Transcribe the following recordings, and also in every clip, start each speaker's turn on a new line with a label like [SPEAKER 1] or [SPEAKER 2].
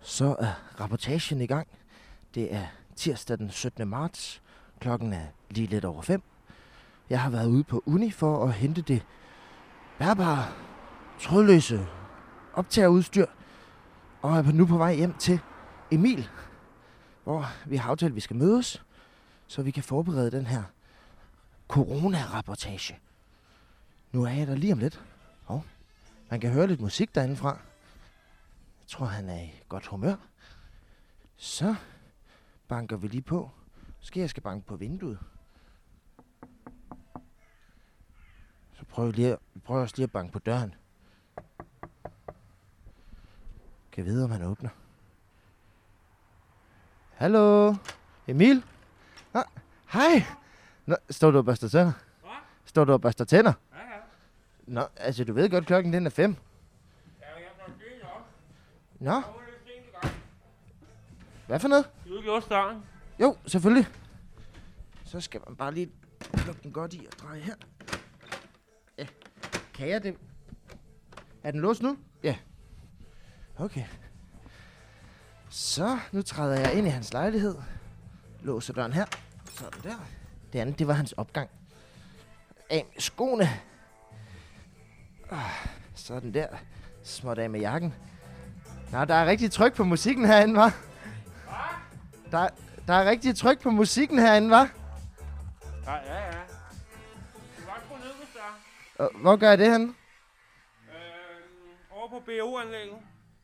[SPEAKER 1] Så er rapportagen i gang. Det er tirsdag den 17. marts. Klokken er lige lidt over 5. Jeg har været ude på uni for at hente det bærbare, trådløse optagerudstyr. Og er nu på vej hjem til Emil, hvor vi har aftalt, at vi skal mødes, så vi kan forberede den her corona-rapportage. Nu er jeg der lige om lidt. Og man kan høre lidt musik derindefra. Jeg tror, han er i godt humør. Så banker vi lige på. Måske jeg skal banke på vinduet. Så prøver lige, prøver også lige at banke på døren. Kan vide, om han åbner. Hallo? Emil? Ah, hej! Nå, står du og børster tænder?
[SPEAKER 2] Hva?
[SPEAKER 1] Står du og børster tænder?
[SPEAKER 2] Ja, ja.
[SPEAKER 1] Nå, altså du ved godt, klokken den er fem.
[SPEAKER 2] Ja, jeg kan sige nok.
[SPEAKER 1] Nå,
[SPEAKER 2] Jeg var lidt sent i gang.
[SPEAKER 1] hvad for noget?
[SPEAKER 2] Du ikke også starten?
[SPEAKER 1] Jo, selvfølgelig. Så skal man bare lige plukke den godt i og dreje her. Ja. Kan jeg det? Er den låst nu? Ja. Okay. Så, nu træder jeg ind i hans lejlighed. Låser døren her. Sådan der. Det andet, det var hans opgang. Af med skoene. Ah, Sådan der. Småt af med jakken. Nå, der er rigtig tryk på musikken herinde, var. Der, der er rigtig tryk på musikken herinde, var.
[SPEAKER 2] Ja, ja, ja. Du kan godt skrue ned, hvis der er.
[SPEAKER 1] Hvor gør jeg det han?
[SPEAKER 2] Øhm, over på BO-anlægget.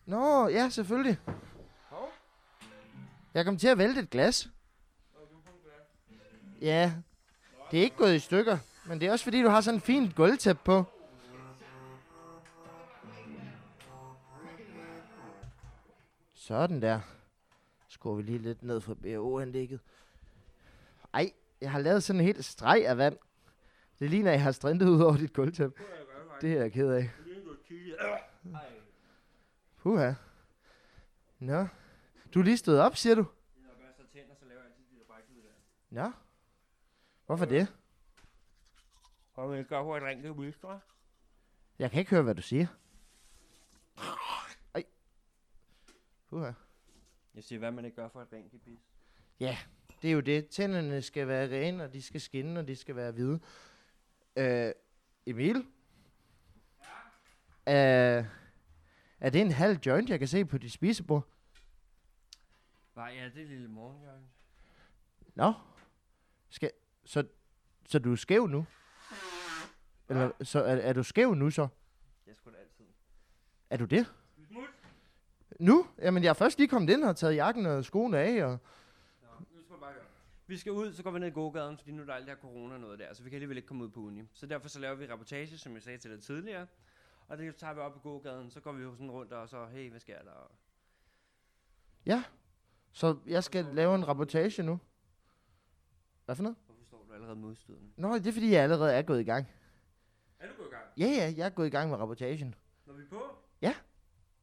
[SPEAKER 1] Nå, ja, selvfølgelig.
[SPEAKER 2] Hov.
[SPEAKER 1] Jeg kom til at vælte et glas. Ja, det er ikke gået i stykker, men det er også fordi, du har sådan en fin gulvtæp på. Sådan der. Skruer vi lige lidt ned fra BO-anlægget. Ej, jeg har lavet sådan en helt streg af vand. Det ligner, at jeg har strintet ud over dit gulvtæp. Det er jeg ked af.
[SPEAKER 2] Øh.
[SPEAKER 1] Puha. Nå. Du er lige stået op, siger du? Nå. Hvorfor det?
[SPEAKER 2] Og vi gør hurtigt rent det whisky.
[SPEAKER 1] Jeg kan ikke høre, hvad du siger. Ej. Puha.
[SPEAKER 3] Jeg siger, hvad man ikke gør for et rent gebis.
[SPEAKER 1] Det er jo det. Tænderne skal være rene, og de skal skinne, og de skal være hvide. Øh, Emil? Ja? Øh, er det en halv joint, jeg kan se på dit spisebord?
[SPEAKER 3] Nej, ja, det er lille morgenjørgen.
[SPEAKER 1] Nå. Skal, så, så du er skæv nu? Eller, så er, er du skæv nu så?
[SPEAKER 3] Jeg skulle da altid.
[SPEAKER 1] Er du det? Nu? Jamen, jeg er først lige kommet ind og taget jakken og skoene af, og...
[SPEAKER 3] Nå, nu skal man bare høre. Vi skal ud, så går vi ned i gågaden, fordi nu er der alt det her corona noget der, så vi kan alligevel ikke komme ud på uni. Så derfor så laver vi reportage, som jeg sagde til dig tidligere. Og det tager vi op i gågaden, så går vi jo sådan rundt og så, hey, hvad sker der? Og
[SPEAKER 1] Så jeg skal lave en rapportage nu. Hvad for noget?
[SPEAKER 3] Hvorfor står du allerede modstødende?
[SPEAKER 1] Nå, det er fordi, jeg allerede er gået i gang.
[SPEAKER 2] Er du gået i gang?
[SPEAKER 1] Ja, ja, jeg er gået i gang med rapportagen.
[SPEAKER 2] Når vi er på?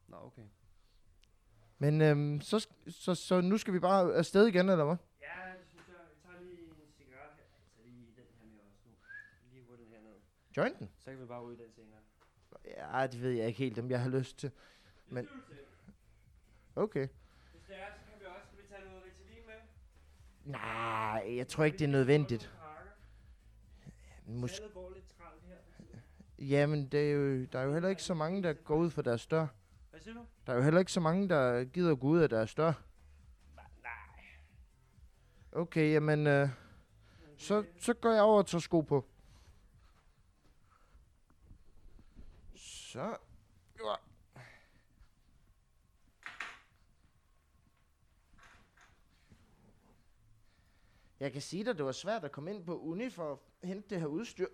[SPEAKER 3] Nå, okay.
[SPEAKER 1] Men øhm, så, sk- så, så nu skal vi bare afsted igen, eller hvad?
[SPEAKER 3] Ja, det synes jeg. Jeg tager lige en cigaret her. Jeg tager lige den her med også nu. Lige hurtigt hernede.
[SPEAKER 1] Jointen?
[SPEAKER 3] Så kan vi bare ud i den senere.
[SPEAKER 1] Ja, det ved jeg ikke helt, om jeg har lyst til. Men- Okay.
[SPEAKER 3] Hvis det er, så kan vi også, skal vi tage noget Ritalin med?
[SPEAKER 1] Nej, jeg tror ikke, det er nødvendigt. Mås-
[SPEAKER 3] Tallet går lidt tralt her. for tiden.
[SPEAKER 1] Jamen, det er jo, der er jo heller ikke så mange, der går ud for deres dør.
[SPEAKER 3] Hvad siger du?
[SPEAKER 1] Der er jo heller ikke så mange, der gider gå ud af deres dør.
[SPEAKER 3] Nej.
[SPEAKER 1] Okay, jamen, øh, så, så går jeg over og tager sko på. Så. Uah. Jeg kan sige dig, det var svært at komme ind på uni for at hente det her udstyr.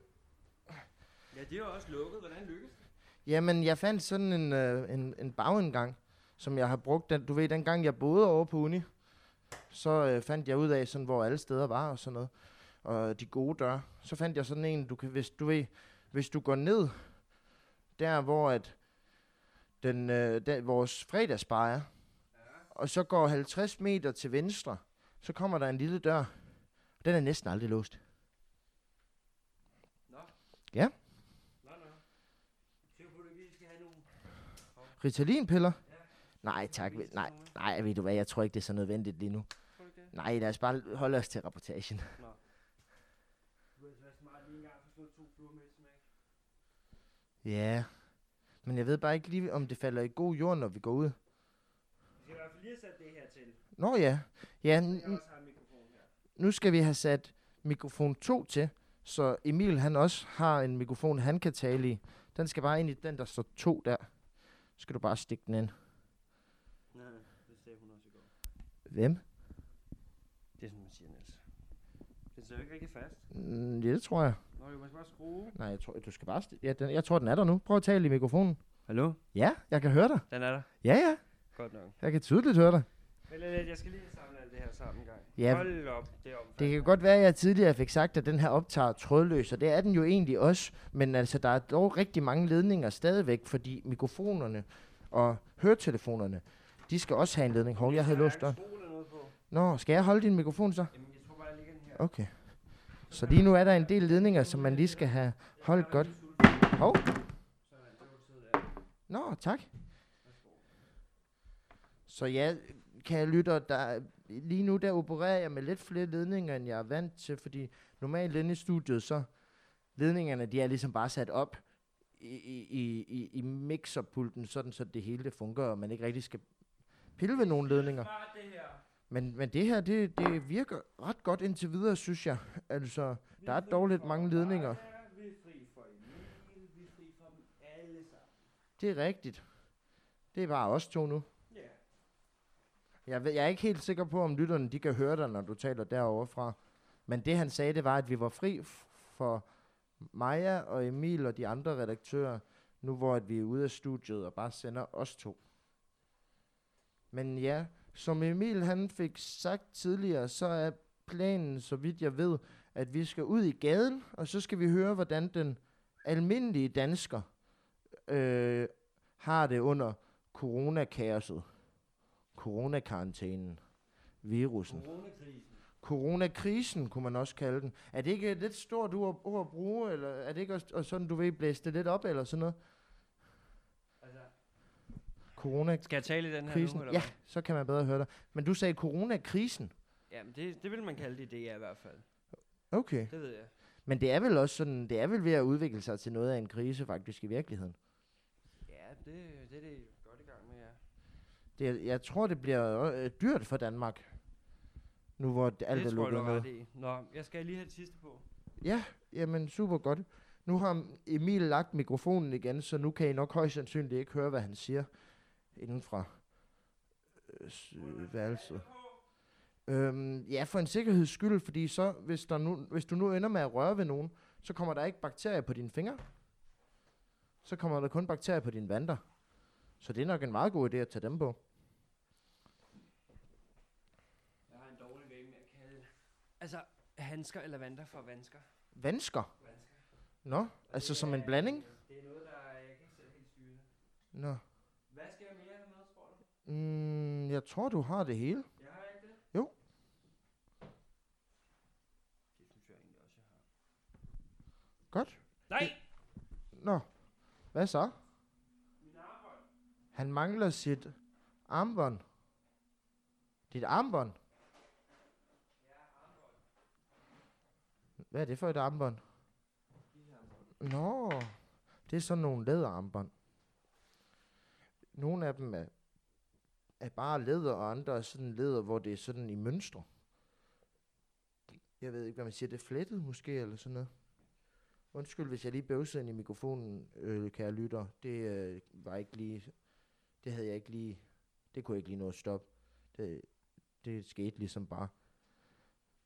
[SPEAKER 3] Ja, det er jo også lukket. Hvordan lykkes det?
[SPEAKER 1] Jamen, jeg fandt sådan en, øh, en, en bagindgang, som jeg har brugt. Den, du ved, den gang jeg boede over på uni, så øh, fandt jeg ud af, sådan, hvor alle steder var og sådan noget. Og de gode døre. Så fandt jeg sådan en, du kan, hvis du ved, hvis du går ned, der hvor at den, øh, der, vores fredagsbar er, og så går 50 meter til venstre, så kommer der en lille dør. Den er næsten aldrig låst.
[SPEAKER 3] Nå, nå. Tænk på, at vi skal have nogle...
[SPEAKER 1] Ritalinpiller? Nej, tak. ved- Nej, nej, ved du hvad, jeg tror ikke, det er så nødvendigt lige nu.
[SPEAKER 3] Tror du ikke det?
[SPEAKER 1] Nej, lad os bare holde os til rapportagen.
[SPEAKER 3] Nå. Du ved, hvad smart lige engang for slået to fluer med et smæk.
[SPEAKER 1] Ja, men jeg ved bare ikke lige, om det falder i god jord, når vi går ud.
[SPEAKER 3] Vi skal i hvert fald lige have sat det her til.
[SPEAKER 1] Nå ja, ja
[SPEAKER 3] Jeg
[SPEAKER 1] n-
[SPEAKER 3] også har en mikrofon her.
[SPEAKER 1] nu skal vi have sat mikrofon 2 til, så Emil han også har en mikrofon, han kan tale i. Den skal bare ind i den, der står 2 der. Så skal du bare stikke den ind.
[SPEAKER 3] Nej, det sagde hun også i går.
[SPEAKER 1] Hvem?
[SPEAKER 3] Det er sådan, man siger, Niels. Den sidder jo ikke rigtig fast.
[SPEAKER 1] Mm, ja, det tror jeg.
[SPEAKER 3] Nå, jo, man skal bare skrue.
[SPEAKER 1] Nej, jeg tror, du skal bare... sti- Ja, den, jeg tror, den er der nu. Prøv at tale i mikrofonen.
[SPEAKER 3] Hallo?
[SPEAKER 1] Ja, jeg kan høre dig.
[SPEAKER 3] Den er der.
[SPEAKER 1] Ja, ja.
[SPEAKER 3] Godt nok.
[SPEAKER 1] Jeg kan tydeligt høre dig.
[SPEAKER 3] Men lidt, jeg skal lige samle alt det her sammen en gang.
[SPEAKER 1] Ja.
[SPEAKER 3] Hold op, det er omfattende.
[SPEAKER 1] Det kan godt være, at jeg tidligere fik sagt, at den her optager trådløs, og det er den jo egentlig også, men altså, der er dog rigtig mange ledninger stadigvæk, fordi mikrofonerne og høretelefonerne, de skal også have en ledning. Hov, jeg havde låst
[SPEAKER 3] den.
[SPEAKER 1] døren. Nå, skal jeg holde din mikrofon så?
[SPEAKER 3] Jamen, jeg tror bare, jeg ligger den her.
[SPEAKER 1] Okay. Så lige nu er der en del ledninger, som man lige skal have holdt godt. Hov. Nå, tak. Så ja, kan jeg lytte, der, lige nu der opererer jeg med lidt flere ledninger, end jeg er vant til, fordi normalt inde i studiet, så ledningerne, de er ligesom bare sat op i, i, i- i, i mixerpulten, sådan så det hele det fungerer, og man ikke rigtig skal pille ved nogle ledninger.
[SPEAKER 3] Smart, det her.
[SPEAKER 1] Men, men det her, det, det virker ret godt indtil videre, synes jeg. Altså,
[SPEAKER 3] Vi
[SPEAKER 1] der er
[SPEAKER 3] fri
[SPEAKER 1] dog lidt
[SPEAKER 3] for
[SPEAKER 1] mange ledninger.
[SPEAKER 3] Maja, Vi er fri for Emil, vi er fri for dem alle sammen.
[SPEAKER 1] Det er rigtigt. Det er bare os to nu.
[SPEAKER 3] Ja.
[SPEAKER 1] Jeg, ved, jeg er ikke helt sikker på, om lytterne de kan høre dig, når du taler derovre fra. Men det, han sagde, det var, at vi var fri f- for Maja og Emil og de andre redaktører, nu hvor at vi er ude af studiet og bare sender os to. Men ja, som Emil han fik sagt tidligere, så er planen, så vidt jeg ved, at vi skal ud i gaden, og så skal vi høre, hvordan den almindelige dansker øh, har det under coronakaoset coronakarantænen, virussen.
[SPEAKER 3] Coronakrisen.
[SPEAKER 1] Coronakrisen kunne man også kalde den. Er det ikke et lidt stort ord ord at bruge, eller er det ikke også og sådan, du vil blæse det lidt op, eller sådan noget?
[SPEAKER 3] Altså,
[SPEAKER 1] Coronakrisen?
[SPEAKER 3] skal jeg tale i den her nu, eller
[SPEAKER 1] Ja,
[SPEAKER 3] hvad?
[SPEAKER 1] så kan man bedre høre dig. Men du sagde coronakrisen.
[SPEAKER 3] Jamen, det, det vil man kalde det, det er i hvert fald.
[SPEAKER 1] Okay.
[SPEAKER 3] Det ved jeg.
[SPEAKER 1] Men det er vel også sådan, det er vel ved at udvikle sig til noget af en krise faktisk i virkeligheden.
[SPEAKER 3] Ja, det, det er det godt i gang med, ja.
[SPEAKER 1] Det, er- jeg tror, det bliver øh, dyrt for Danmark, nu hvor det- alt
[SPEAKER 3] det
[SPEAKER 1] er
[SPEAKER 3] tror jeg, du
[SPEAKER 1] lukket
[SPEAKER 3] har
[SPEAKER 1] ned.
[SPEAKER 3] ret i. Nå, jeg skal lige have det sidste på.
[SPEAKER 1] Ja, jamen super godt. Nu har Emil lagt mikrofonen igen, så nu kan I nok højst sandsynligt ikke høre, hvad han siger inden fra øh, s- øh, værelset. Øhm, ja, for en sikkerheds skyld, fordi så, hvis, der nu, hvis du nu ender med at røre ved nogen, så kommer der ikke bakterier på dine fingre. Så kommer der kun bakterier på dine vandter. Så det er nok en meget god idé at tage dem på.
[SPEAKER 3] Jeg har en dårlig væg med at kalde... Altså, handsker eller vandter for vansker.
[SPEAKER 1] Vansker?
[SPEAKER 3] Vansker.
[SPEAKER 1] Nå, altså som en blanding?
[SPEAKER 3] Det er noget, der er- jeg kan ikke selv helt styre.
[SPEAKER 1] Nå.
[SPEAKER 3] Hvad skal jeg mere eller noget, tror du?
[SPEAKER 1] Mm, jeg tror, du har det hele.
[SPEAKER 3] Jeg har ikke det.
[SPEAKER 1] Jo.
[SPEAKER 3] Det synes jeg egentlig også, jeg har.
[SPEAKER 1] Godt.
[SPEAKER 3] Nej!
[SPEAKER 1] Nå, hvad så?
[SPEAKER 3] Min armbånd.
[SPEAKER 1] Han mangler sit armbånd. Dit armbånd? Hvad er det for et armbånd? Nå, det er sådan nogle læderarmbånd. Nogle af dem er, er bare læder, og andre er sådan læder, hvor det er sådan i mønstre. Jeg ved ikke, hvad man siger. Det er flettet måske, eller sådan noget. Undskyld, hvis jeg lige bøvsede ind i mikrofonen, øh, kære lytter. Det øh, var ikke lige det havde jeg ikke lige, det kunne jeg ikke lige nå at stoppe. Det, det skete ligesom bare.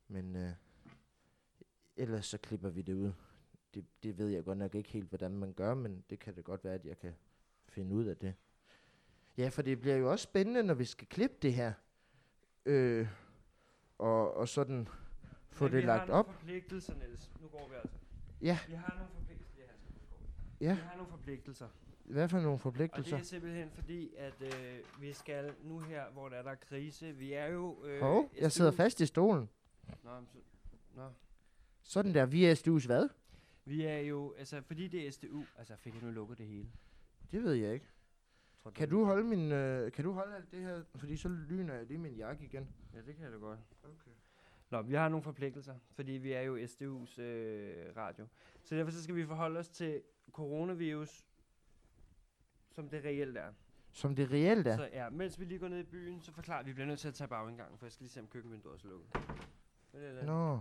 [SPEAKER 1] Men øh, ellers så klipper vi det ud. Det, det ved jeg godt nok ikke helt, hvordan man gør, men det kan det godt være, at jeg kan finde ud af det. Ja, for det bliver jo også spændende, når vi skal klippe det her. Øh, og, og sådan få
[SPEAKER 3] Men
[SPEAKER 1] det
[SPEAKER 3] vi
[SPEAKER 1] lagt
[SPEAKER 3] har nogle
[SPEAKER 1] op.
[SPEAKER 3] forpligtelser, Niels. Nu går vi altså.
[SPEAKER 1] Ja.
[SPEAKER 3] Vi har nogle forpligtelser. Det er handsker, nu går vi.
[SPEAKER 1] Ja.
[SPEAKER 3] Vi har nogle forpligtelser.
[SPEAKER 1] Hvad for nogle
[SPEAKER 3] Og det
[SPEAKER 1] forpligtelser?
[SPEAKER 3] er simpelthen fordi, at øh, vi skal nu her, hvor der er, der er krise. Vi er jo... Øh,
[SPEAKER 1] Hov, jeg sidder
[SPEAKER 3] SDU.
[SPEAKER 1] fast i stolen.
[SPEAKER 3] Nå, men så- nå.
[SPEAKER 1] Sådan der, vi er SDU's hvad?
[SPEAKER 3] Vi er jo... Altså, fordi det er SDU... Altså, fik jeg nu lukket det hele?
[SPEAKER 1] Det ved jeg ikke.
[SPEAKER 3] Tror, det
[SPEAKER 1] Kan
[SPEAKER 3] er-
[SPEAKER 1] du holde min, øh, kan du holde alt det her? Fordi så lyner jeg lige min jakke igen.
[SPEAKER 3] Ja, det kan jeg da godt.
[SPEAKER 1] Okay.
[SPEAKER 3] Nå, vi har nogle forpligtelser, fordi vi er jo SDU's øh, radio. Så derfor så skal vi forholde os til coronavirus, som det reelt er.
[SPEAKER 1] Som det reelt er.
[SPEAKER 3] Så ja, mens vi lige går ned i byen, så forklarer vi, at vi bliver nødt til at tage bagindgangen, for jeg skal lige se, om køkkenvinduet også er lukket. Men ellers-
[SPEAKER 1] Nå.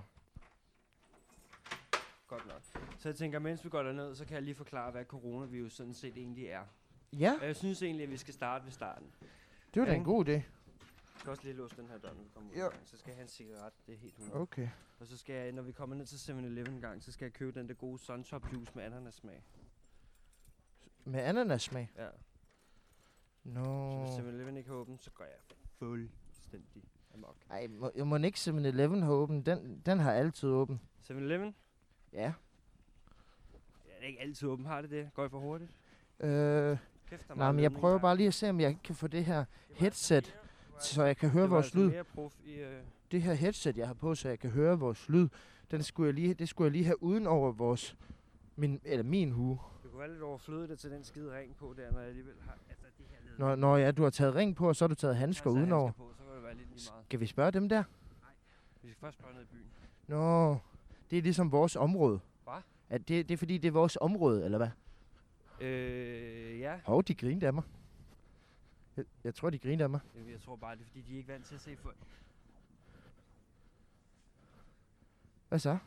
[SPEAKER 3] Godt nok. Så jeg tænker, mens vi går derned, så kan jeg lige forklare, hvad coronavirus sådan set egentlig er.
[SPEAKER 1] Ja,
[SPEAKER 3] Og jeg synes egentlig, at vi skal starte ved starten.
[SPEAKER 1] det var da en
[SPEAKER 3] Ikke?
[SPEAKER 1] god idé.
[SPEAKER 3] Jeg skal også lige låse den her dør, når vi kommer ud.
[SPEAKER 1] Jo.
[SPEAKER 3] ad gangen. Så skal jeg have en cigaret, det er helt hundrede.
[SPEAKER 1] Okay.
[SPEAKER 3] Og så skal jeg, når vi kommer ned til 7-Eleven en gang, så skal jeg købe den der gode Suntop juice med ananassmag.
[SPEAKER 1] Med ananassmag.
[SPEAKER 3] Ja.
[SPEAKER 1] Nå.
[SPEAKER 3] Så hvis 7-Eleven ikke har åbent, så går jeg fuldstændig amok.
[SPEAKER 1] Ej, må, jeg må den ikke 7-Eleven have åben. Den, den har altid åben.
[SPEAKER 3] 7-Eleven?
[SPEAKER 1] Ja.
[SPEAKER 3] Ja, det er ikke altid åben, har det det? Går I for hurtigt?
[SPEAKER 1] Øh,
[SPEAKER 3] Kæft, der er
[SPEAKER 1] nej,
[SPEAKER 3] meget
[SPEAKER 1] men jeg
[SPEAKER 3] ledning
[SPEAKER 1] prøver
[SPEAKER 3] her.
[SPEAKER 1] bare lige at se, om jeg ikke kan få det her headset, så jeg kan høre
[SPEAKER 3] det var
[SPEAKER 1] vores
[SPEAKER 3] altså
[SPEAKER 1] lyd.
[SPEAKER 3] mere prof i... Øh,
[SPEAKER 1] Det her headset, jeg har på, så jeg kan høre vores lyd, den skulle jeg lige, det skulle jeg lige have uden over vores, min, eller min hue.
[SPEAKER 3] det kunne være lidt overflødigt at tage den skide ring på der, når jeg alligevel har... Altså, det her led.
[SPEAKER 1] Når, når ja, du har taget ring på, og så har du taget handsker altså, udenover.
[SPEAKER 3] På, så kan det være lidt lige meget.
[SPEAKER 1] Skal vi spørge dem der?
[SPEAKER 3] Vi skal først spørge ned i byen.
[SPEAKER 1] Nå, det er ligesom vores område.
[SPEAKER 3] Hva?
[SPEAKER 1] At det, det er fordi, det er vores område, eller hvad?
[SPEAKER 3] Øh, ja.
[SPEAKER 1] Hov, de grinte af mig. Jeg, jeg tror, de grinte af mig.
[SPEAKER 3] Jamen, Jeg tror bare, det er fordi, de er ikke vant til at se folk.
[SPEAKER 1] Hvad så?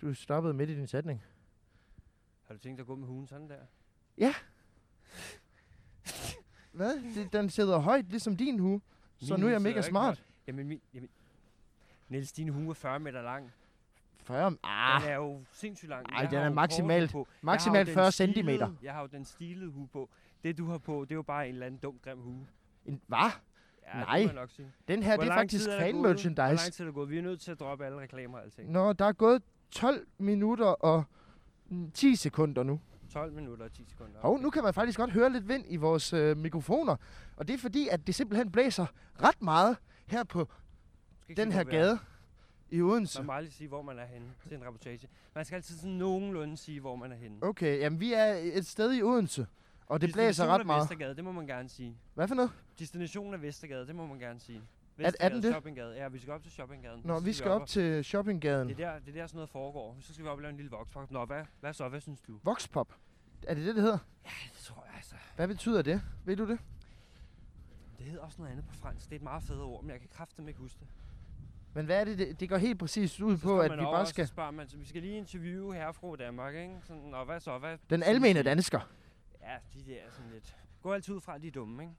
[SPEAKER 1] Du stoppede midt i din sætning.
[SPEAKER 3] Har du tænkt dig at gå med hugen sådan der?
[SPEAKER 1] Hvad? Det, den sidder højt, ligesom din hue. Så
[SPEAKER 3] Min
[SPEAKER 1] nu er
[SPEAKER 3] hue
[SPEAKER 1] jeg
[SPEAKER 3] sidder
[SPEAKER 1] mega
[SPEAKER 3] ikke
[SPEAKER 1] smart.
[SPEAKER 3] Jamen, min, jamen. Niels, din hue er 40 meter lang. Den
[SPEAKER 1] 40. Ah,
[SPEAKER 3] er jo sindssygt lang.
[SPEAKER 1] Ej,
[SPEAKER 3] Jeg
[SPEAKER 1] den
[SPEAKER 3] har
[SPEAKER 1] er
[SPEAKER 3] jo
[SPEAKER 1] maksimalt-
[SPEAKER 3] korte på. Jeg har jo
[SPEAKER 1] maksimalt
[SPEAKER 3] den
[SPEAKER 1] 40
[SPEAKER 3] stilede-
[SPEAKER 1] cm.
[SPEAKER 3] Jeg har jo den stilede hue på. Det, du har på, det er jo bare en eller anden dum, grim hue.
[SPEAKER 1] En, hvad?
[SPEAKER 3] Ja, det
[SPEAKER 1] Nej.
[SPEAKER 3] må jeg nok sige.
[SPEAKER 1] Den her,
[SPEAKER 3] Hvor
[SPEAKER 1] det er
[SPEAKER 3] lang
[SPEAKER 1] faktisk
[SPEAKER 3] tid der
[SPEAKER 1] fan
[SPEAKER 3] gået? Hvor lang
[SPEAKER 1] merchandise.
[SPEAKER 3] tid er der gået? Vi er nødt til at droppe alle reklamer og alting.
[SPEAKER 1] Nå, der er gået 12 minutter og mm, 10 sekunder nu.
[SPEAKER 3] 12 minutter og 10 sekunder.
[SPEAKER 1] Hov, nu kan man faktisk godt høre lidt vind i vores øh, mikrofoner. Og det er fordi, at det simpelthen blæser ret meget her på
[SPEAKER 3] Skal ikke
[SPEAKER 1] den
[SPEAKER 3] sige,
[SPEAKER 1] her
[SPEAKER 3] hvor vi er.
[SPEAKER 1] gade i Odense.
[SPEAKER 3] Man må aldrig sige, hvor man er henne til en reportage. Man skal altid sådan nogenlunde sige, hvor man er henne.
[SPEAKER 1] Okay, jamen vi er et sted i Odense, og det blæser
[SPEAKER 3] Destination
[SPEAKER 1] ret
[SPEAKER 3] er
[SPEAKER 1] meget.
[SPEAKER 3] Vestergade, det må man gerne sige.
[SPEAKER 1] Hvad for noget?
[SPEAKER 3] Destination er Vestergade, det må man gerne sige.
[SPEAKER 1] den det?
[SPEAKER 3] Shoppinggade. Ja, vi skal op til Shoppinggaden.
[SPEAKER 1] Nå,
[SPEAKER 3] Så
[SPEAKER 1] vi skal op til shoppinggaden.
[SPEAKER 3] Det er, der, det er der, sådan noget foregår. Så skal vi op og lave en lille voxpop. Nå, hvad, hvad så? Hvad synes du?
[SPEAKER 1] Voxpop. Er det det, det hedder?
[SPEAKER 3] Det tror jeg altså.
[SPEAKER 1] Hvad betyder det? Ved du det?
[SPEAKER 3] Det hedder også noget andet på fransk. Det er et meget fedt ord, men jeg kan kraftedeme ikke huske det.
[SPEAKER 1] Men hvad er det, det, det går helt præcist ud
[SPEAKER 3] Så
[SPEAKER 1] på,
[SPEAKER 3] står
[SPEAKER 1] at
[SPEAKER 3] man
[SPEAKER 1] vi
[SPEAKER 3] over,
[SPEAKER 1] bare
[SPEAKER 3] Og
[SPEAKER 1] skal...
[SPEAKER 3] så spørger man, så vi skal lige interviewe herrefru Danmark, ikke? Sådan, Nå, hvad så? Hvad?
[SPEAKER 1] Den almene dansker.
[SPEAKER 3] Ja, de der er sådan lidt... Gå altid ud fra, at de er dumme, ikke?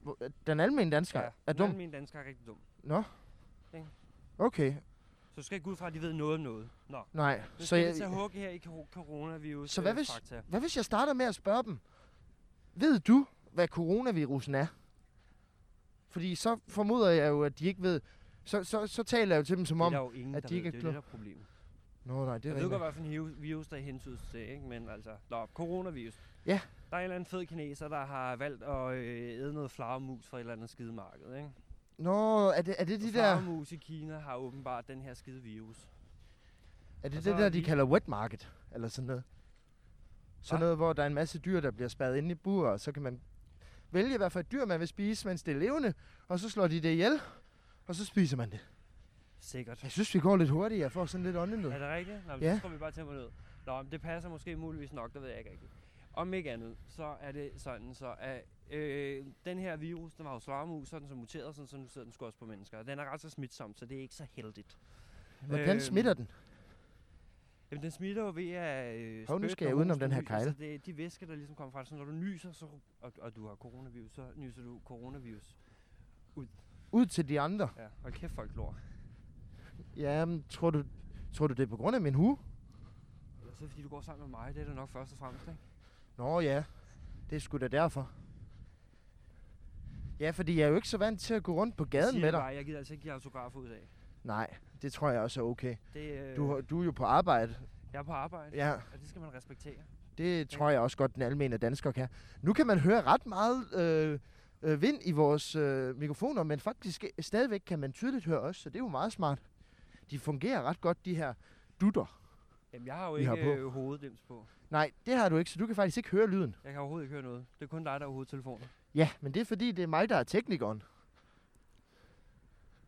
[SPEAKER 1] Hvor- Den almene dansker er dum.
[SPEAKER 3] Min dansker er rigtig dum.
[SPEAKER 1] Nå.
[SPEAKER 3] Ikke?
[SPEAKER 1] Okay,
[SPEAKER 3] Så du skal ikke gå ud fra, at de ved noget om noget. Nå.
[SPEAKER 1] nej.
[SPEAKER 3] Nu
[SPEAKER 1] Så,
[SPEAKER 3] skal jeg... vi tage
[SPEAKER 1] jeg,
[SPEAKER 3] hug her i kor- coronavirus.
[SPEAKER 1] Så hvad
[SPEAKER 3] øh,
[SPEAKER 1] hvis-
[SPEAKER 3] Fakta.
[SPEAKER 1] hvad hvis jeg starter med at spørge dem? Ved du, hvad coronavirusen er? Fordi så formoder jeg jo, at de ikke ved... Så, så, så taler jeg jo til dem som
[SPEAKER 3] Det er
[SPEAKER 1] om...
[SPEAKER 3] der jo ingen,
[SPEAKER 1] at
[SPEAKER 3] der
[SPEAKER 1] de ikke
[SPEAKER 3] ved.
[SPEAKER 1] er
[SPEAKER 3] Det er jo
[SPEAKER 1] kloge.
[SPEAKER 3] det, der er problemet.
[SPEAKER 1] Nå, nej, det
[SPEAKER 3] Jeg
[SPEAKER 1] er
[SPEAKER 3] ved godt,
[SPEAKER 1] rigtigt.
[SPEAKER 3] hvad for en hiv- virus, der hensydes til, ikke? men altså, nå, coronavirus.
[SPEAKER 1] Ja.
[SPEAKER 3] Der er en eller anden fed kineser, der har valgt at øh, æde noget flagermus fra et eller andet skide marked. Ikke?
[SPEAKER 1] Nå, er det, er det
[SPEAKER 3] De
[SPEAKER 1] de der...
[SPEAKER 3] Flagermus i Kina har åbenbart den her skide virus.
[SPEAKER 1] Er
[SPEAKER 3] Og
[SPEAKER 1] det
[SPEAKER 3] så
[SPEAKER 1] det
[SPEAKER 3] er
[SPEAKER 1] der,
[SPEAKER 3] vi-
[SPEAKER 1] de kalder wet market? Eller sådan noget? Sådan
[SPEAKER 3] Hva?
[SPEAKER 1] noget, hvor der er en masse dyr, der bliver spærret inde i bur, og så kan man vælge, hvad for et dyr man vil spise, mens det er levende, og så slår de det ihjel, og så spiser man det.
[SPEAKER 3] Sikkert.
[SPEAKER 1] Jeg synes, vi går lidt hurtigt. Jeg får sådan lidt åndenød.
[SPEAKER 3] Er det rigtigt? Nå, men
[SPEAKER 1] Ja.
[SPEAKER 3] så tror vi bare tempoet ned. Nå, men det passer måske muligvis nok, det ved jeg ikke rigtigt. Om ikke andet, så er det sådan, så at øh, den her virus, den var jo svarmus, så er den så muteret, sådan, så nu sidder den sgu også på mennesker. Den er ret så smitsom, så det er ikke så heldigt.
[SPEAKER 1] Hvordan
[SPEAKER 3] Øhm,
[SPEAKER 1] smitter den?
[SPEAKER 3] Jamen, den smitter jo ved at... Øh,
[SPEAKER 1] Hov, nu
[SPEAKER 3] spyt,
[SPEAKER 1] skal
[SPEAKER 3] når
[SPEAKER 1] jeg udenom
[SPEAKER 3] hosten
[SPEAKER 1] den her
[SPEAKER 3] nyser,
[SPEAKER 1] kejle.
[SPEAKER 3] Så det, er de væsker, der ligesom kommer fra, så når du nyser, så, og, og du har coronavirus, så nyser du coronavirus.
[SPEAKER 1] Ud til de andre.
[SPEAKER 3] Ja, hold kæft, folk lort.
[SPEAKER 1] Jamen, tror du, tror du, det er på grund af min hue?
[SPEAKER 3] Eller så er det, fordi du går sammen med mig, det er det nok først og fremmest, ikke?
[SPEAKER 1] Nå ja, det er sgu da derfor. Ja, fordi jeg er jo ikke så vant til at gå rundt på gaden
[SPEAKER 3] Siger
[SPEAKER 1] med
[SPEAKER 3] jeg
[SPEAKER 1] dig.
[SPEAKER 3] Bare, jeg gider altså ikke give autografer ud af.
[SPEAKER 1] Nej, det tror jeg også er okay.
[SPEAKER 3] Det, øh,
[SPEAKER 1] Du, har- du er jo på arbejde.
[SPEAKER 3] Jeg er på arbejde,
[SPEAKER 1] Ja.
[SPEAKER 3] og det skal man respektere.
[SPEAKER 1] Det tror jeg også godt, den almene dansker kan. Nu kan man høre ret meget øh, øh, vind i vores øh, mikrofoner, men faktisk stadigvæk kan man tydeligt høre os, så det er jo meget smart. De fungerer ret godt, de her dutter.
[SPEAKER 3] Jamen, jeg har jo
[SPEAKER 1] Vi har
[SPEAKER 3] ikke
[SPEAKER 1] på.
[SPEAKER 3] øh, hoveddims på.
[SPEAKER 1] Nej, det har du ikke, så du kan faktisk ikke høre lyden.
[SPEAKER 3] Jeg kan overhovedet ikke høre noget. Det er kun dig, der har hovedtelefoner.
[SPEAKER 1] Ja, men det er fordi, det er mig, der er teknikeren.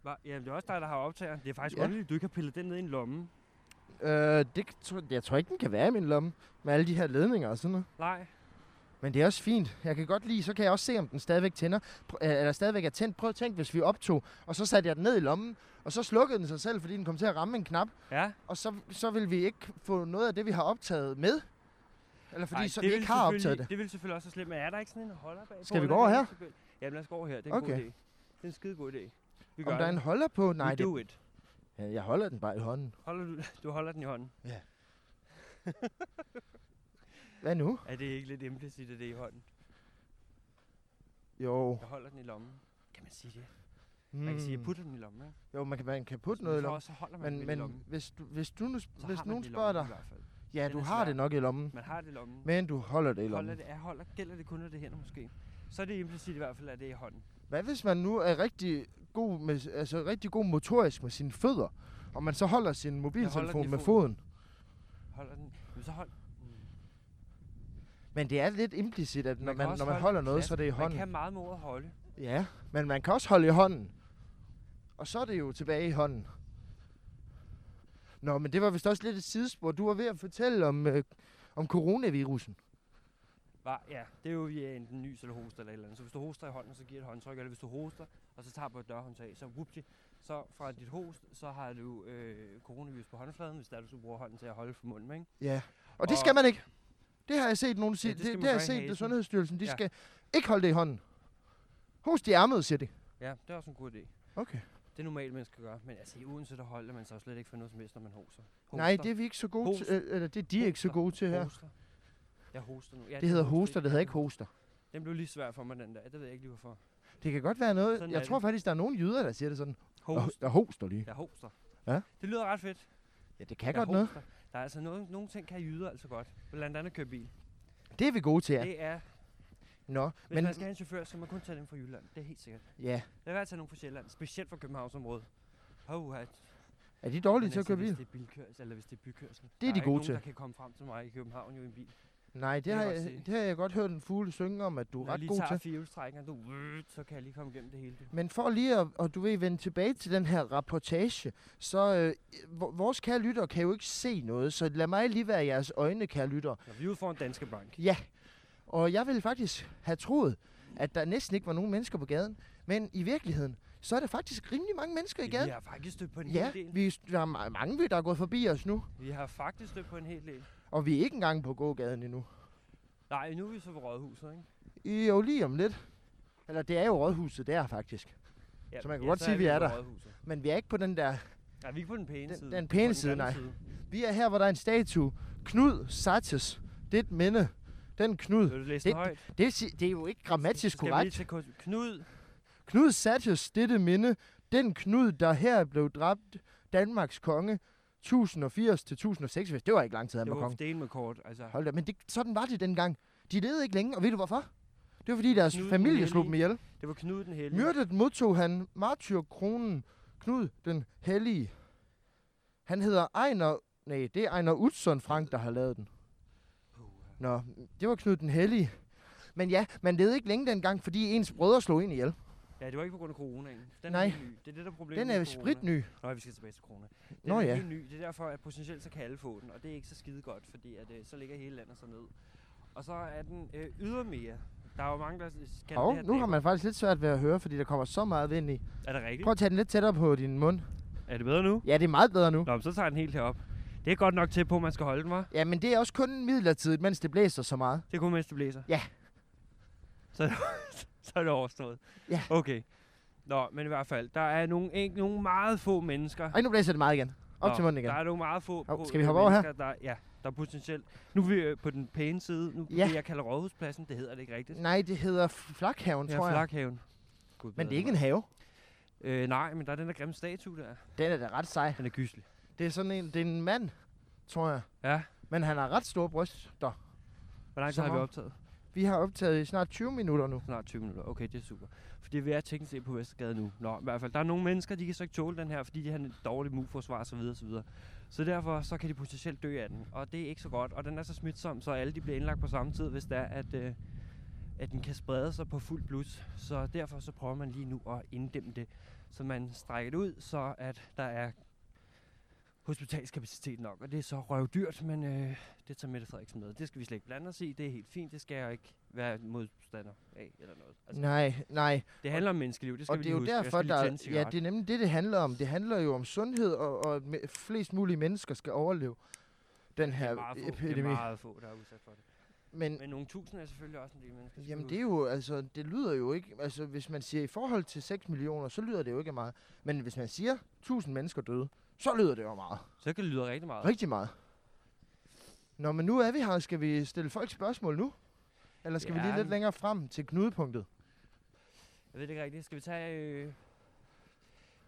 [SPEAKER 3] Hva? Jamen, det er også dig, der har optageren. Det er faktisk
[SPEAKER 1] Ja.
[SPEAKER 3] ja. underligt, at du ikke har pillet den ned i en lomme.
[SPEAKER 1] Øh, det, tro- jeg tror ikke, den kan være i min lomme med alle de her ledninger og sådan noget.
[SPEAKER 3] Nej.
[SPEAKER 1] Men det er også fint. Jeg kan godt lide, så kan jeg også se, om den stadigvæk tænder. Pr- øh, eller stadigvæk er tændt. Prøv at tænke, hvis vi optog, og så satte jeg den ned i lommen, og så slukkede den sig selv, fordi den kom til at ramme en knap,
[SPEAKER 3] Ja.
[SPEAKER 1] og så, så vil vi ikke få noget af det, vi har optaget med. Eller fordi
[SPEAKER 3] Ej,
[SPEAKER 1] Ej, så
[SPEAKER 3] det
[SPEAKER 1] vi
[SPEAKER 3] ville
[SPEAKER 1] ikke har optaget
[SPEAKER 3] selvfølgelig-
[SPEAKER 1] det.
[SPEAKER 3] Det vil selvfølgelig også være slemt, men er der ikke sådan en holder bag?
[SPEAKER 1] Skal vi gå over her?
[SPEAKER 3] Jamen, lad os gå over her. Det er en okay.
[SPEAKER 1] Okay.
[SPEAKER 3] god idé. Det er en skide god idé. Vi gør
[SPEAKER 1] Om der er en
[SPEAKER 3] det.
[SPEAKER 1] holder på?
[SPEAKER 3] Nej,
[SPEAKER 1] Nej,
[SPEAKER 3] We
[SPEAKER 1] det,
[SPEAKER 3] do it.
[SPEAKER 1] ja, jeg holder den bare i hånden.
[SPEAKER 3] Holder du, du holder den i hånden.
[SPEAKER 1] Hvad nu?
[SPEAKER 3] Er det ikke lidt implicit, at det er i hånden?
[SPEAKER 1] Jo.
[SPEAKER 3] Jeg holder den i lommen. Kan man sige det? Man
[SPEAKER 1] Mm.
[SPEAKER 3] kan sige, jeg putter den i lommen, ikke?
[SPEAKER 1] Jo, man kan, man kan putte
[SPEAKER 3] Men
[SPEAKER 1] noget i
[SPEAKER 3] så-
[SPEAKER 1] lommen.
[SPEAKER 3] Så holder man den
[SPEAKER 1] Men,
[SPEAKER 3] lidt i
[SPEAKER 1] men
[SPEAKER 3] lommen.
[SPEAKER 1] hvis, du, hvis, du nu,
[SPEAKER 3] Så
[SPEAKER 1] hvis
[SPEAKER 3] har man
[SPEAKER 1] nogen
[SPEAKER 3] det i
[SPEAKER 1] spørger
[SPEAKER 3] lommen
[SPEAKER 1] dig,
[SPEAKER 3] i hvert fald.
[SPEAKER 1] ja,
[SPEAKER 3] Den
[SPEAKER 1] du
[SPEAKER 3] er
[SPEAKER 1] har
[SPEAKER 3] svær.
[SPEAKER 1] det nok i lommen,
[SPEAKER 3] Man har det i lommen.
[SPEAKER 1] men du holder det i
[SPEAKER 3] holder
[SPEAKER 1] lommen.
[SPEAKER 3] det, er, holder, gælder det kun, når det er hænder måske. Så er det implicit i hvert fald, at det er i hånden.
[SPEAKER 1] Hvad hvis man nu er rigtig god, med, altså rigtig god motorisk med sine fødder, og man så holder sin mobiltelefon
[SPEAKER 3] den i
[SPEAKER 1] med
[SPEAKER 3] foden.
[SPEAKER 1] foden?
[SPEAKER 3] Holder den. Men så hold,
[SPEAKER 1] Men det er lidt implicit, at når
[SPEAKER 3] kan
[SPEAKER 1] man,
[SPEAKER 3] også
[SPEAKER 1] når man
[SPEAKER 3] holde
[SPEAKER 1] holder
[SPEAKER 3] den
[SPEAKER 1] noget,
[SPEAKER 3] fast.
[SPEAKER 1] så er det i
[SPEAKER 3] Man
[SPEAKER 1] hånden.
[SPEAKER 3] kan meget med ordet holde.
[SPEAKER 1] Ja, men man kan også holde i hånden. Og så er det jo tilbage i hånden. Nå, men det var vist også lidt et sidespor. Du var ved at fortælle om, øh, om coronavirusen.
[SPEAKER 3] Var, ja, det er jo via enten nys eller hoster eller et eller andet. Så hvis du hoster i hånden, så giver det et håndtryk, eller hvis du hoster, og så tager på et dørhåndtag, så whoopty, så fra dit host, så har du øh, coronavirus på håndfladen, hvis der er, du skulle bruge hånden til at holde for munden, ikke?
[SPEAKER 1] Ja. Og det
[SPEAKER 3] Og-
[SPEAKER 1] skal man ikke. Det har jeg set nogen sige.
[SPEAKER 3] Ja,
[SPEAKER 1] Ja,
[SPEAKER 3] det
[SPEAKER 1] det,
[SPEAKER 3] skal
[SPEAKER 1] det,
[SPEAKER 3] man
[SPEAKER 1] det har jeg
[SPEAKER 3] gøre i
[SPEAKER 1] set,
[SPEAKER 3] hasen.
[SPEAKER 1] det Sundhedsstyrelsen. De
[SPEAKER 3] Ja.
[SPEAKER 1] ja. skal ikke holde det i hånden. Host i ærmet, siger de.
[SPEAKER 3] Ja, det er også en god idé.
[SPEAKER 1] Okay.
[SPEAKER 3] Det er normalt, man skal gøre, men altså i Odense, der holder man sig jo slet ikke for noget som helst, når man hoster. hoster.
[SPEAKER 1] Nej, det er vi ikke så gode
[SPEAKER 3] Hoster.
[SPEAKER 1] til. øh, Eller det er de ikke så
[SPEAKER 3] Hoster.
[SPEAKER 1] gode til her.
[SPEAKER 3] Hoster. Jeg hoster nu. Ja,
[SPEAKER 1] Det hedder
[SPEAKER 3] er hoste,
[SPEAKER 1] hoster, det hedder ikke hoster.
[SPEAKER 3] Den blev lige svær for mig, den der. Det ved jeg ikke lige, hvorfor.
[SPEAKER 1] Det kan godt være noget.
[SPEAKER 3] Sådan er
[SPEAKER 1] jeg tror
[SPEAKER 3] det.
[SPEAKER 1] faktisk, der er nogle jyder, der siger det sådan.
[SPEAKER 3] Host.
[SPEAKER 1] Der hoster lige.
[SPEAKER 3] Jeg hoster.
[SPEAKER 1] Ja.
[SPEAKER 3] Det lyder ret fedt.
[SPEAKER 1] Ja, det kan godt noget.
[SPEAKER 3] hoster. Der er altså nogle, nogle ting, kan jyder altså godt. Blandt andet køre bil.
[SPEAKER 1] Det er vi gode til,
[SPEAKER 3] Ja.
[SPEAKER 1] ja.
[SPEAKER 3] Det er,
[SPEAKER 1] Nå,
[SPEAKER 3] hvis men,
[SPEAKER 1] men
[SPEAKER 3] man skal have en chauffør, så må man kun tage dem fra Jylland. Det er helt sikkert.
[SPEAKER 1] ja.
[SPEAKER 3] Lad være at tage nogen fra Sjælland, specielt fra Københavnsområdet. Oh, hej.
[SPEAKER 1] Er de dårlige til at køre
[SPEAKER 3] altså, hvis
[SPEAKER 1] bil?
[SPEAKER 3] det er bilkørsel, eller hvis det er bykørsel.
[SPEAKER 1] de
[SPEAKER 3] der er
[SPEAKER 1] gode
[SPEAKER 3] ikke
[SPEAKER 1] til.
[SPEAKER 3] nogen, der kan komme frem til mig i København jo i en bil.
[SPEAKER 1] Nej,
[SPEAKER 3] kan
[SPEAKER 1] det har,
[SPEAKER 3] jeg godt
[SPEAKER 1] jeg,
[SPEAKER 3] se.
[SPEAKER 1] det har jeg godt hørt en fugle synge om, at du er
[SPEAKER 3] Når jeg
[SPEAKER 1] ret
[SPEAKER 3] lige
[SPEAKER 1] god
[SPEAKER 3] tager
[SPEAKER 1] til.
[SPEAKER 3] firehjulstrækkeren, du, så kan jeg lige komme igennem det hele. Du.
[SPEAKER 1] Men for lige at, og du ved, vende tilbage til den her rapportage, så øh, vo- vores kære lytter kan jo ikke se noget, så lad mig lige være jeres øjne, kære lytter.
[SPEAKER 3] Når vi er ude foran Danske Bank.
[SPEAKER 1] Ja, og jeg ville faktisk have troet, at der næsten ikke var nogen mennesker på gaden, men i virkeligheden, så er der faktisk rimelig mange mennesker i
[SPEAKER 3] Vi
[SPEAKER 1] gaden.
[SPEAKER 3] har faktisk stødt på en
[SPEAKER 1] Ja,
[SPEAKER 3] hel del.
[SPEAKER 1] vi, der er ma- mange, der er gået forbi os nu,
[SPEAKER 3] Vi har faktisk stødt på en hel del.
[SPEAKER 1] og vi er ikke engang på gågaden endnu.
[SPEAKER 3] Nej, nu er vi så ved Rådhuset, ikke?
[SPEAKER 1] Jo, lige om lidt. Eller det er jo rådhuset der, faktisk. Så man kan godt sige,
[SPEAKER 3] er
[SPEAKER 1] vi er
[SPEAKER 3] ved
[SPEAKER 1] der.
[SPEAKER 3] Rådhuset.
[SPEAKER 1] Men vi er ikke på den der...
[SPEAKER 3] Nej, vi er ikke på den pæne
[SPEAKER 1] Den-
[SPEAKER 3] side.
[SPEAKER 1] den
[SPEAKER 3] På
[SPEAKER 1] pæne side,
[SPEAKER 3] grimme
[SPEAKER 1] nej. Vi er her, hvor der er en statue. Knud Sartes. Det er et minde. Den Knud.
[SPEAKER 3] Vil du læse det,
[SPEAKER 1] Det-
[SPEAKER 3] højt?
[SPEAKER 1] Det, vil sige- det er jo ikke grammatisk
[SPEAKER 3] Skal vi lige
[SPEAKER 1] korrekt.
[SPEAKER 3] til kunst- Knud,
[SPEAKER 1] Knud Sartes, dette minde. Den Knud, der her blev dræbt. Danmarks konge. 1080 til 1086. Det var ikke lang tid, han
[SPEAKER 3] det
[SPEAKER 1] var
[SPEAKER 3] var
[SPEAKER 1] konge.
[SPEAKER 3] del med kort. Altså,
[SPEAKER 1] Hold da. Men det, sådan var det dengang. De levede ikke længe, og ved du hvorfor? Det var fordi deres
[SPEAKER 3] Knud den
[SPEAKER 1] familie
[SPEAKER 3] Hellige.
[SPEAKER 1] slog dem ihjel.
[SPEAKER 3] det var Knud den hellige.
[SPEAKER 1] Myrdet modtog han martyrkronen Knud den Hellige. Han hedder Ejner... Nej, det er Ejner Utzon Frank, der har lavet den. Nå, det var Knud den Hellige. Men ja, man levede ikke længe dengang, fordi ens brødre slog en ihjel.
[SPEAKER 3] Ja, det var ikke på grund af coronaen. Den
[SPEAKER 1] Nej.
[SPEAKER 3] Er helt ny. Det er det, der er problemet
[SPEAKER 1] Den er
[SPEAKER 3] med
[SPEAKER 1] jo
[SPEAKER 3] corona.
[SPEAKER 1] spritny.
[SPEAKER 3] Nå, vi skal tilbage til corona. Den
[SPEAKER 1] Nå
[SPEAKER 3] er
[SPEAKER 1] ja.
[SPEAKER 3] helt ny. Det er derfor, at potentielt så kan alle få den, og det er ikke så skide godt, fordi at, øh, så ligger hele landet så ned. Og så er den øh, ydermere. Der er jo mange, der s- kalder det
[SPEAKER 1] Og
[SPEAKER 3] her
[SPEAKER 1] nu har
[SPEAKER 3] dab-
[SPEAKER 1] man faktisk lidt svært ved at høre, fordi der kommer så meget vind i.
[SPEAKER 3] Er det rigtigt?
[SPEAKER 1] Prøv at tage den lidt tættere på din mund.
[SPEAKER 3] Er det bedre nu?
[SPEAKER 1] Ja, det er meget bedre nu.
[SPEAKER 3] Nå, men så tager jeg den helt herop. Det er godt nok til på, at man skal holde den, var.
[SPEAKER 1] Ja, men det er også kun midlertidigt, mens det blæser så meget.
[SPEAKER 3] Det er kun mens det blæser?
[SPEAKER 1] Ja.
[SPEAKER 3] Så, så er det overstået?
[SPEAKER 1] Ja.
[SPEAKER 3] Okay. Nå, men i hvert fald, der er nogle, ikke, nogle meget få mennesker.
[SPEAKER 1] Ej, nu blæser det meget igen. Op
[SPEAKER 3] Nå,
[SPEAKER 1] til munden igen.
[SPEAKER 3] Der er nogle meget få
[SPEAKER 1] Hov,
[SPEAKER 3] på-
[SPEAKER 1] skal vi hoppe over her?
[SPEAKER 3] mennesker, Der, ja, der er potentielt. Nu er vi øh, på den pæne side. Nu ja.
[SPEAKER 1] Ja.
[SPEAKER 3] det, jeg kalder Rådhuspladsen. Det hedder det ikke rigtigt.
[SPEAKER 1] Nej, det hedder Flakhaven,
[SPEAKER 3] Ja,
[SPEAKER 1] tror jeg.
[SPEAKER 3] Flakhaven. Gud,
[SPEAKER 1] Men det
[SPEAKER 3] bedre
[SPEAKER 1] er ikke en
[SPEAKER 3] mig.
[SPEAKER 1] have.
[SPEAKER 3] Øh, nej, men der er den der grimme statue der.
[SPEAKER 1] Den er da ret sej.
[SPEAKER 3] Den er gyselig.
[SPEAKER 1] Det er sådan en, det er en mand, tror jeg.
[SPEAKER 3] Ja.
[SPEAKER 1] Men han har ret store bryster.
[SPEAKER 3] Hvor lang tid
[SPEAKER 1] Så
[SPEAKER 3] har vi
[SPEAKER 1] meget.
[SPEAKER 3] optaget?
[SPEAKER 1] Vi har optaget i snart 20 minutter nu.
[SPEAKER 3] Snart 20 minutter. Okay, det er super. Fordi vi er teknisk set på Vestergade nu. Nå, i hvert fald, der er nogle mennesker, de kan så ikke tåle den her, fordi de har et dårligt immunforsvar osv. Så, videre, så, videre. så derfor så kan de potentielt dø af den. Og det er ikke så godt. Og den er så smitsom, så alle de bliver indlagt på samme tid, hvis det er, at, øh, at den kan sprede sig på fuld blus. Så derfor så prøver man lige nu at inddæmme det, så man strækker det ud, så at der er hospitalskapacitet nok. Og det er så røvdyrt, men øh, det tager Mette Frederiksen med. Det skal vi slet ikke blande os i. Det er helt fint. Det skal jeg ikke være modstander af eller noget. Altså,
[SPEAKER 1] Nej, nej.
[SPEAKER 3] det handler om menneskeliv. Det skal
[SPEAKER 1] Og
[SPEAKER 3] vi
[SPEAKER 1] det er jo
[SPEAKER 3] lige huske. Jeg
[SPEAKER 1] derfor,
[SPEAKER 3] skal lige tænde en
[SPEAKER 1] der, ja,
[SPEAKER 3] cigaret.
[SPEAKER 1] det er nemlig det, det handler om. Det handler jo om sundhed, og, og at me- flest mulige mennesker skal overleve den
[SPEAKER 3] Det er
[SPEAKER 1] her
[SPEAKER 3] meget få, det er
[SPEAKER 1] epidemi.
[SPEAKER 3] meget få, der er udsat for det.
[SPEAKER 1] Men,
[SPEAKER 3] Men nogle tusind er selvfølgelig også en del mennesker.
[SPEAKER 1] Jamen det er jo, altså, det lyder jo ikke, altså hvis man siger i forhold til 6 millioner, så lyder det jo ikke af meget. Men hvis man siger 1000 mennesker døde, så lyder det jo meget.
[SPEAKER 3] Så kan det lyde rigtig meget.
[SPEAKER 1] Rigtig meget. Nå, men nu er vi her. Skal vi stille folk spørgsmål nu? Eller skal ja. vi
[SPEAKER 3] Ja.
[SPEAKER 1] lige lidt længere frem til knudepunktet?
[SPEAKER 3] Jeg ved det ikke rigtigt. Skal vi tage... Øh...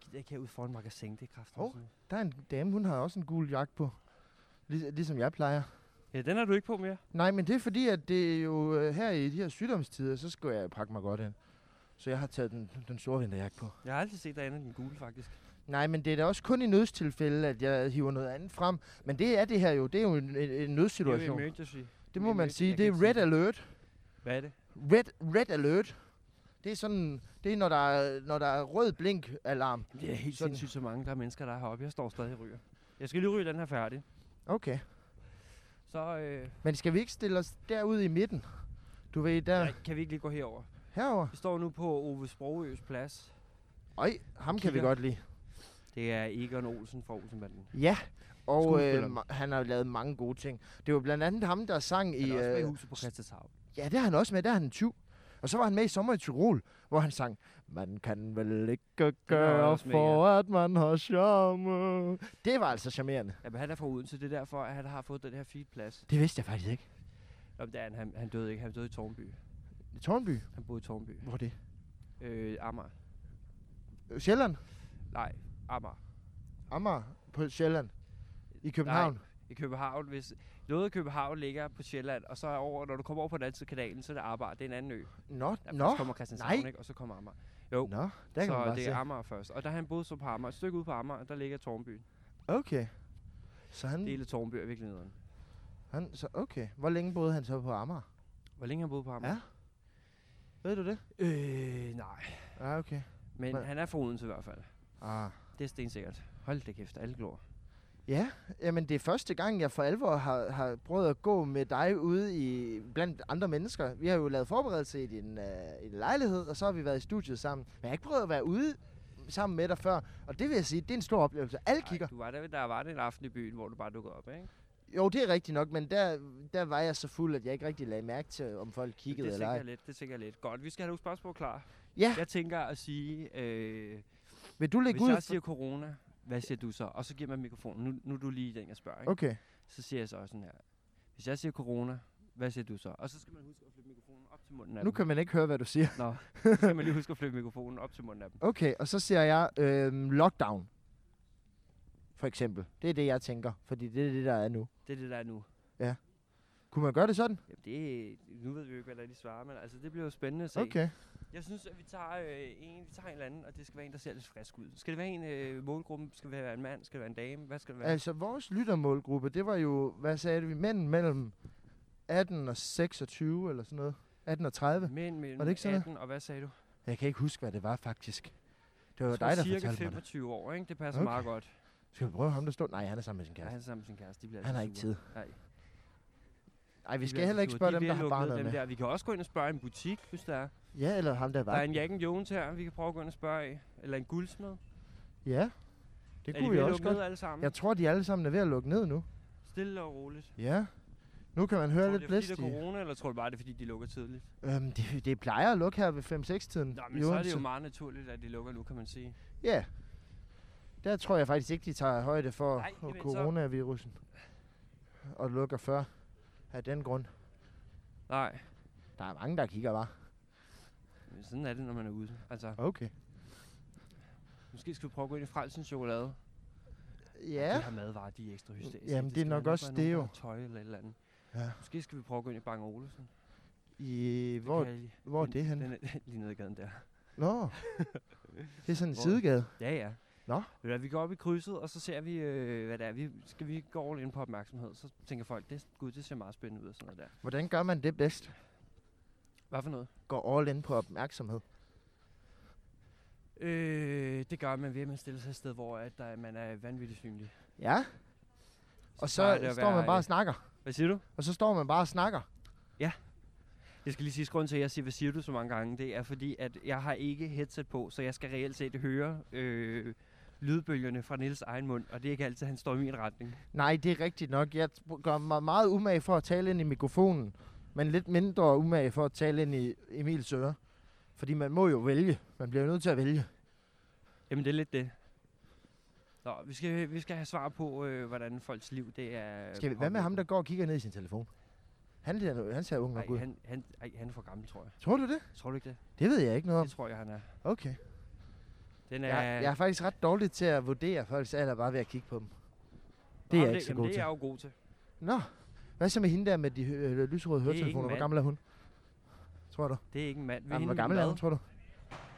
[SPEAKER 3] Gider ikke herude foran magasin, det er kraftigt.
[SPEAKER 1] Hov. Der er en dame, hun har også en gul jakke på. Lig- ligesom jeg plejer.
[SPEAKER 3] Ja, den har du ikke på mere.
[SPEAKER 1] Nej, men det er fordi, at det er jo øh, her i de her sygdomstider, så skal jeg pakke mig godt ind. Så jeg har taget den, den store vinterjakke på.
[SPEAKER 3] Jeg har aldrig set dig andet end den gule, faktisk.
[SPEAKER 1] Nej, men det er da også kun i nødstilfælde, at jeg hiver noget andet frem. Men det er det her jo. Det er jo en, en, en
[SPEAKER 3] Det er jo
[SPEAKER 1] nødsituation. Det,
[SPEAKER 3] emergency.
[SPEAKER 1] det må man
[SPEAKER 3] emergency.
[SPEAKER 1] sige.
[SPEAKER 3] Jeg
[SPEAKER 1] Det
[SPEAKER 3] kan
[SPEAKER 1] er
[SPEAKER 3] ikke
[SPEAKER 1] red
[SPEAKER 3] sige
[SPEAKER 1] alert.
[SPEAKER 3] Hvad er det?
[SPEAKER 1] Red, red alert. Det er sådan, det er når der er, når der er rød blink-alarm.
[SPEAKER 3] Jamen, det er helt
[SPEAKER 1] Sådan.
[SPEAKER 3] sindssygt så mange, der er mennesker, der er heroppe. Jeg står stadig og ryger. Jeg skal lige ryge den her færdig.
[SPEAKER 1] Okay.
[SPEAKER 3] Så øh,
[SPEAKER 1] Men skal vi ikke stille os derude i midten? Du ved, der
[SPEAKER 3] nej, kan vi ikke lige gå herover.
[SPEAKER 1] herover.
[SPEAKER 3] Vi står nu på Ove Sprogøs plads.
[SPEAKER 1] Øj, ham kan vi
[SPEAKER 3] Kigger.
[SPEAKER 1] godt lide.
[SPEAKER 3] Det er Egon Olsen fra Olsenbanden.
[SPEAKER 1] Ja, og øh,
[SPEAKER 3] Skuespilleren.
[SPEAKER 1] ma- han har jo lavet mange gode ting. Det var blandt andet ham, der sang
[SPEAKER 3] Han
[SPEAKER 1] i...
[SPEAKER 3] er også med i
[SPEAKER 1] Øh,
[SPEAKER 3] huset på Christianshavn.
[SPEAKER 1] ja, det er han også med. Der er han en tyv. Og så var han med i Sommer i Tirol, hvor han sang, man kan vel ikke gøre
[SPEAKER 3] også med,
[SPEAKER 1] for, at man har charme. Det var altså charmerende.
[SPEAKER 3] Jamen, han er fra Odense, det er derfor, at han har fået den her fine plads.
[SPEAKER 1] Det vidste jeg faktisk ikke.
[SPEAKER 3] Nå, men det er han, han, han døde ikke, han døde i Tornby.
[SPEAKER 1] I Tornby?
[SPEAKER 3] Han boede i Tornby.
[SPEAKER 1] Hvor er det?
[SPEAKER 3] Øh, Amager.
[SPEAKER 1] Øh, Sjælland?
[SPEAKER 3] Nej, Amager.
[SPEAKER 1] Amager på Sjælland. I København? Nej.
[SPEAKER 3] I København, hvis noget af København ligger på Sjælland, og så er over, når du kommer over på den anden side af kanalen, så er det Amager, det er en anden ø.
[SPEAKER 1] Nå,
[SPEAKER 3] Der
[SPEAKER 1] nå,
[SPEAKER 3] først kommer Christianshavn,
[SPEAKER 1] nej.
[SPEAKER 3] ikke? og så kommer Amager.
[SPEAKER 1] nå.
[SPEAKER 3] Jo,
[SPEAKER 1] Der kan man
[SPEAKER 3] så
[SPEAKER 1] bare
[SPEAKER 3] det
[SPEAKER 1] se.
[SPEAKER 3] er Amager først. Og der han boede så på Amager, et stykke ude på Amager, der ligger Tornby.
[SPEAKER 1] Okay. Så han,
[SPEAKER 3] Dele Tornby er virkelig nederen.
[SPEAKER 1] han, så okay. Hvor længe boede han så på Amager?
[SPEAKER 3] Hvor længe har han boet på Amager?
[SPEAKER 1] Ved du det?
[SPEAKER 3] Ja. Øh, nej.
[SPEAKER 1] Ja, ah, okay.
[SPEAKER 3] Men
[SPEAKER 1] Men-
[SPEAKER 3] han er fra Odense i hvert fald.
[SPEAKER 1] Ah.
[SPEAKER 3] Det er stensikkert. Hold da kæft, alle glor.
[SPEAKER 1] Ja, jamen det er første gang, jeg for alvor har, har prøvet at gå med dig ude i blandt andre mennesker. Vi har jo lavet forberedelse i din, øh, i din lejlighed, og så har vi været i studiet sammen. Men jeg har ikke prøvet at være ude sammen med dig før, og det vil jeg sige, det er en stor oplevelse. Alle kigger.
[SPEAKER 3] Ej, du var der, der var det en aften i byen, hvor du bare dukkede op, ikke?
[SPEAKER 1] Jo, det er rigtigt nok, men der, der var jeg så fuld, at jeg ikke rigtig lagde mærke til, om folk kiggede
[SPEAKER 3] det
[SPEAKER 1] eller
[SPEAKER 3] tænker jeg
[SPEAKER 1] ej.
[SPEAKER 3] lidt, det tænker jeg lidt. Godt, vi skal have nogle spørgsmål klar.
[SPEAKER 1] Ja,
[SPEAKER 3] Jeg tænker at sige, øh,
[SPEAKER 1] vil du lægge
[SPEAKER 3] hvis
[SPEAKER 1] ud?
[SPEAKER 3] jeg
[SPEAKER 1] for-
[SPEAKER 3] siger corona, hvad siger du så? Og så giver man mikrofonen. Nu, nu er du lige den, jeg spørger, ikke?
[SPEAKER 1] Okay.
[SPEAKER 3] Så siger jeg så også sådan her. Hvis jeg siger corona, hvad siger du så? Og så skal man huske at flytte mikrofonen op til munden af
[SPEAKER 1] Nu
[SPEAKER 3] dem.
[SPEAKER 1] kan man ikke høre, hvad du siger.
[SPEAKER 3] Nå, så skal man lige huske at flytte mikrofonen op til munden af dem.
[SPEAKER 1] Okay, og så siger jeg øh, lockdown. For eksempel. Det er det, jeg tænker, fordi det er det, der er nu.
[SPEAKER 3] Det er det, der er nu.
[SPEAKER 1] Kunne man gøre det sådan?
[SPEAKER 3] Jamen, det, nu ved vi jo ikke, hvad der er, de svarer, men altså, det bliver jo spændende at se.
[SPEAKER 1] Okay.
[SPEAKER 3] Jeg synes, at vi tager, øh, en, vi tager en eller anden, og det skal være en, der ser lidt frisk ud. Skal det være en øh, målgruppe? Skal det være en mand? Skal det være en dame? Hvad skal det være?
[SPEAKER 1] Altså, vores lyttermålgruppe, det var jo, hvad sagde vi, mænd mellem 18 og 26, eller sådan noget. 18 og 30.
[SPEAKER 3] Men mellem
[SPEAKER 1] Var det ikke sådan
[SPEAKER 3] 18, og hvad sagde du?
[SPEAKER 1] Jeg kan ikke huske, hvad det var faktisk. Det var
[SPEAKER 3] Jeg
[SPEAKER 1] jo
[SPEAKER 3] tror,
[SPEAKER 1] dig, der
[SPEAKER 3] cirka
[SPEAKER 1] fortalte mig det.
[SPEAKER 3] 25 år, ikke? Det passer
[SPEAKER 1] Okay.
[SPEAKER 3] meget godt.
[SPEAKER 1] Skal vi prøve ham, der står? Nej, han er sammen med sin
[SPEAKER 3] Ja, han
[SPEAKER 1] kæreste.
[SPEAKER 3] er sammen med sin kæreste. De bliver
[SPEAKER 1] Han
[SPEAKER 3] altså
[SPEAKER 1] har ikke
[SPEAKER 3] sure.
[SPEAKER 1] tid.
[SPEAKER 3] Nej,
[SPEAKER 1] Nej, vi
[SPEAKER 3] de
[SPEAKER 1] skal
[SPEAKER 3] bliver
[SPEAKER 1] heller
[SPEAKER 3] altså
[SPEAKER 1] ikke
[SPEAKER 3] sure.
[SPEAKER 1] spørge
[SPEAKER 3] De er
[SPEAKER 1] dem,
[SPEAKER 3] ved
[SPEAKER 1] der
[SPEAKER 3] at
[SPEAKER 1] har
[SPEAKER 3] lukke ned,
[SPEAKER 1] barnet
[SPEAKER 3] dem
[SPEAKER 1] med.
[SPEAKER 3] Der. Vi kan også gå ind og spørge en butik, hvis der er.
[SPEAKER 1] Ja, eller ham, der
[SPEAKER 3] Der er
[SPEAKER 1] var.
[SPEAKER 3] en Jack Jones her, vi kan prøve at gå ind og spørge af. Eller en guldsmed.
[SPEAKER 1] Ja, det
[SPEAKER 3] er
[SPEAKER 1] kunne
[SPEAKER 3] de
[SPEAKER 1] vi
[SPEAKER 3] ved at
[SPEAKER 1] også
[SPEAKER 3] lukke ned
[SPEAKER 1] godt.
[SPEAKER 3] alle sammen?
[SPEAKER 1] Jeg tror, de alle sammen er ved at lukke ned nu.
[SPEAKER 3] Stille og roligt.
[SPEAKER 1] Ja. Nu kan man høre
[SPEAKER 3] Tror du,
[SPEAKER 1] lidt
[SPEAKER 3] det er, fordi
[SPEAKER 1] blæst
[SPEAKER 3] der er
[SPEAKER 1] i.
[SPEAKER 3] corona, eller tror du bare, det er, fordi de lukker tidligt?
[SPEAKER 1] Øhm, det, det plejer at lukke her ved 5-6-tiden.
[SPEAKER 3] Nå, men så er det jo meget naturligt, at de lukker nu, kan man sige.
[SPEAKER 1] Ja. Der tror jeg faktisk ikke, de tager højde for
[SPEAKER 3] Nej,
[SPEAKER 1] Nej,
[SPEAKER 3] jamen så-
[SPEAKER 1] coronavirusen. Og lukker før af den grund.
[SPEAKER 3] Nej,
[SPEAKER 1] Der er mange, der kigger, var.
[SPEAKER 3] men sådan er det, når man er ude. Altså,
[SPEAKER 1] Okay.
[SPEAKER 3] måske skal vi prøve at gå ind i Frelsens chokolade.
[SPEAKER 1] Ja.
[SPEAKER 3] De her madvarer, de er ekstra hysteriske.
[SPEAKER 1] Jamen, det er
[SPEAKER 3] skal
[SPEAKER 1] nok
[SPEAKER 3] være
[SPEAKER 1] også
[SPEAKER 3] nogen,
[SPEAKER 1] det
[SPEAKER 3] der
[SPEAKER 1] jo.
[SPEAKER 3] har Tøj eller et eller andet.
[SPEAKER 1] Ja.
[SPEAKER 3] Måske skal vi prøve at gå ind i Bang Olufsen.
[SPEAKER 1] I, hvor,
[SPEAKER 3] kan jeg lige-
[SPEAKER 1] hvor er det henne?
[SPEAKER 3] Den er lige nede ad gaden der.
[SPEAKER 1] Nå, det er sådan en
[SPEAKER 3] Hvor-
[SPEAKER 1] sidegade.
[SPEAKER 3] Ja, ja.
[SPEAKER 1] Nå.
[SPEAKER 3] Ved du hvad, vi går op i krydset, og så ser vi, øh, hvad det er. Vi, skal vi gå all in på opmærksomhed? Så tænker folk, det, gud, det ser meget spændende ud og sådan noget der.
[SPEAKER 1] Hvordan gør man det bedst?
[SPEAKER 3] Hvad for noget?
[SPEAKER 1] Går all in på opmærksomhed.
[SPEAKER 3] Øh, det gør man ved, at man stiller sig et sted, hvor at der, man er vanvittigt synlig.
[SPEAKER 1] Ja, og
[SPEAKER 3] plejer
[SPEAKER 1] så
[SPEAKER 3] det at
[SPEAKER 1] står man
[SPEAKER 3] være,
[SPEAKER 1] bare
[SPEAKER 3] øh,
[SPEAKER 1] og snakker.
[SPEAKER 3] Hvad siger du?
[SPEAKER 1] Og så står man bare og snakker.
[SPEAKER 3] Jeg skal lige sige, grund til, at jeg siger, hvad siger du så mange gange, det er fordi, at jeg har ikke headset på, så jeg skal reelt set høre øh, lydbølgerne fra Nils egen mund, og det er ikke altid, han står i min retning.
[SPEAKER 1] Nej, det er rigtigt nok. Jeg t- gør mig meget umage for at tale ind i mikrofonen, men lidt mindre umage for at tale ind i Emils øre. Fordi man må jo vælge. Man bliver jo nødt til at vælge.
[SPEAKER 3] Jamen, det er lidt det. Nå, vi skal, vi skal have svar på, øh, hvordan folks liv det er...
[SPEAKER 1] Skal vi, hvad med ham, der går og kigger ned i sin telefon? Han, ser- han ser ung nok
[SPEAKER 3] Nej,
[SPEAKER 1] ud.
[SPEAKER 3] han, han, ej, han er for gammel, tror jeg.
[SPEAKER 1] Tror du det?
[SPEAKER 3] Tror du ikke det?
[SPEAKER 1] Det ved jeg ikke noget om.
[SPEAKER 3] Det tror jeg, han er.
[SPEAKER 1] Okay.
[SPEAKER 3] Den er...
[SPEAKER 1] Jeg, jeg er faktisk ret dårlig til at vurdere folks alder bare ved at kigge på dem. Det er
[SPEAKER 3] Nå,
[SPEAKER 1] jeg
[SPEAKER 3] men
[SPEAKER 1] ikke så
[SPEAKER 3] jamen,
[SPEAKER 1] god
[SPEAKER 3] det
[SPEAKER 1] til.
[SPEAKER 3] er jeg jo god til.
[SPEAKER 1] Nå, hvad så med hende der med de hø- øh, lyserøde
[SPEAKER 3] Det er ikke
[SPEAKER 1] høretelefoner?
[SPEAKER 3] en
[SPEAKER 1] Hvor
[SPEAKER 3] mand.
[SPEAKER 1] gammel er hun? Tror du?
[SPEAKER 3] Det er ikke en mand. Vil
[SPEAKER 1] Jamen, hvor
[SPEAKER 3] hende
[SPEAKER 1] gammel er
[SPEAKER 3] hvad?
[SPEAKER 1] hun, tror du?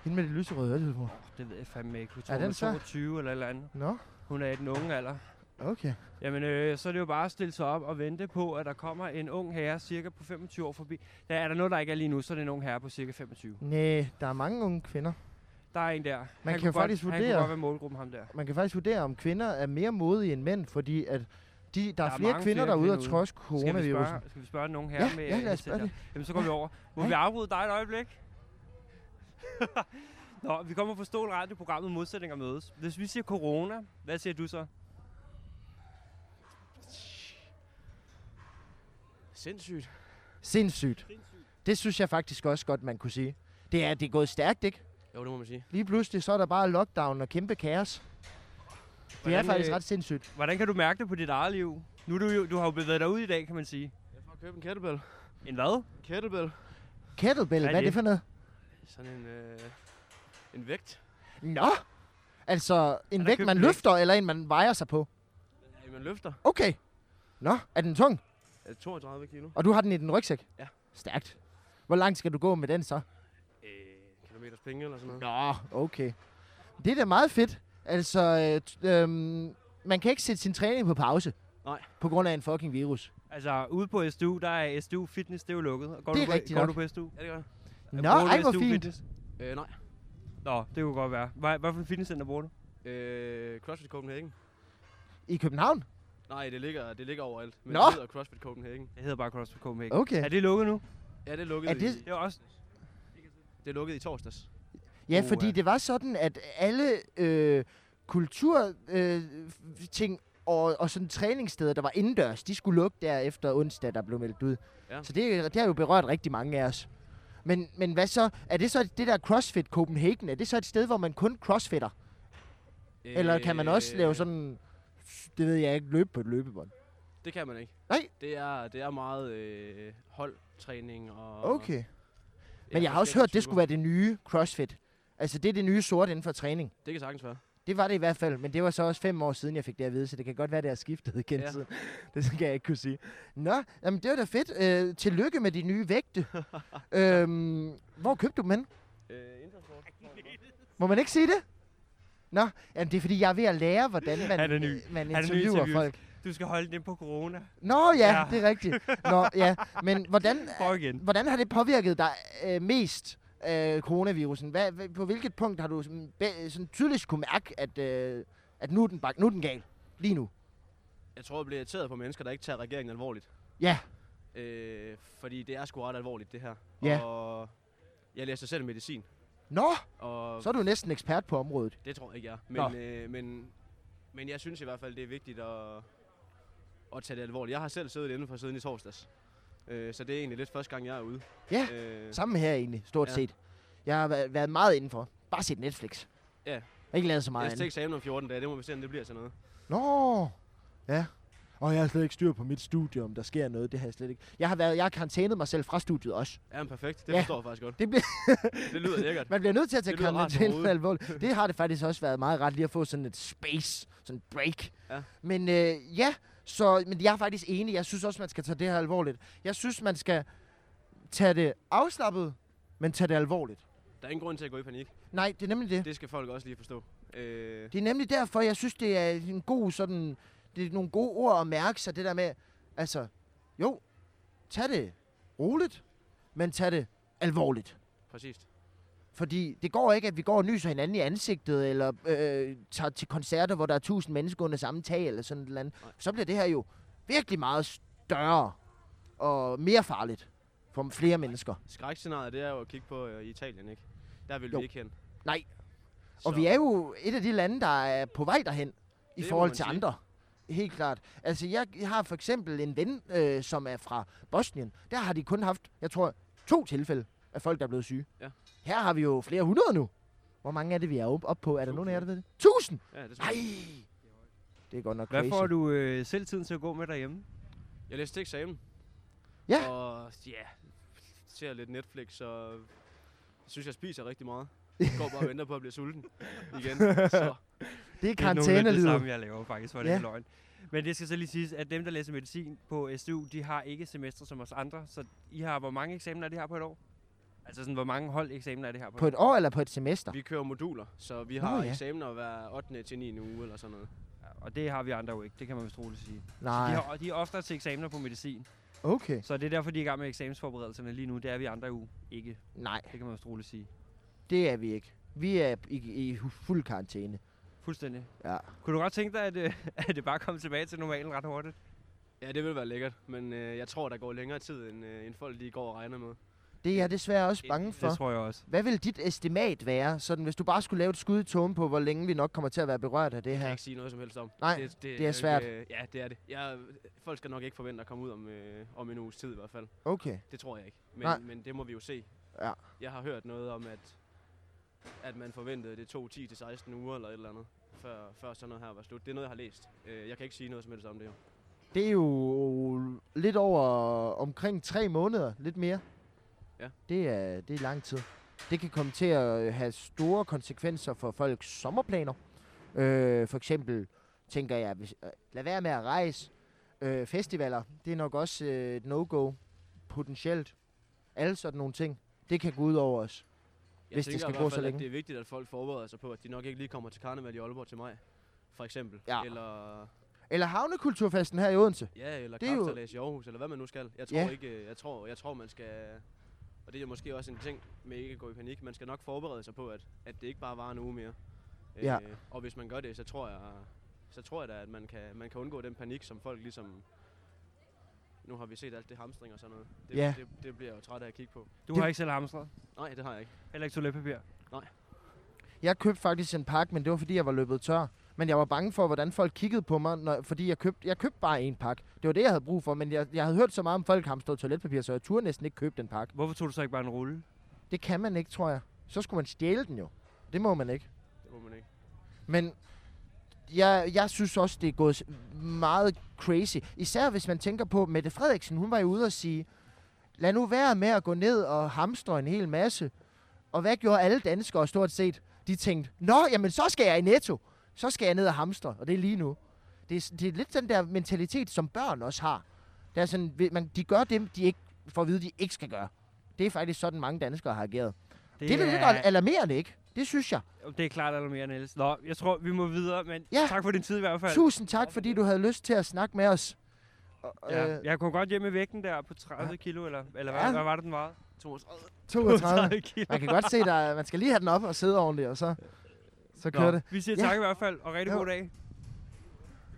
[SPEAKER 1] Hende med de lyserøde høretelefoner.
[SPEAKER 3] Det ved jeg fandme ikke. Hun
[SPEAKER 1] Er
[SPEAKER 3] tror, hun
[SPEAKER 1] den
[SPEAKER 3] er
[SPEAKER 1] så?
[SPEAKER 3] 22 eller et eller andet.
[SPEAKER 1] Nå,
[SPEAKER 3] Hun er i den unge alder.
[SPEAKER 1] okay.
[SPEAKER 3] Jamen, øh, så er det jo bare at stille sig op og vente på, at der kommer en ung herre, cirka på 25 år forbi. Der er der noget, der ikke er lige nu, så er det en ung herre på cirka 25.
[SPEAKER 1] Næh, der er mange unge kvinder.
[SPEAKER 3] Der er en der. Man
[SPEAKER 1] kan jo faktisk
[SPEAKER 3] godt, Han
[SPEAKER 1] vurdere-
[SPEAKER 3] kunne godt være målgruppen, ham der.
[SPEAKER 1] Man kan faktisk vurdere, om kvinder er mere modige end mænd, fordi at de, der, der er
[SPEAKER 3] er
[SPEAKER 1] flere
[SPEAKER 3] mange
[SPEAKER 1] kvinder,
[SPEAKER 3] flere
[SPEAKER 1] der er ude
[SPEAKER 3] kvinder
[SPEAKER 1] at
[SPEAKER 3] ude.
[SPEAKER 1] trods
[SPEAKER 3] Skal vi,
[SPEAKER 1] coronavirusen.
[SPEAKER 3] spørge, skal vi spørge nogen her
[SPEAKER 1] Ja,
[SPEAKER 3] med
[SPEAKER 1] ja, lad os
[SPEAKER 3] headset
[SPEAKER 1] spørge
[SPEAKER 3] der?
[SPEAKER 1] det.
[SPEAKER 3] Jamen, så går vi over. Må
[SPEAKER 1] Hej.
[SPEAKER 3] vi afbryde dig et øjeblik? Nå, vi kommer fra Stål Radio, programmet Modsætninger Mødes. Hvis vi siger corona, hvad siger du så?
[SPEAKER 4] Sindssygt.
[SPEAKER 1] Sindssygt. Det synes jeg faktisk også godt, man kunne sige. Det er, det er gået stærkt, ikke?
[SPEAKER 4] Jo, det må man sige.
[SPEAKER 1] Lige pludselig, så er der bare lockdown og kæmpe kaos. Det er
[SPEAKER 3] Hvordan,
[SPEAKER 1] faktisk
[SPEAKER 3] øh,
[SPEAKER 1] ret sindssygt.
[SPEAKER 3] Hvordan kan du mærke det på dit eget liv? Nu er du jo, du har jo bevæget dig ud i dag, kan man sige.
[SPEAKER 4] Jeg får købt en kettlebell.
[SPEAKER 3] En hvad?
[SPEAKER 4] En kettlebell.
[SPEAKER 1] Kettlebell,
[SPEAKER 3] hvad er
[SPEAKER 1] hvad er det
[SPEAKER 3] det?
[SPEAKER 1] for noget?
[SPEAKER 4] Sådan en, øh, en vægt.
[SPEAKER 1] Nå! Altså, en
[SPEAKER 3] der
[SPEAKER 1] vægt,
[SPEAKER 3] købt
[SPEAKER 1] man
[SPEAKER 3] en vægt?
[SPEAKER 1] løfter, eller en, man vejer sig på.
[SPEAKER 4] Ja, man løfter.
[SPEAKER 1] Okay. Nå, er den tung?
[SPEAKER 4] Øh, 32 kilo.
[SPEAKER 1] Og du har den i din rygsæk?
[SPEAKER 4] Ja.
[SPEAKER 1] Stærkt. Hvor langt skal du gå med den så?
[SPEAKER 4] Øh, kilometers penge eller sådan noget.
[SPEAKER 1] Nå, okay. Det er da meget fedt. Altså, øh, t- øhm, man kan ikke sætte sin træning på pause.
[SPEAKER 4] Nej.
[SPEAKER 1] På grund af en fucking virus.
[SPEAKER 3] Altså, ude på SDU, der er SDU Fitness, det er jo lukket. Går
[SPEAKER 1] Det er
[SPEAKER 3] du på,
[SPEAKER 1] rigtigt
[SPEAKER 3] går
[SPEAKER 1] nok.
[SPEAKER 3] du på SDU?
[SPEAKER 4] Ja, det gør jeg.
[SPEAKER 1] Nå,
[SPEAKER 3] Bruger du
[SPEAKER 1] ej, hvor
[SPEAKER 3] SDU
[SPEAKER 1] fint.
[SPEAKER 3] Fitness?
[SPEAKER 4] Øh, nej.
[SPEAKER 3] Nå, det kunne godt være. Hvad, hvad for et fitnesscenter bruger du?
[SPEAKER 4] Øh, CrossFit Copenhagen.
[SPEAKER 1] I København?
[SPEAKER 4] Nej, det ligger, det ligger overalt. Men
[SPEAKER 1] Nå!
[SPEAKER 4] det hedder CrossFit Copenhagen.
[SPEAKER 3] Det hedder bare CrossFit Copenhagen.
[SPEAKER 1] Okay.
[SPEAKER 3] Er det lukket nu?
[SPEAKER 4] Ja, det er lukket,
[SPEAKER 1] Er det-
[SPEAKER 4] I,
[SPEAKER 3] Det er også...
[SPEAKER 4] det er lukket i torsdags.
[SPEAKER 1] Ja,
[SPEAKER 3] Uha.
[SPEAKER 1] fordi det var sådan, at alle øh, kulturting øh, f- ting og, og sådan træningssteder, der var indendørs, de skulle lukke der efter onsdag, der blev meldt ud.
[SPEAKER 4] Ja.
[SPEAKER 1] Så det, det har jo berørt rigtig mange af os. Men, men hvad så? Er det så det der CrossFit Copenhagen? Er det så et sted, hvor man kun crossfitter?
[SPEAKER 4] Øh,
[SPEAKER 1] Eller kan man også lave sådan, det ved jeg ikke, løbe på et løbebånd?
[SPEAKER 4] Øh, Det kan man ikke.
[SPEAKER 1] Nej.
[SPEAKER 4] Det er, det er meget øh, holdtræning og...
[SPEAKER 1] Okay.
[SPEAKER 4] ja,
[SPEAKER 1] Men jeg har også
[SPEAKER 4] forskellige
[SPEAKER 1] hørt, det
[SPEAKER 4] typer.
[SPEAKER 1] skulle være det nye CrossFit. Altså, det er det nye sort inden for træning.
[SPEAKER 4] Det kan sagtens være.
[SPEAKER 1] Det var det i hvert fald, men det var så også fem år siden, jeg fik det at vide, så det kan godt være, det har skiftet igen ja.
[SPEAKER 4] Ja.
[SPEAKER 1] siden. Det kan jeg ikke kunne sige. Nå, jamen, det var da fedt. Øh, tillykke med de nye vægte. øhm, hvor købte du dem hen?
[SPEAKER 4] Øh, Intersport.
[SPEAKER 1] Må man ikke sige det? Nå, jamen, det er fordi, jeg er ved at lære, hvordan man,
[SPEAKER 3] Han er ny.
[SPEAKER 1] man
[SPEAKER 3] er ny til
[SPEAKER 1] interviewer
[SPEAKER 3] interviews.
[SPEAKER 1] folk.
[SPEAKER 3] Du skal holde den på corona.
[SPEAKER 1] Nå ja, ja,
[SPEAKER 3] Ja.
[SPEAKER 1] det er rigtigt. Nå ja, men hvordan,
[SPEAKER 3] Prøv igen.
[SPEAKER 1] Hvordan har det påvirket dig øh, mest, øh, coronavirusen? Hvad, hvad, på hvilket punkt har du sådan, be, sådan tydeligst kunne mærke, at, øh, at nu, er den bak, nu er den gal? Lige nu.
[SPEAKER 4] Jeg tror, jeg bliver irriteret på mennesker, der ikke tager regeringen alvorligt.
[SPEAKER 1] Ja.
[SPEAKER 4] Øh, fordi det er sgu ret alvorligt, det her.
[SPEAKER 1] Ja.
[SPEAKER 4] Og jeg læser selv medicin,
[SPEAKER 1] Nå,
[SPEAKER 4] og
[SPEAKER 1] så er du næsten ekspert på området.
[SPEAKER 4] det tror jeg ikke, jeg er.
[SPEAKER 1] Nå.
[SPEAKER 4] Men, øh, men, men jeg synes i hvert fald, det er vigtigt at, at tage det alvorligt. Jeg har selv siddet indenfor siden i torsdags, øh, så det er egentlig lidt første gang, jeg er ude.
[SPEAKER 1] Ja.
[SPEAKER 4] Øh,
[SPEAKER 1] Sammen her egentlig, stort ja.
[SPEAKER 4] Ja.
[SPEAKER 1] set. Jeg har væ- været meget indenfor. Bare set Netflix.
[SPEAKER 4] Ja.
[SPEAKER 1] Og ikke lavet så meget
[SPEAKER 4] jeg skal
[SPEAKER 1] andet.
[SPEAKER 4] eksamen om 14 dage, det må vi se, om det bliver sådan noget.
[SPEAKER 1] Nå, ja. Og jeg har slet ikke styr på mit studie, om der sker noget. Det har jeg slet ikke. Jeg har, været, jeg har karantænet mig selv fra studiet også.
[SPEAKER 4] Ja, men perfekt. Det
[SPEAKER 1] Ja.
[SPEAKER 4] ja. forstår jeg faktisk godt.
[SPEAKER 1] Det bliver,
[SPEAKER 4] Det lyder lækkert.
[SPEAKER 1] Man bliver nødt til at tage
[SPEAKER 4] Det lyder rart for
[SPEAKER 1] karantæne
[SPEAKER 4] hovedet.
[SPEAKER 1] alvorligt. Det har det faktisk også været meget rart lige at få sådan et space, sådan et break.
[SPEAKER 4] Ja.
[SPEAKER 1] Men øh, ja, så, men jeg er faktisk enig. Jeg synes også, man skal tage det her alvorligt. Jeg synes, man skal Tag det afslappet, men tag det alvorligt.
[SPEAKER 4] Der er ingen grund til at gå i panik.
[SPEAKER 1] Nej, det er nemlig det.
[SPEAKER 4] Det skal folk også lige forstå. Øh,
[SPEAKER 1] Det er nemlig derfor, jeg synes, det er en god sådan... Det er nogle gode ord at mærke sig, det der med... Altså, jo, tag det roligt, men tag det alvorligt.
[SPEAKER 4] præcis.
[SPEAKER 1] Fordi det går ikke, at vi går og nyser hinanden i ansigtet, eller øh, tager til koncerter, hvor der er tusind mennesker under samme tag, eller sådan et eller andet.
[SPEAKER 4] Nej.
[SPEAKER 1] Så bliver det her jo virkelig meget større og mere farligt for flere mennesker.
[SPEAKER 4] Skrækscenariet, det er jo at kigge på øh, Italien, ikke? Der vil
[SPEAKER 1] Jo.
[SPEAKER 4] vi ikke hen.
[SPEAKER 1] Nej. Og vi er jo et af de lande, der er på vej derhen i
[SPEAKER 4] Det må
[SPEAKER 1] forhold
[SPEAKER 4] man
[SPEAKER 1] til
[SPEAKER 4] sige.
[SPEAKER 1] andre. Helt klart. Altså, jeg har for eksempel en ven, øh, som er fra Bosnien. Der har de kun haft, jeg tror, to tilfælde af folk, der er blevet syge.
[SPEAKER 4] Ja.
[SPEAKER 1] Her har vi jo flere hundrede nu. Hvor mange er det, vi er oppe op på? Er der nogen af jer, der ved det? Tusind!
[SPEAKER 4] Ja, det tror
[SPEAKER 1] Nej!
[SPEAKER 4] jeg.
[SPEAKER 1] Det er godt nok
[SPEAKER 3] Hvad
[SPEAKER 1] crazy.
[SPEAKER 3] får du øh, selv tiden til at gå med derhjemme?
[SPEAKER 4] Jeg læste til eksamen.
[SPEAKER 1] Ja.
[SPEAKER 4] Og ja, ser lidt Netflix, og jeg synes, jeg spiser rigtig meget. Jeg går bare og venter på at blive sulten igen. Så
[SPEAKER 1] Det er
[SPEAKER 3] Det er nogenlunde det
[SPEAKER 1] karantænelivet.
[SPEAKER 3] samme, jeg laver faktisk, for det
[SPEAKER 1] Ja.
[SPEAKER 3] ja. løgn. Men det skal så lige siges, at dem, der læser medicin på SDU, de har ikke semester som os andre. Så I har, hvor mange eksamener er det her på et år? Altså sådan, hvor mange hold eksamener er det her på,
[SPEAKER 1] På et år eller på et semester?
[SPEAKER 4] vi kører moduler, så vi
[SPEAKER 1] Nå,
[SPEAKER 4] har
[SPEAKER 1] ja.
[SPEAKER 4] eksamener hver 8. til 9. uge eller sådan noget.
[SPEAKER 3] Ja, Og det har vi andre jo ikke, det kan man vist roligt sige. Så de,
[SPEAKER 1] Nej,
[SPEAKER 3] har, de er oftere til eksamener på medicin.
[SPEAKER 1] okay.
[SPEAKER 3] Så det er derfor, de er i gang med eksamensforberedelserne lige nu. Det er vi andre jo ikke.
[SPEAKER 1] Nej,
[SPEAKER 3] Det kan man vist roligt sige.
[SPEAKER 1] det er vi ikke. Vi er i, i fuld karantæne.
[SPEAKER 3] Fuldstændig.
[SPEAKER 1] Ja.
[SPEAKER 3] Kunne du godt tænke dig, at, øh, at det bare kom tilbage til normalen ret hurtigt?
[SPEAKER 4] Ja, det vil være lækkert, men øh, jeg tror, der går længere tid, end, øh, end folk lige går og regner med.
[SPEAKER 1] Det er jeg desværre også
[SPEAKER 4] Det-
[SPEAKER 1] bange for.
[SPEAKER 3] Det tror jeg også.
[SPEAKER 1] Hvad vil dit estimat være, sådan, hvis du bare skulle lave et skud i tågen på, hvor længe vi nok kommer til at være berørt af det
[SPEAKER 4] Det kan jeg
[SPEAKER 1] her?
[SPEAKER 4] ikke sige noget som helst om.
[SPEAKER 1] Nej,
[SPEAKER 4] det,
[SPEAKER 1] er
[SPEAKER 4] jo
[SPEAKER 1] svært.
[SPEAKER 4] Ikke, øh, ja, det er det. Jeg, folk skal nok ikke forvente at komme ud om, øh, om en uges tid i hvert fald.
[SPEAKER 1] Okay.
[SPEAKER 4] Det tror jeg ikke.
[SPEAKER 1] Nej.
[SPEAKER 4] Men, men det må vi jo se.
[SPEAKER 1] Ja.
[SPEAKER 4] Jeg har hørt noget om, at, at man forventede, det tog 10-16 uger eller et eller andet, før, før sådan noget her var slut. Det er noget, jeg har læst. Øh, jeg kan ikke sige noget som helst om det jo.
[SPEAKER 1] Det er jo øh, lidt over omkring tre måneder, lidt mere.
[SPEAKER 4] Ja.
[SPEAKER 1] Det er, det er lang tid. Det kan komme til at øh, have store konsekvenser for folks sommerplaner. Øh, for eksempel tænker jeg, hvis, øh, lad være med at rejse. Øh, festivaler, det er nok også øh, et no-go potentielt. Alle sådan nogle ting. Det kan gå ud over os.
[SPEAKER 4] Jeg
[SPEAKER 1] Hvis det
[SPEAKER 4] tænker
[SPEAKER 1] skal
[SPEAKER 4] i
[SPEAKER 1] gå
[SPEAKER 4] hvert
[SPEAKER 1] så
[SPEAKER 4] fald, at
[SPEAKER 1] længe.
[SPEAKER 4] det er vigtigt, at folk forbereder sig på, at de nok ikke lige kommer til karneval i Aalborg til mig. For eksempel.
[SPEAKER 1] Ja.
[SPEAKER 4] Eller,
[SPEAKER 1] Eller havnekulturfesten her i Odense.
[SPEAKER 4] ja, eller
[SPEAKER 1] Det er jo-
[SPEAKER 4] kraftalæs i Aarhus, eller hvad man nu skal. Jeg tror
[SPEAKER 1] Ja.
[SPEAKER 4] ikke, øh, jeg tror, jeg tror, man skal... Og det er måske også en ting med ikke at gå i panik. Man skal nok forberede sig på, at, at det ikke bare var en uge mere.
[SPEAKER 1] Ja.
[SPEAKER 4] Øh, og hvis man gør det, så tror jeg, så tror jeg da, at man kan, man kan undgå den panik, som folk ligesom... Nu har vi set alt det hamstring og sådan noget. Det,
[SPEAKER 1] Ja.
[SPEAKER 4] det, det bliver jeg jo træt af at kigge på.
[SPEAKER 3] Du
[SPEAKER 1] Det-
[SPEAKER 3] det... har ikke selv hamstret?
[SPEAKER 4] Nej, det har jeg ikke.
[SPEAKER 3] Heller ikke toiletpapir?
[SPEAKER 1] Jeg købte faktisk en pakke, men det var fordi, jeg var løbet tør. Men jeg var bange for, hvordan folk kiggede på mig, når, fordi jeg købte, jeg købte bare en pakke. Det var det, jeg havde brug for, men jeg, jeg havde hørt så meget om folk hamstrede toiletpapir, så jeg turde næsten ikke købe den pakke.
[SPEAKER 3] Hvorfor tog du så ikke bare en rulle?
[SPEAKER 1] Det kan man ikke, tror jeg. Så skulle man stjæle den jo. Det må man ikke.
[SPEAKER 4] Det må man ikke.
[SPEAKER 1] Men jeg, jeg synes også, det er gået s- meget crazy. Især hvis man tænker på, Mette Frederiksen, hun var jo ude og sige, lad nu være med at gå ned og hamstre en hel masse. Og hvad gjorde alle danskere stort set? De tænkte, nå, jamen så skal jeg i netto. Så skal jeg ned og hamstre, og det er lige nu. Det er, s- det er lidt den der mentalitet, som børn også har. Det er sådan, vi- man, de gør dem, de ikke får at vide, de ikke skal gøre. Det er faktisk sådan, mange danskere har ageret. Det, det er da lidt al- alarmerende, ikke? Det synes jeg.
[SPEAKER 3] Det er klart alarmerende, Niels. Nå, jeg tror, vi må videre, men
[SPEAKER 1] Ja.
[SPEAKER 3] ja. tak for din tid i hvert fald.
[SPEAKER 1] Tusind tak, fordi du havde lyst til at snakke med os. Og,
[SPEAKER 3] Ja.
[SPEAKER 1] øh,
[SPEAKER 3] Jeg kom godt hjem med vægten der på 30
[SPEAKER 1] Ja.
[SPEAKER 3] kilo, eller, eller
[SPEAKER 1] Ja.
[SPEAKER 3] hvad, hvad var det, den var?
[SPEAKER 4] 32.
[SPEAKER 1] 32.
[SPEAKER 3] kilo.
[SPEAKER 1] Man kan godt se, at man skal lige have den op og sidde ordentligt, og så, så kører det.
[SPEAKER 3] Vi siger
[SPEAKER 1] Ja.
[SPEAKER 3] ja. tak i hvert fald, og rigtig
[SPEAKER 1] Jo.
[SPEAKER 3] jo. god dag.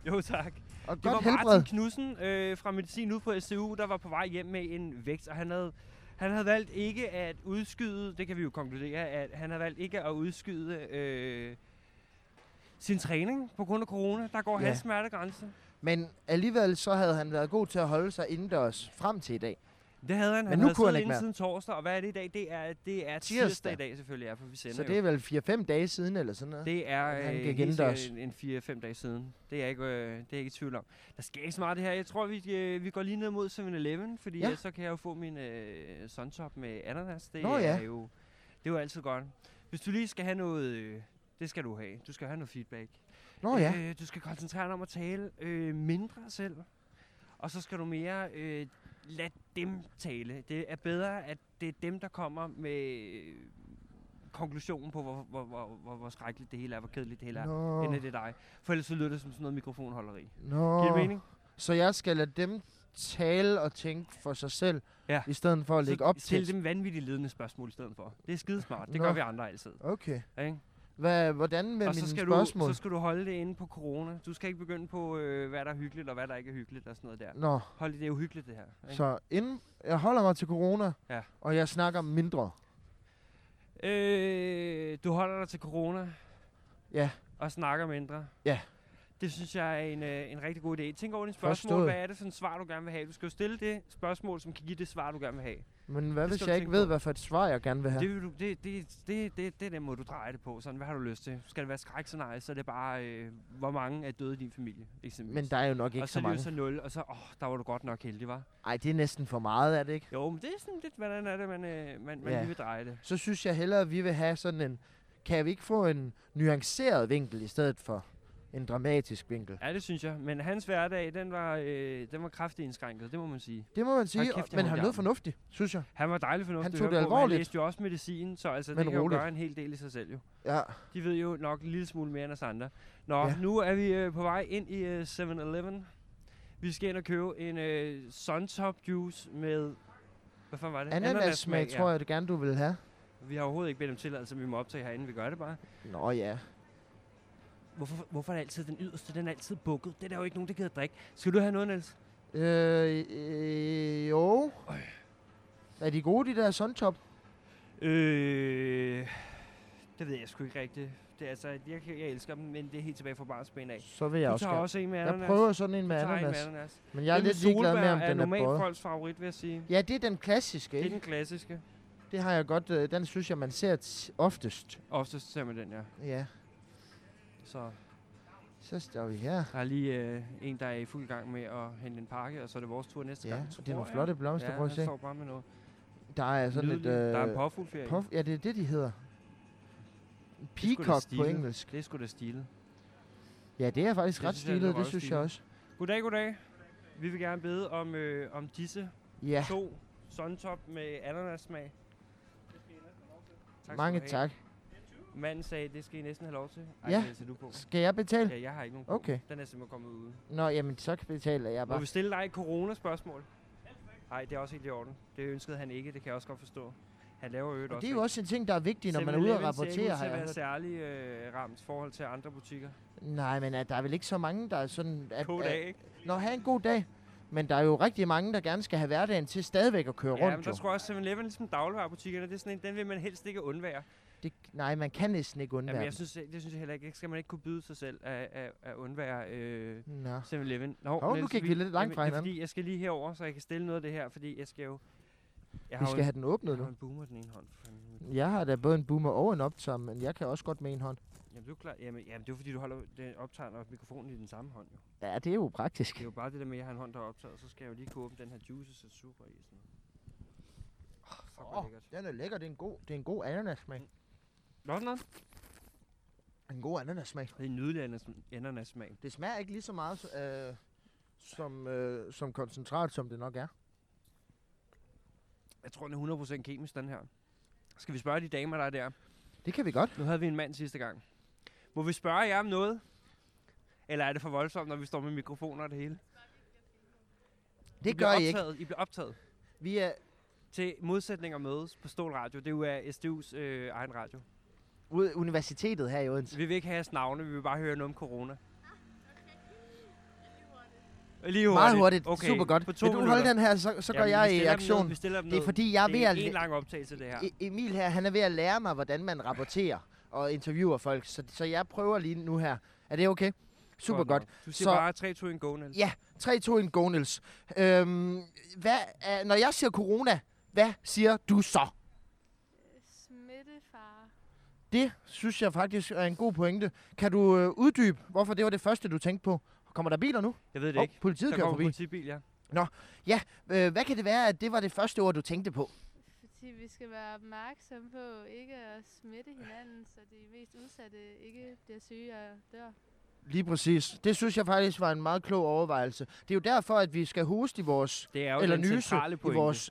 [SPEAKER 3] Jo, tak.
[SPEAKER 1] Og godt
[SPEAKER 3] Det var
[SPEAKER 1] helbred.
[SPEAKER 3] Martin Knudsen øh, fra Medicin ude på STU, der var på vej hjem med en vægt, og han havde, han havde valgt ikke at udskyde, det kan vi jo konkludere, at han havde valgt ikke at udskyde øh, sin træning på grund af corona. Der går
[SPEAKER 1] Ja.
[SPEAKER 3] ja. hans smertegrænse.
[SPEAKER 1] Men alligevel så havde han været god til at holde sig indendørs frem til i dag.
[SPEAKER 3] Det havde han.
[SPEAKER 1] Men
[SPEAKER 3] han
[SPEAKER 1] nu
[SPEAKER 3] havde
[SPEAKER 1] kunne han
[SPEAKER 3] siddet
[SPEAKER 1] ikke
[SPEAKER 3] inde
[SPEAKER 1] mere.
[SPEAKER 3] siden torsdag, og hvad er det i dag? Det er, det
[SPEAKER 1] Tirsdag.
[SPEAKER 3] er tirsdag. tirsdag i dag selvfølgelig, ja, for vi sender
[SPEAKER 1] Så
[SPEAKER 3] jo.
[SPEAKER 1] det er vel 4-5 dage siden eller sådan noget.
[SPEAKER 3] Det er
[SPEAKER 1] Han
[SPEAKER 3] øh,
[SPEAKER 1] gik
[SPEAKER 3] helt
[SPEAKER 1] indendørs.
[SPEAKER 3] sikkert en, en 4-5 dage siden. Det er, jeg ikke, øh, det er jeg ikke i tvivl om. Der sker ikke så meget af det her. Jeg tror, vi, øh, vi går lige ned mod 7-Eleven, fordi
[SPEAKER 1] Ja.
[SPEAKER 3] ja. så kan jeg jo få min øh, suntop med ananas. Det
[SPEAKER 1] Nå ja.
[SPEAKER 3] er jo det er jo altid godt. Hvis du lige skal have noget... Øh, det skal du have. Du skal have noget feedback.
[SPEAKER 1] Nå ja,
[SPEAKER 3] Øh, du skal koncentrere dig om at tale øh, mindre selv. Og så skal du mere øh, lade dem tale. Det er bedre, at det er dem, der kommer med øh, konklusionen på, hvor, hvor, hvor, hvor, hvor skrækkeligt det hele er, hvor kedeligt det hele er,
[SPEAKER 1] Nå.
[SPEAKER 3] end at det er dig. For ellers så lyder det som sådan noget mikrofonholderi.
[SPEAKER 1] Nå.
[SPEAKER 3] Giver det mening?
[SPEAKER 1] Så jeg skal lade dem tale og tænke for sig selv,
[SPEAKER 3] Ja.
[SPEAKER 1] i stedet for at lægge op
[SPEAKER 3] så stille
[SPEAKER 1] til.
[SPEAKER 3] dem vanvittigt ledende spørgsmål i stedet for. Det er skidesmart. Det
[SPEAKER 1] Nå.
[SPEAKER 3] gør vi andre altid.
[SPEAKER 1] Okay.
[SPEAKER 3] Ikke?
[SPEAKER 1] Hvad, hvordan med
[SPEAKER 3] og
[SPEAKER 1] mine
[SPEAKER 3] så skal,
[SPEAKER 1] spørgsmål?
[SPEAKER 3] Du, så skal du holde det inde på corona. Du skal ikke begynde på, øh, hvad der er hyggeligt og hvad der ikke er hyggeligt og sådan noget der.
[SPEAKER 1] Nå,
[SPEAKER 3] Hold det, det er uhyggeligt det her. Ikke?
[SPEAKER 1] så inden jeg holder mig til corona,
[SPEAKER 3] Ja.
[SPEAKER 1] og jeg snakker mindre.
[SPEAKER 3] Øh, du holder dig til corona.
[SPEAKER 1] Ja.
[SPEAKER 3] Og snakker mindre.
[SPEAKER 1] Ja.
[SPEAKER 3] Det synes jeg er en, øh, en rigtig god idé. Tænk over dine spørgsmål.
[SPEAKER 1] Forstået.
[SPEAKER 3] Hvad er det for et svar, du gerne vil have? Du skal jo stille det spørgsmål, som kan give det svar, du gerne vil have.
[SPEAKER 1] Men hvad
[SPEAKER 3] Det
[SPEAKER 1] hvis
[SPEAKER 3] skal du
[SPEAKER 1] jeg ikke
[SPEAKER 3] tænke
[SPEAKER 1] ved,
[SPEAKER 3] på.
[SPEAKER 1] hvad for et svar jeg gerne vil
[SPEAKER 3] Ja.
[SPEAKER 1] have?
[SPEAKER 3] Det, vil du, det, det, det, det, det er den måde, du drejer det på. Sådan, hvad har du lyst til? Skal det være skrækscenarie, så er det bare, øh, hvor mange er døde i din familie, eksempelvis.
[SPEAKER 1] Men der er jo nok ikke
[SPEAKER 3] og så
[SPEAKER 1] så
[SPEAKER 3] er det jo
[SPEAKER 1] mange.
[SPEAKER 3] så 0, og så, åh, der var du godt nok heldig, var.
[SPEAKER 1] Ej, det er næsten for meget, er det ikke?
[SPEAKER 3] Jo, men det er sådan lidt, hvordan er det, man, øh, man, man
[SPEAKER 1] Ja.
[SPEAKER 3] lige vil dreje det.
[SPEAKER 1] Så synes jeg hellere, at vi vil have sådan en... Kan vi ikke få en nuanceret vinkel i stedet for en dramatisk vinkel?
[SPEAKER 3] Ja, det synes jeg. Men hans hverdag, den var, øh, den var kraftigt indskrænket, det må man sige.
[SPEAKER 1] Det må man sige,
[SPEAKER 3] kæft,
[SPEAKER 1] og-
[SPEAKER 3] jeg
[SPEAKER 1] men
[SPEAKER 3] har
[SPEAKER 1] han
[SPEAKER 3] ondt i
[SPEAKER 1] lød
[SPEAKER 3] armen.
[SPEAKER 1] fornuftig, synes jeg.
[SPEAKER 3] Han var dejlig fornuftig.
[SPEAKER 1] tog
[SPEAKER 3] at
[SPEAKER 1] det
[SPEAKER 3] høre på, men
[SPEAKER 1] alvorligt.
[SPEAKER 3] Han læste jo også medicin, så altså,
[SPEAKER 1] Men
[SPEAKER 3] det kan
[SPEAKER 1] roligt.
[SPEAKER 3] jo gøre en hel del i sig selv jo.
[SPEAKER 1] Ja.
[SPEAKER 3] De ved jo nok en lille smule mere end os andre. Nå,
[SPEAKER 1] Ja.
[SPEAKER 3] ja. nu er vi øh, på vej ind i øh, 7-Eleven. Vi skal ind og købe en øh, Suntop juice med... Hvad fanden var det?
[SPEAKER 1] Ananas smag, tror jeg, det gerne du vil have.
[SPEAKER 3] Ja. Vi har overhovedet ikke bedt om tilladelse, men vi må optage herinde. Vi gør det bare.
[SPEAKER 1] Nå ja.
[SPEAKER 3] Hvorfor, hvorfor er det altid den yderste? Den er altid bukket. Det er der jo ikke nogen, der gider drikke. Skal du have noget, Niels?
[SPEAKER 1] Øh, øh, jo. Er de gode, de der Suntop?
[SPEAKER 3] Øh... Det ved jeg sgu ikke rigtigt. Det er altså, jeg, kan- jeg elsker dem, men det er helt tilbage fra barnsben af.
[SPEAKER 1] Så vil jeg
[SPEAKER 3] Du
[SPEAKER 1] også
[SPEAKER 3] tager
[SPEAKER 1] gerne.
[SPEAKER 3] også en med ananas.
[SPEAKER 1] Jeg prøver sådan en
[SPEAKER 3] Du
[SPEAKER 1] med
[SPEAKER 3] tager en
[SPEAKER 1] ananas.
[SPEAKER 3] ananas.
[SPEAKER 1] Men jeg er
[SPEAKER 3] Den med
[SPEAKER 1] lidt ligeglad med,
[SPEAKER 3] solbær
[SPEAKER 1] om den er
[SPEAKER 3] normalt
[SPEAKER 1] både.
[SPEAKER 3] folks favorit, vil jeg sige.
[SPEAKER 1] Ja, det er den klassiske,
[SPEAKER 3] Det er den
[SPEAKER 1] ikke?
[SPEAKER 3] klassiske.
[SPEAKER 1] Det har jeg godt. Øh, den synes jeg, man ser t- oftest.
[SPEAKER 3] Oftest ser man den, ja.
[SPEAKER 1] Ja,
[SPEAKER 3] Så
[SPEAKER 1] så står vi her.
[SPEAKER 3] der er lige øh, en, der er i fuld gang med at hente en pakke, og så er det vores tur næste
[SPEAKER 1] Ja,
[SPEAKER 3] gang. tror
[SPEAKER 1] det er nogle
[SPEAKER 3] jeg.
[SPEAKER 1] flotte blomster,
[SPEAKER 3] ja,
[SPEAKER 1] prøv at
[SPEAKER 3] han
[SPEAKER 1] se.
[SPEAKER 3] står bare med noget.
[SPEAKER 1] Der er sådan
[SPEAKER 3] Sådan
[SPEAKER 1] et...
[SPEAKER 3] lidt, øh, der er en
[SPEAKER 1] Øh,
[SPEAKER 3] påfuglferie.
[SPEAKER 1] puff, ja, det er det, de hedder.
[SPEAKER 3] sgu da
[SPEAKER 1] Peacock på
[SPEAKER 3] stilet.
[SPEAKER 1] engelsk.
[SPEAKER 3] Det er sgu da stilet.
[SPEAKER 1] Ja, det er faktisk
[SPEAKER 3] Det
[SPEAKER 1] ret
[SPEAKER 3] synes jeg er lidt
[SPEAKER 1] stilet, det synes jeg
[SPEAKER 3] røvstilet.
[SPEAKER 1] også.
[SPEAKER 3] Goddag, goddag. Vi vil gerne bede om, øh, om disse
[SPEAKER 1] Ja,
[SPEAKER 3] to suntop med ananas-smag. skal
[SPEAKER 1] mange
[SPEAKER 3] du have.
[SPEAKER 1] tak.
[SPEAKER 3] Manden sagde, det skal I næsten have lov til. Ej,
[SPEAKER 1] Ja.
[SPEAKER 3] det læser du på.
[SPEAKER 1] Skal jeg betale?
[SPEAKER 3] Ja, jeg har ikke nogen på.
[SPEAKER 1] Okay.
[SPEAKER 3] Den er simpelthen kommet ude.
[SPEAKER 1] Nå, jamen så betaler jeg
[SPEAKER 3] Må
[SPEAKER 1] bare.
[SPEAKER 3] vi stille dig et coronaspørgsmål? Nej, det er også helt i orden. Det ønskede han ikke, det kan jeg også godt forstå. Han laver jo
[SPEAKER 1] Og det er jo også en ting, der er vigtig, når man er ude og rapportere, altså- har jeg
[SPEAKER 3] jeg
[SPEAKER 1] hørt.
[SPEAKER 3] særlig øh, ramt i forhold til andre butikker.
[SPEAKER 1] Nej, men at der er vel ikke så mange, der er sådan... At,
[SPEAKER 3] God dag, ikke?
[SPEAKER 1] Nå, have en god dag. Men der er jo rigtig mange, der gerne skal have hverdagen til stadigvæk at køre
[SPEAKER 3] Ja, men
[SPEAKER 1] rundt,
[SPEAKER 3] der
[SPEAKER 1] jo.
[SPEAKER 3] tror jeg også 7-Eleven, ligesom dagligvarerbutikkerne, det er sådan en, den vil man helst ikke undvære.
[SPEAKER 1] Det, nej, man kan næsten ikke undvære
[SPEAKER 3] Jamen, jeg
[SPEAKER 1] Jamen,
[SPEAKER 3] synes, det synes jeg heller ikke. Skal man ikke kunne byde sig selv at, at, at undvære øh,
[SPEAKER 1] Nå.
[SPEAKER 3] 7-Eleven? Nå,
[SPEAKER 1] Hov, nu
[SPEAKER 3] Niels,
[SPEAKER 1] gik vi lidt langt
[SPEAKER 3] jamen,
[SPEAKER 1] fra
[SPEAKER 3] det er
[SPEAKER 1] hinanden.
[SPEAKER 3] Fordi jeg skal lige herover, så jeg kan stille noget af det her, fordi jeg skal jo... Jeg
[SPEAKER 1] Vi
[SPEAKER 3] jo
[SPEAKER 1] skal
[SPEAKER 3] en,
[SPEAKER 1] have den åbnet
[SPEAKER 3] jeg har
[SPEAKER 1] nu.
[SPEAKER 3] en boomer i den ene hånd. For fanden.
[SPEAKER 1] Jeg har da både en boomer og en optager, men jeg kan også godt med en hånd.
[SPEAKER 3] Jamen, det er jo klart. Jamen, jamen, det er jo fordi, du holder den optager og mikrofonen i den samme hånd. Jo.
[SPEAKER 1] Ja, det er jo
[SPEAKER 3] Det
[SPEAKER 1] praktisk.
[SPEAKER 3] er jo bare det der med, at jeg har en hånd, der er optaget, så skal jeg jo lige kunne åbne den her juice og sætte super i. Sådan. Oh, fuck, hvor
[SPEAKER 1] Åh.
[SPEAKER 3] lækkert.
[SPEAKER 1] Den er lækker, det er en god, det er en god ananassmag.
[SPEAKER 3] Nå, nå.
[SPEAKER 1] En god ananassmag.
[SPEAKER 3] Det er en nydelig ananas- ananassmag.
[SPEAKER 1] Det smager ikke lige så meget øh, som, øh, som koncentrat, som det nok er.
[SPEAKER 3] Jeg tror, den er 100% kemisk, den her. Skal vi spørge de damer, der er der?
[SPEAKER 1] Det kan vi godt.
[SPEAKER 3] Nu havde vi en mand sidste gang. Må vi spørge jer om noget? Eller er det for voldsomt, når vi står med mikrofoner og det hele?
[SPEAKER 1] Det
[SPEAKER 3] bliver
[SPEAKER 1] gør I ikke.
[SPEAKER 3] optaget. I bliver optaget
[SPEAKER 1] Vi er
[SPEAKER 3] til modsætninger mødes på Stål Radio. Det er jo af SDU's øh, egen radio.
[SPEAKER 1] ude universitetet her i Odense.
[SPEAKER 3] Vi vil ikke have jeres navne, vi vil bare høre noget om corona. Lige hurtigt.
[SPEAKER 1] Meget hurtigt.
[SPEAKER 3] altså, Okay.
[SPEAKER 1] Super godt.
[SPEAKER 3] På
[SPEAKER 1] Vil
[SPEAKER 3] to
[SPEAKER 1] du holde
[SPEAKER 3] minutter.
[SPEAKER 1] den her, så, så går
[SPEAKER 3] Jamen, vi
[SPEAKER 1] jeg i
[SPEAKER 3] stiller dem ned,
[SPEAKER 1] aktion.
[SPEAKER 3] Vi stiller dem
[SPEAKER 1] Det er
[SPEAKER 3] ned.
[SPEAKER 1] fordi, jeg er ved
[SPEAKER 3] det er
[SPEAKER 1] at...
[SPEAKER 3] en lang optagelse, det her.
[SPEAKER 1] E- Emil her, han er ved at lære mig, hvordan man rapporterer og interviewer folk. Så, så jeg prøver lige nu her. Er det okay? Super godt.
[SPEAKER 3] nok. Du siger
[SPEAKER 1] Så-
[SPEAKER 3] bare 3, 2, 1, go, Niels.
[SPEAKER 1] Ja. 3, 2, 1, go, Niels. Øhm, hvad er, når jeg siger corona, hvad siger du så?
[SPEAKER 5] Smittefare.
[SPEAKER 1] Det synes jeg faktisk er en god pointe. Kan du øh, uddybe, hvorfor det var det første, du tænkte på? Kommer der biler nu?
[SPEAKER 3] Jeg ved det
[SPEAKER 1] Hov,
[SPEAKER 3] ikke.
[SPEAKER 1] politiet
[SPEAKER 3] Der
[SPEAKER 1] kører
[SPEAKER 3] kommer
[SPEAKER 1] forbi.
[SPEAKER 3] politibil, ja.
[SPEAKER 1] Øh, hvad kan det være, at det var det første ord, du tænkte på?
[SPEAKER 5] Fordi vi skal være opmærksomme på ikke at smitte hinanden, så de mest udsatte ikke bliver syge og dør.
[SPEAKER 1] Lige præcis. Det synes jeg faktisk var en meget klog overvejelse. Det er jo derfor, at vi skal hoste i vores,
[SPEAKER 3] Det er jo
[SPEAKER 1] eller
[SPEAKER 3] den
[SPEAKER 1] nyse
[SPEAKER 3] centrale
[SPEAKER 1] i
[SPEAKER 3] pointe.
[SPEAKER 1] vores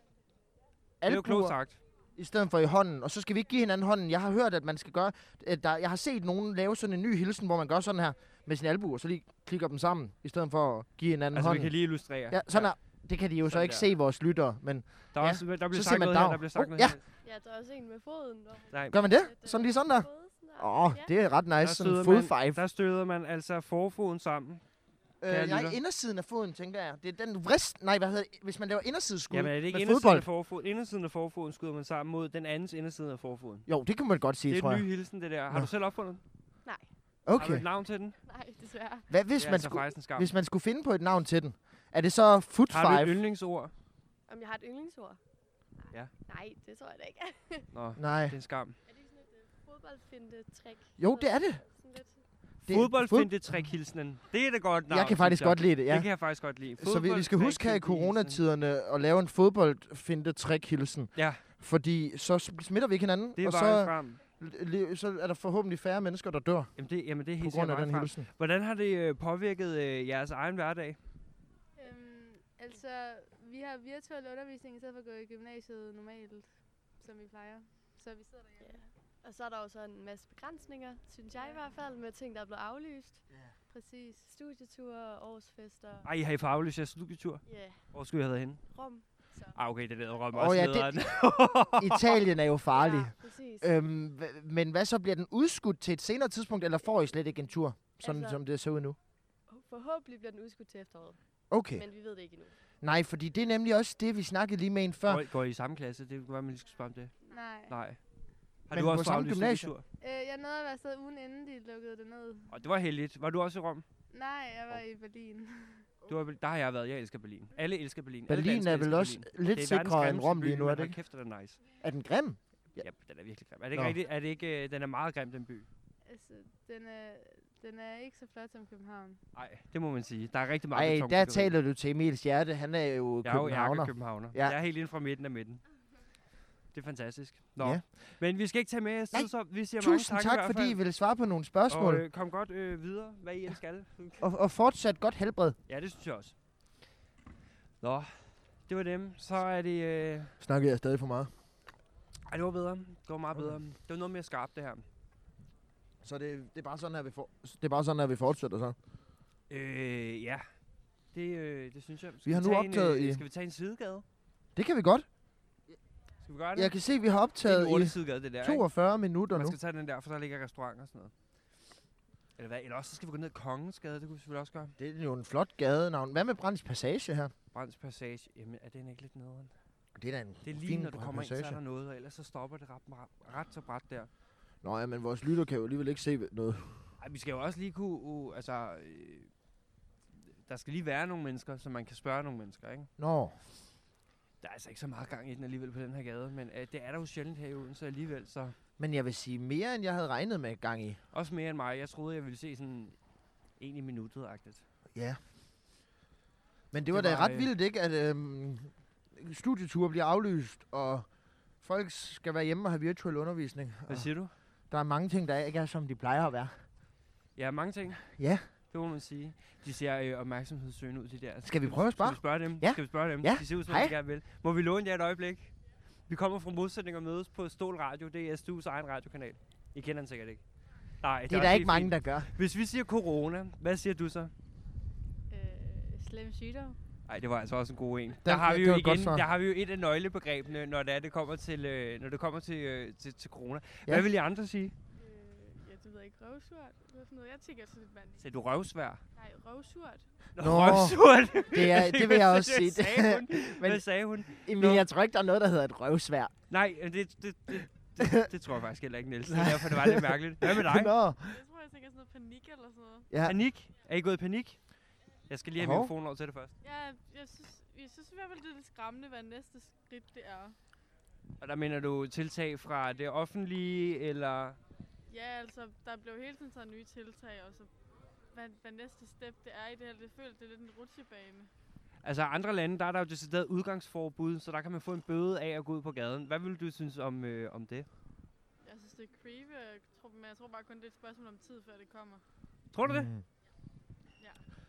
[SPEAKER 3] det er jo klogt
[SPEAKER 1] albuer,
[SPEAKER 3] sagt.
[SPEAKER 1] i stedet for i hånden. Og så skal vi ikke give hinanden hånden. Jeg har hørt, at man skal gøre... At der, jeg har set nogen lave sådan en ny hilsen, hvor man gør sådan her med sin albu, og så lige klikker dem sammen, i stedet for at give hinanden
[SPEAKER 3] Altså, vi
[SPEAKER 1] hånden.
[SPEAKER 3] kan lige illustrere.
[SPEAKER 1] ja, sådan her. Det kan de jo så
[SPEAKER 3] Sådan
[SPEAKER 1] ikke
[SPEAKER 3] der.
[SPEAKER 1] se, vores lyttere, men
[SPEAKER 3] Der, er
[SPEAKER 1] Ja.
[SPEAKER 3] også, der bliver
[SPEAKER 1] Så siger
[SPEAKER 3] sagt
[SPEAKER 1] man
[SPEAKER 3] noget her,
[SPEAKER 1] dag.
[SPEAKER 3] der bliver sagt
[SPEAKER 1] Oh,
[SPEAKER 3] noget
[SPEAKER 1] ja.
[SPEAKER 3] her.
[SPEAKER 5] Jeg der er også en med foden. hvor hun
[SPEAKER 3] Nej.
[SPEAKER 1] gør man det?
[SPEAKER 5] sætter
[SPEAKER 1] Sådan lige sådan der?
[SPEAKER 5] foden
[SPEAKER 1] Åh, oh, det er ret
[SPEAKER 3] Der
[SPEAKER 1] nice, sådan
[SPEAKER 3] støder
[SPEAKER 1] en
[SPEAKER 3] man,
[SPEAKER 1] fodfejf.
[SPEAKER 3] der støder man altså forfoden sammen.
[SPEAKER 1] Øh, jeg
[SPEAKER 3] Kære
[SPEAKER 1] er
[SPEAKER 3] lytter. indersiden
[SPEAKER 1] indersiden af foden, tænker jeg. Det er den vrist... Nej, hvad hedder det? Hvis man laver indersidsskud
[SPEAKER 3] Jamen er det ikke
[SPEAKER 1] med
[SPEAKER 3] indersiden
[SPEAKER 1] fodbold.
[SPEAKER 3] af, forfoden, indersiden af forfoden skyder man sammen mod den andens indersiden af forfoden?
[SPEAKER 1] Jo, det kan man godt sige,
[SPEAKER 3] Det,
[SPEAKER 1] tror
[SPEAKER 3] er
[SPEAKER 1] jeg.
[SPEAKER 3] den nye hilsen, det der. Har
[SPEAKER 1] Nå.
[SPEAKER 3] du selv opfundet den? Har du
[SPEAKER 1] Okay.
[SPEAKER 3] et navn til den? Hvis
[SPEAKER 5] Nej, desværre.
[SPEAKER 1] Hvad hvis,
[SPEAKER 3] det er
[SPEAKER 1] man
[SPEAKER 3] altså
[SPEAKER 1] skulle,
[SPEAKER 3] faktisk en skam.
[SPEAKER 1] hvis man skulle finde på et navn til den? Er det så foot
[SPEAKER 3] Har du et
[SPEAKER 1] five?
[SPEAKER 3] yndlingsord?
[SPEAKER 5] Om jeg har et yndlingsord? Nej.
[SPEAKER 3] Ja.
[SPEAKER 5] Nej, det tror jeg da ikke.
[SPEAKER 3] Nå, det
[SPEAKER 1] Nej.
[SPEAKER 3] er en skam.
[SPEAKER 5] er det ikke sådan et øh, fodboldfinte-trick?
[SPEAKER 1] Jo, det er det.
[SPEAKER 5] Sådan lidt.
[SPEAKER 1] det
[SPEAKER 3] Fodboldfinte-trick-hilsenen. Det er da godt navn,
[SPEAKER 1] Jeg kan faktisk
[SPEAKER 3] synes
[SPEAKER 1] godt lide det,
[SPEAKER 3] Det
[SPEAKER 1] ja.
[SPEAKER 3] kan jeg faktisk godt lide.
[SPEAKER 1] Så vi, vi skal huske her i
[SPEAKER 3] Fodboldtrick-hilsen.
[SPEAKER 1] coronatiderne at lave en fodboldfinte trækhilsen.
[SPEAKER 3] Ja.
[SPEAKER 1] Fordi så sm- smitter vi ikke hinanden,
[SPEAKER 3] Det er
[SPEAKER 1] og
[SPEAKER 3] vejen
[SPEAKER 1] så,
[SPEAKER 3] frem.
[SPEAKER 1] le- så er der forhåbentlig færre mennesker, der dør
[SPEAKER 3] Jamen det, jamen det er
[SPEAKER 1] på
[SPEAKER 3] helt
[SPEAKER 1] grund af
[SPEAKER 3] sikkert vejen
[SPEAKER 1] den
[SPEAKER 3] frem.
[SPEAKER 1] hilsen.
[SPEAKER 3] Hvordan har det øh, påvirket øh, jeres egen hverdag?
[SPEAKER 5] Øhm, altså, vi har virtuel undervisning i stedet for at gå i gymnasiet normalt, som vi plejer. Så vi sidder derhjemme.
[SPEAKER 6] Ja. Og så er der jo så en masse begrænsninger, synes jeg i hvert fald, med ting, der er blevet aflyst.
[SPEAKER 5] Præcis.
[SPEAKER 6] Studieture, årsfester,
[SPEAKER 3] Ej, har I fået aflyst jeres studietur?
[SPEAKER 6] ja,
[SPEAKER 3] Hvor skulle I have været henne?
[SPEAKER 6] rum.
[SPEAKER 3] Ah, okay, det lader Rømme
[SPEAKER 1] Åh,
[SPEAKER 3] også
[SPEAKER 1] ja,
[SPEAKER 3] ja,
[SPEAKER 1] det-
[SPEAKER 3] nederen.
[SPEAKER 1] Italien er jo farlig.
[SPEAKER 6] Ja, præcis.
[SPEAKER 1] Øhm, hva- men hvad så? Bliver den udskudt til et senere tidspunkt, eller får I slet ikke en tur, sådan
[SPEAKER 6] Altså-
[SPEAKER 1] som det ser ud nu?
[SPEAKER 6] Forhåbentlig bliver den udskudt til efteråret,
[SPEAKER 1] Okay.
[SPEAKER 6] men vi ved det ikke endnu.
[SPEAKER 1] Nej, fordi det er nemlig også det, vi snakkede lige med en før.
[SPEAKER 3] Går, I- går I i samme klasse? Det kunne være, man lige skulle spørge om det.
[SPEAKER 5] Nej.
[SPEAKER 3] Nej. Har
[SPEAKER 1] Men
[SPEAKER 3] du
[SPEAKER 1] på
[SPEAKER 3] også fået
[SPEAKER 1] samme
[SPEAKER 3] aflyst
[SPEAKER 1] gymnasie?
[SPEAKER 3] studietur?
[SPEAKER 5] Øh, jeg nåede at være afsted ugen inden de lukkede det ned.
[SPEAKER 3] Og det var heldigt. Var du også i Rom?
[SPEAKER 5] Nej, jeg var i Berlin.
[SPEAKER 3] Du var, i Ber- der har jeg været. Jeg elsker Berlin. Alle elsker Berlin. Alle
[SPEAKER 1] Berlin
[SPEAKER 3] danskere
[SPEAKER 1] er vel
[SPEAKER 3] elsker
[SPEAKER 1] også
[SPEAKER 3] Berlin.
[SPEAKER 1] lidt
[SPEAKER 3] Det er verdens
[SPEAKER 1] sikrere end
[SPEAKER 3] grimmeste
[SPEAKER 1] Rom
[SPEAKER 3] by,
[SPEAKER 1] lige nu,
[SPEAKER 3] men
[SPEAKER 1] er det
[SPEAKER 3] hold
[SPEAKER 1] ikke?
[SPEAKER 3] kæft, den er nice.
[SPEAKER 1] Er den grim?
[SPEAKER 3] Ja,
[SPEAKER 1] Ja.
[SPEAKER 3] den er virkelig grim. Er det ikke
[SPEAKER 1] Nå.
[SPEAKER 3] rigtigt? Er det ikke, øh, den er meget grim, den by?
[SPEAKER 5] Altså, den er, den er ikke så flot som København.
[SPEAKER 3] Nej, det må man sige. Der er rigtig meget
[SPEAKER 1] Ej, der
[SPEAKER 3] betonbyggeri.
[SPEAKER 1] taler du til Emils hjerte. Han er jo
[SPEAKER 3] Jeg er jo ærke
[SPEAKER 1] københavner.
[SPEAKER 3] københavner. Ja.
[SPEAKER 1] Ja.
[SPEAKER 3] Jeg er helt inde fra midten af midten. Det er fantastisk. Nå.
[SPEAKER 1] Ja.
[SPEAKER 3] Men vi skal ikke tage mere tid,
[SPEAKER 1] Nej.
[SPEAKER 3] så vi siger
[SPEAKER 1] Tusind
[SPEAKER 3] mange
[SPEAKER 1] tak,
[SPEAKER 3] i hvert
[SPEAKER 1] fordi I
[SPEAKER 3] fald.
[SPEAKER 1] ville svare på nogle spørgsmål.
[SPEAKER 3] Og øh, kom godt øh, videre, hvad I end skal.
[SPEAKER 1] Og, og fortsat godt helbred.
[SPEAKER 3] Ja, det synes jeg også. Nå, det var dem. Så er det... Øh...
[SPEAKER 1] Snakkede jeg stadig for meget?
[SPEAKER 3] Ej, det var bedre. Det var meget bedre. Det var noget mere skarpt, det her.
[SPEAKER 1] Så det, det er bare sådan, at vi, for, det er bare sådan, at vi fortsætter så.
[SPEAKER 3] Øh, ja. Det, øh, det synes jeg. Skal
[SPEAKER 1] har nu
[SPEAKER 3] tage
[SPEAKER 1] optaget
[SPEAKER 3] En, øh,
[SPEAKER 1] i-
[SPEAKER 3] skal vi tage en sidegade?
[SPEAKER 1] Det kan vi godt.
[SPEAKER 3] Skal vi gøre det?
[SPEAKER 1] Jeg kan se, at vi har
[SPEAKER 3] det er
[SPEAKER 1] optaget
[SPEAKER 3] en lortet
[SPEAKER 1] i
[SPEAKER 3] sidegade, det der, ikke?
[SPEAKER 1] 42 minutter
[SPEAKER 3] Man
[SPEAKER 1] nu.
[SPEAKER 3] skal tage den der, for der ligger restauranter og sådan noget. Eller hvad? Eller også så skal vi gå ned ad Kongensgade, det kunne vi selvfølgelig også gøre.
[SPEAKER 1] Det er jo en flot gadenavn. Hvad med Brands Passage her?
[SPEAKER 3] Brands Passage, jamen er den ikke lidt nederen?
[SPEAKER 1] Det er da en
[SPEAKER 3] Det er lige
[SPEAKER 1] fin
[SPEAKER 3] når du
[SPEAKER 1] Brands
[SPEAKER 3] kommer ind, så er
[SPEAKER 1] Passage.
[SPEAKER 3] der noget, og ellers så stopper det ret, ret, ret så bræt der.
[SPEAKER 1] Nå ja, men vores lytter kan jo alligevel ikke se noget.
[SPEAKER 3] Ej, vi skal jo også lige kunne, uh, altså, øh, der skal lige være nogle mennesker, så man kan spørge nogle mennesker, ikke?
[SPEAKER 1] Nå.
[SPEAKER 3] Der er altså ikke så meget gang i den alligevel på den her gade, men øh, det er der jo sjældent her i Odense alligevel, så
[SPEAKER 1] Men jeg vil sige mere, end jeg havde regnet med gang i.
[SPEAKER 3] også mere end mig. Jeg troede, jeg ville se sådan en i minuttet-agtigt.
[SPEAKER 1] Ja. Men det,
[SPEAKER 3] Det
[SPEAKER 1] var da
[SPEAKER 3] var,
[SPEAKER 1] ret
[SPEAKER 3] øh,
[SPEAKER 1] vildt, ikke? At øhm, studieture bliver aflyst, og folk skal være hjemme og have virtuel undervisning.
[SPEAKER 3] Hvad
[SPEAKER 1] og
[SPEAKER 3] siger du?
[SPEAKER 1] Der er mange ting, der ikke er, som de plejer at være.
[SPEAKER 3] Ja, mange ting.
[SPEAKER 1] Ja.
[SPEAKER 3] Det må man sige. De ser øh, opmærksomhedssøgende ud, de der.
[SPEAKER 1] Skal vi prøve at spørge?
[SPEAKER 3] Skal vi spørge dem?
[SPEAKER 1] Ja.
[SPEAKER 3] Skal vi spørge dem?
[SPEAKER 1] Ja.
[SPEAKER 3] De ser ud, som om
[SPEAKER 1] Hej.
[SPEAKER 3] de gerne vil. Må vi låne jer et øjeblik? Vi kommer fra modsætning og mødes på Stol Radio. Det er SDU's egen radiokanal. I kender den sikkert ikke. Nej,
[SPEAKER 1] Det er der ikke mange, der gør.
[SPEAKER 3] Hvis vi siger corona, hvad siger du så?
[SPEAKER 5] Øh, slem sygdom.
[SPEAKER 3] Nej, det var altså også en god en. Der har,
[SPEAKER 1] det-
[SPEAKER 3] vi
[SPEAKER 1] det
[SPEAKER 3] jo
[SPEAKER 1] var et godt
[SPEAKER 3] igen,
[SPEAKER 1] svar.
[SPEAKER 3] der har vi jo et af nøglebegrebene, når det, er, det kommer til, øh, når det kommer til, øh, til, til corona.
[SPEAKER 1] Ja.
[SPEAKER 3] Hvad vil I andre sige?
[SPEAKER 5] Øh, ja, det ved jeg ikke. Røvsurt? Hvad for noget? Jeg tænker sådan lidt vanligt.
[SPEAKER 3] Sagde du røvsvær?
[SPEAKER 5] Nej, røvsurt.
[SPEAKER 3] Nå,
[SPEAKER 1] Nå,
[SPEAKER 3] røvsurt!
[SPEAKER 1] Det, er, det vil jeg også sige.
[SPEAKER 3] Hvad sagde hun?
[SPEAKER 1] Men-
[SPEAKER 3] Hvad sagde hun?
[SPEAKER 1] Men jeg tror ikke, der er noget, der hedder et røvsvær.
[SPEAKER 3] Nej, øh, det, det, det, det, det tror jeg faktisk heller ikke, Niels. Det er derfor, det var lidt mærkeligt. Hvad med dig?
[SPEAKER 1] Nå.
[SPEAKER 5] Jeg tror, jeg tænker sådan noget panik eller sådan noget.
[SPEAKER 1] Ja.
[SPEAKER 3] Panik? Er I gået i panik? Jeg skal lige have
[SPEAKER 1] Hov.
[SPEAKER 3] mikrofonen over til det først.
[SPEAKER 5] Ja, jeg synes, jeg synes i hvert fald, det er lidt skræmmende, hvad næste skridt det er.
[SPEAKER 3] Og der mener du tiltag fra det offentlige, eller...
[SPEAKER 5] Ja, altså, der blev hele tiden taget nye tiltag, og så hvad, hvad næste step det er i det her, det føler, det er lidt en rutsjebane.
[SPEAKER 3] Altså andre lande, der er der jo decideret udgangsforbud, så der kan man få en bøde af at gå ud på gaden. Hvad vil du synes om, øh, om det?
[SPEAKER 5] Jeg synes, det er creepy, og jeg tror, men jeg tror bare kun, det er et spørgsmål om tid, før det kommer.
[SPEAKER 3] Tror du det?
[SPEAKER 1] Mm.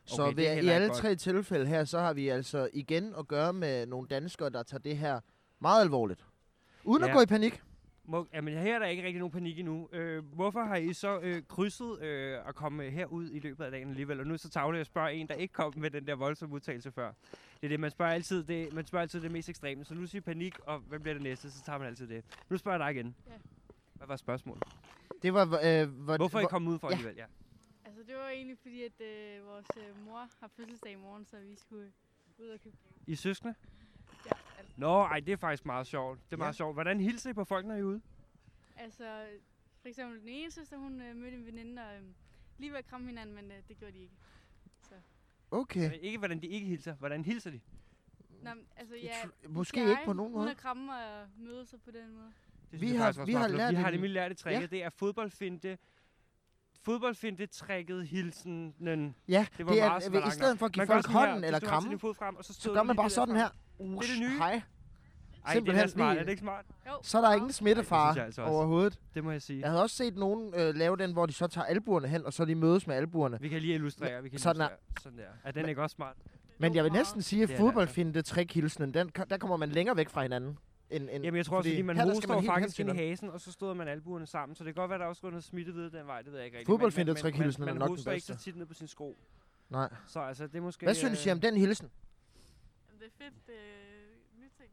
[SPEAKER 1] Så
[SPEAKER 3] Okay, det
[SPEAKER 1] okay,
[SPEAKER 3] er
[SPEAKER 1] ved, i
[SPEAKER 3] heller ikke
[SPEAKER 1] alle
[SPEAKER 3] godt.
[SPEAKER 1] tre tilfælde her, så har vi altså igen at gøre med nogle danskere, der tager det her meget alvorligt. Uden ja.
[SPEAKER 3] Ja.
[SPEAKER 1] at gå i panik.
[SPEAKER 3] Må, jamen, her er der ikke rigtig nogen panik endnu. Øh, hvorfor har I så øh, krydset øh, at komme herud i løbet af dagen alligevel? Og nu er så tavle, jeg spørger en, der ikke kom med den der voldsomme udtalelse før. Det er det, man spørger altid det, man spørger altid det mest ekstreme. Så nu siger panik, og hvad bliver det næste? Så tager man altid det. Nu spørger jeg dig igen.
[SPEAKER 6] Ja.
[SPEAKER 3] Ja. Hvad var spørgsmålet?
[SPEAKER 1] Det var, øh, hvor,
[SPEAKER 3] Hvorfor I
[SPEAKER 1] hvor,
[SPEAKER 3] kom ud for
[SPEAKER 1] ja.
[SPEAKER 3] ja. alligevel? Ja.
[SPEAKER 5] Altså, det var egentlig fordi, at øh, vores øh, mor har fødselsdag i morgen, så vi skulle ud og købe
[SPEAKER 3] I er søskende?
[SPEAKER 5] Ja, alt.
[SPEAKER 3] Nå, ej, det er faktisk meget sjovt. Det
[SPEAKER 1] Ja.
[SPEAKER 3] er meget sjovt. Hvordan hilser I på folk, når I er ude?
[SPEAKER 5] Altså, for eksempel den ene søster, hun øh, mødte en veninde og øh, lige ved at kramme hinanden, men øh, det gjorde de ikke.
[SPEAKER 1] Okay.
[SPEAKER 3] Men Øh, Ikke hvordan de ikke hilser. Hvordan hilser de?
[SPEAKER 5] Nå, men, altså,
[SPEAKER 1] Jeg
[SPEAKER 5] ja,
[SPEAKER 1] tr- måske
[SPEAKER 5] jeg,
[SPEAKER 1] ikke på nogen
[SPEAKER 5] Hun
[SPEAKER 1] måde.
[SPEAKER 5] er kramme og møder sig på den måde.
[SPEAKER 3] Det
[SPEAKER 1] Vi
[SPEAKER 3] synes jeg
[SPEAKER 1] har-
[SPEAKER 3] faktisk også
[SPEAKER 1] vi
[SPEAKER 3] var
[SPEAKER 1] har
[SPEAKER 3] flot.
[SPEAKER 1] lært
[SPEAKER 3] vi har
[SPEAKER 1] en-
[SPEAKER 3] nemlig lært et trick,
[SPEAKER 1] Ja.
[SPEAKER 3] ja. det er fodboldfinte. Fodboldfinte trækket hilsenen.
[SPEAKER 1] Ja,
[SPEAKER 3] Det
[SPEAKER 1] det,
[SPEAKER 3] var
[SPEAKER 1] det
[SPEAKER 3] meget
[SPEAKER 1] er,
[SPEAKER 3] smart
[SPEAKER 1] ved, i stedet for at give
[SPEAKER 3] Man gør
[SPEAKER 1] folk
[SPEAKER 3] sådan her,
[SPEAKER 1] hånden
[SPEAKER 3] hvis
[SPEAKER 1] eller
[SPEAKER 3] du har
[SPEAKER 1] kramme,
[SPEAKER 3] din fod frem, og så,
[SPEAKER 1] så
[SPEAKER 3] støder
[SPEAKER 1] gør
[SPEAKER 3] du
[SPEAKER 1] man
[SPEAKER 3] lige
[SPEAKER 1] bare
[SPEAKER 3] det
[SPEAKER 1] sådan
[SPEAKER 3] der
[SPEAKER 1] her.
[SPEAKER 3] frem. Det er det nye.
[SPEAKER 1] Hej.
[SPEAKER 3] Ej, det er
[SPEAKER 1] Simpelthen
[SPEAKER 3] da smart.
[SPEAKER 1] lige-
[SPEAKER 3] Er det ikke smart?
[SPEAKER 5] Jo,
[SPEAKER 1] Så er der
[SPEAKER 5] meget.
[SPEAKER 1] ingen
[SPEAKER 3] Ej, det
[SPEAKER 1] smittefare
[SPEAKER 3] synes jeg altså også.
[SPEAKER 1] overhovedet.
[SPEAKER 3] Det må jeg sige.
[SPEAKER 1] Jeg havde også set nogen øh, lave den, hvor de så tager albuerne hen, og så de mødes med albuerne.
[SPEAKER 3] Vi kan lige illustrere. Vi kan
[SPEAKER 1] Sådan der.
[SPEAKER 3] illustrere. Sådan der. Er den ikke også smart?
[SPEAKER 1] Men jeg vil
[SPEAKER 5] meget.
[SPEAKER 1] næsten sige, at
[SPEAKER 3] Det er det
[SPEAKER 1] fodboldfinte trickhilsenen, den, ko- der kommer man længere væk fra hinanden. End, end,
[SPEAKER 3] Jamen, jeg tror også, fordi man
[SPEAKER 1] her, der
[SPEAKER 3] hoster
[SPEAKER 1] skal man
[SPEAKER 3] man
[SPEAKER 1] helt hen
[SPEAKER 3] faktisk
[SPEAKER 1] til
[SPEAKER 3] ind i
[SPEAKER 1] hinanden.
[SPEAKER 3] hasen, og så stod man albuerne sammen. Så det kan godt være, der også rundt smitte ved den vej. Det ved jeg ikke rigtigt.
[SPEAKER 1] Fodboldfinte
[SPEAKER 3] Men- men- men-
[SPEAKER 1] trækhilsen er
[SPEAKER 3] Man
[SPEAKER 1] nok den
[SPEAKER 3] hoster ikke så
[SPEAKER 1] bedste.
[SPEAKER 3] tit ned på sin sko.
[SPEAKER 1] Nej.
[SPEAKER 3] Så altså, det er måske...
[SPEAKER 1] Hvad synes I om den hilsen?
[SPEAKER 5] Jamen, Det er fedt. Øh, nyt ting.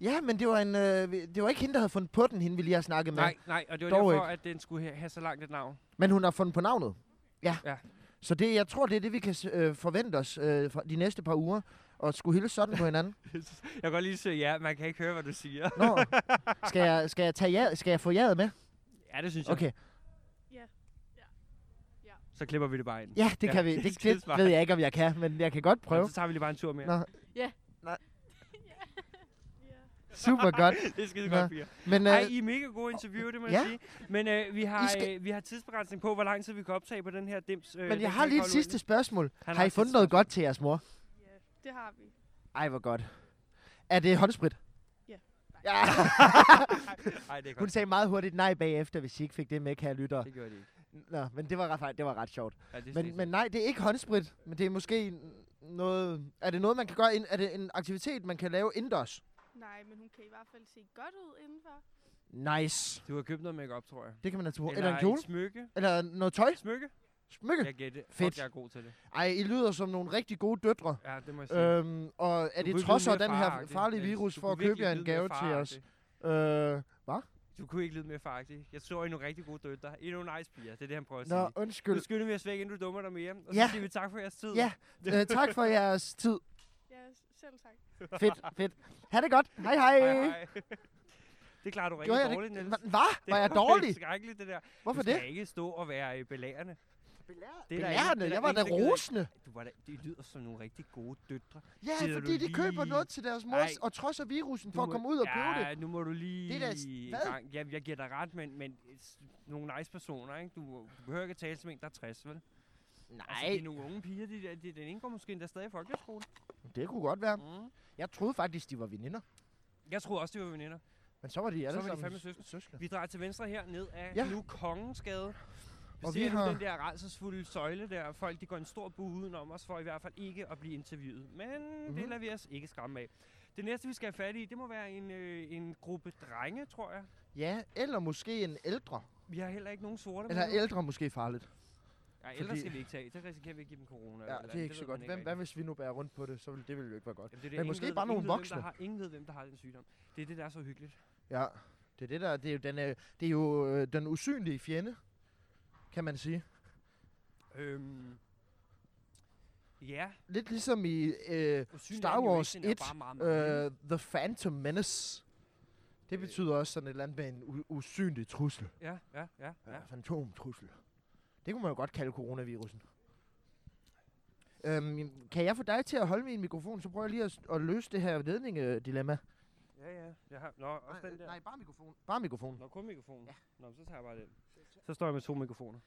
[SPEAKER 1] Ja, men det var, en, øh, vi- det var ikke hende, der havde fundet på den, hende vi lige har snakket med.
[SPEAKER 3] Nej, nej, og det var
[SPEAKER 1] Dog
[SPEAKER 3] derfor, at den skulle ha- have så langt et navn.
[SPEAKER 1] Men hun har fundet på navnet. Ja.
[SPEAKER 3] Ja.
[SPEAKER 1] Så det, jeg tror, det er det, vi kan s- øh, forvente os øh, fra de næste par uger. Og skulle hilse sådan på hinanden.
[SPEAKER 3] Jeg kan godt lige sige, ja, man kan ikke høre, hvad du siger.
[SPEAKER 1] Nå, skal jeg, skal jeg, tage jad, skal jeg få jadet med?
[SPEAKER 3] Ja, det synes jeg.
[SPEAKER 1] Okay,
[SPEAKER 3] Så klipper vi det bare ind.
[SPEAKER 1] ja, det
[SPEAKER 3] Ja,
[SPEAKER 1] kan vi.
[SPEAKER 3] det
[SPEAKER 1] Det,
[SPEAKER 3] skal
[SPEAKER 1] det
[SPEAKER 3] svare.
[SPEAKER 1] ved jeg ikke, om jeg kan, men jeg kan godt prøve.
[SPEAKER 3] Så tager vi lige bare en tur mere.
[SPEAKER 1] Nå.
[SPEAKER 5] Ja.
[SPEAKER 1] Super godt.
[SPEAKER 3] det er skide
[SPEAKER 1] Nå.
[SPEAKER 3] godt, piger.
[SPEAKER 1] Men
[SPEAKER 3] Ej,
[SPEAKER 1] øh,
[SPEAKER 3] I er mega gode interviewer, det må
[SPEAKER 1] Ja.
[SPEAKER 3] jeg sige. Men øh, vi, har,
[SPEAKER 1] I skal-
[SPEAKER 3] øh, vi har tidsbegrænsning på, hvor lang tid vi kan optage på den her dims. Øh,
[SPEAKER 1] Men
[SPEAKER 3] den
[SPEAKER 1] jeg har
[SPEAKER 3] kan
[SPEAKER 1] lige
[SPEAKER 3] ikke
[SPEAKER 1] et
[SPEAKER 3] holde
[SPEAKER 1] sidste spørgsmål.
[SPEAKER 3] Han
[SPEAKER 1] har
[SPEAKER 3] har
[SPEAKER 1] I
[SPEAKER 3] et
[SPEAKER 1] fundet
[SPEAKER 3] sidste
[SPEAKER 1] noget godt til jeres mor?
[SPEAKER 5] ja, det har vi.
[SPEAKER 1] Ej, hvor godt. Er det håndsprit?
[SPEAKER 5] Ja.
[SPEAKER 1] ja.
[SPEAKER 3] ud. Ej, det
[SPEAKER 1] Hun
[SPEAKER 3] er godt.
[SPEAKER 1] sagde meget hurtigt nej bagefter, hvis I ikke fik det med, kære lytter.
[SPEAKER 3] Det gjorde de ikke.
[SPEAKER 1] Nå, men det var ret, fej- det var ret sjovt.
[SPEAKER 3] Ja, det er
[SPEAKER 1] Men, men nej, det er ikke håndsprit, men det er måske n- noget... Er det noget, man kan gøre? ind- Er det en aktivitet, man kan lave indendørs?
[SPEAKER 5] Nej, men hun kan i hvert fald se godt ud indenfor.
[SPEAKER 1] Nice.
[SPEAKER 3] Du har købt noget makeup, tror jeg.
[SPEAKER 1] Det kan man altså... Eller, eller en
[SPEAKER 3] et
[SPEAKER 1] kjole?
[SPEAKER 3] smykke.
[SPEAKER 1] Eller noget tøj?
[SPEAKER 3] Smykke?
[SPEAKER 1] Smykke?
[SPEAKER 3] Jeg gætter. Fedt.
[SPEAKER 1] Fedt.
[SPEAKER 3] Jeg er god til det.
[SPEAKER 1] Ej, I lyder som nogle rigtig gode døtre.
[SPEAKER 3] Ja, det må jeg sige.
[SPEAKER 1] Øhm, og er det trods af den her
[SPEAKER 3] Øh,
[SPEAKER 1] farlige virus for at købe jer en gave til os? Øh,
[SPEAKER 3] Du kunne ikke lyde mere faragtig. Jeg tror, I er nogle rigtig gode døtre. I er nogle nice piger. Det er det, han prøver at sige.
[SPEAKER 1] nå,
[SPEAKER 3] Nu
[SPEAKER 1] undskyld.
[SPEAKER 3] skynder vi os væk, inden du dummer dig mere. Og så
[SPEAKER 1] Ja.
[SPEAKER 3] siger vi tak for jeres tid.
[SPEAKER 1] Ja, øh, tak for jeres tid.
[SPEAKER 5] Ja, selv tak.
[SPEAKER 1] Fedt, fedt. Ha' det godt. Hej, hej.
[SPEAKER 3] Hej, hej. Det klarer du rigtig
[SPEAKER 1] Gjorde jeg
[SPEAKER 3] dårligt,
[SPEAKER 1] det?
[SPEAKER 3] Niels.
[SPEAKER 1] Hva- Hvad?
[SPEAKER 3] Det
[SPEAKER 1] Var jeg
[SPEAKER 3] var
[SPEAKER 1] dårlig?
[SPEAKER 3] skrækkeligt, det der.
[SPEAKER 1] Hvorfor
[SPEAKER 3] du skal
[SPEAKER 1] det?
[SPEAKER 3] ikke stå og være øh, belærende. Det er der ingen- det er
[SPEAKER 1] Belærende.
[SPEAKER 3] der
[SPEAKER 1] Jeg var
[SPEAKER 3] ingen,
[SPEAKER 1] da
[SPEAKER 3] der gider.
[SPEAKER 1] rosende.
[SPEAKER 3] Du var da, det lyder som nogle rigtig gode døtre.
[SPEAKER 1] Ja,
[SPEAKER 3] Gider
[SPEAKER 1] fordi
[SPEAKER 3] du
[SPEAKER 1] de køber
[SPEAKER 3] lige-
[SPEAKER 1] noget til deres
[SPEAKER 3] Ej.
[SPEAKER 1] mors, og trods af virusen, for
[SPEAKER 3] Du
[SPEAKER 1] at
[SPEAKER 3] må-
[SPEAKER 1] komme ud og købe det.
[SPEAKER 3] Ja, nu må du lige...
[SPEAKER 1] Det er da s-
[SPEAKER 3] en
[SPEAKER 1] hvad?
[SPEAKER 3] gang- Ja, jeg giver dig ret, men, men s- nogle nice personer, ikke? Du, må- du behøver ikke at tale som en, der er 60, vel? Altså, det er
[SPEAKER 1] Nej,
[SPEAKER 3] nogle unge piger, de der, de, den ene går måske endda stadig i folkeskole.
[SPEAKER 1] det kunne godt være.
[SPEAKER 3] Mm.
[SPEAKER 1] Jeg troede faktisk, de var veninder.
[SPEAKER 3] Jeg tror også, de var veninder.
[SPEAKER 1] Men så var de alle
[SPEAKER 3] var de fandme
[SPEAKER 1] sammen
[SPEAKER 3] søskende.
[SPEAKER 1] søskende.
[SPEAKER 3] Vi drejer til venstre her, ned af ja.
[SPEAKER 1] Ja.
[SPEAKER 3] nu Kongensgade. Hvis
[SPEAKER 1] Og
[SPEAKER 3] det
[SPEAKER 1] vi
[SPEAKER 3] er
[SPEAKER 1] har-
[SPEAKER 3] den der rejsesfulde søjle der, folk de går en stor bue udenom os for i hvert fald ikke at blive interviewet. Men mm-hmm. det
[SPEAKER 1] Mhm.
[SPEAKER 3] lader vi os ikke skræmme af. Det næste, vi skal have fat i, det må være en, øh, en gruppe drenge, tror jeg.
[SPEAKER 1] Ja, eller måske en ældre.
[SPEAKER 3] Vi har heller ikke nogen sorte
[SPEAKER 1] Eller
[SPEAKER 3] med.
[SPEAKER 1] ældre er måske farligt.
[SPEAKER 3] Nej, ældre
[SPEAKER 1] fordi-
[SPEAKER 3] skal vi ikke tage. Det risikerer vi at give dem corona.
[SPEAKER 1] Ja,
[SPEAKER 3] eller et
[SPEAKER 1] det
[SPEAKER 3] andet.
[SPEAKER 1] er ikke så
[SPEAKER 3] ved
[SPEAKER 1] godt.
[SPEAKER 3] man
[SPEAKER 1] Hvem, hvad
[SPEAKER 3] rigtig.
[SPEAKER 1] hvis vi nu bærer rundt på det, så vil det ville jo ikke være godt.
[SPEAKER 3] Jamen, det er det,
[SPEAKER 1] men
[SPEAKER 3] ingen
[SPEAKER 1] måske
[SPEAKER 3] ved-
[SPEAKER 1] bare nogle
[SPEAKER 3] ingen ved, hvem der
[SPEAKER 1] voksne.
[SPEAKER 3] har- Ingen ved, hvem der har den sygdom. Det er det, der er så hyggeligt.
[SPEAKER 1] Ja, det er det der, det er jo, den, øh, det er jo øh, den usynlige fjende, kan man sige.
[SPEAKER 3] Øhm. Ja,
[SPEAKER 1] Lidt ligesom i øh,
[SPEAKER 3] usynlig
[SPEAKER 1] Star Wars
[SPEAKER 3] animation er jo
[SPEAKER 1] 1,
[SPEAKER 3] bare meget, meget
[SPEAKER 1] øh, The Phantom Menace. Det
[SPEAKER 3] Øh.
[SPEAKER 1] betyder også sådan et eller andet med en u- usynlig trussel.
[SPEAKER 3] Ja, ja, ja, ja.
[SPEAKER 1] Ja. Fantomtrussel. Det kunne man jo godt kalde coronavirusen. Øhm, kan jeg få dig til at holde min mikrofon, så prøver jeg lige at, at løse det her ledningedilemma.
[SPEAKER 3] Ja, ja. Jeg har, nå, også den der.
[SPEAKER 1] øh, bare mikrofon. Bare mikrofon.
[SPEAKER 3] Nå, kun mikrofonen. Ja. Nå, men så tager jeg bare den. Så står jeg med to mikrofoner.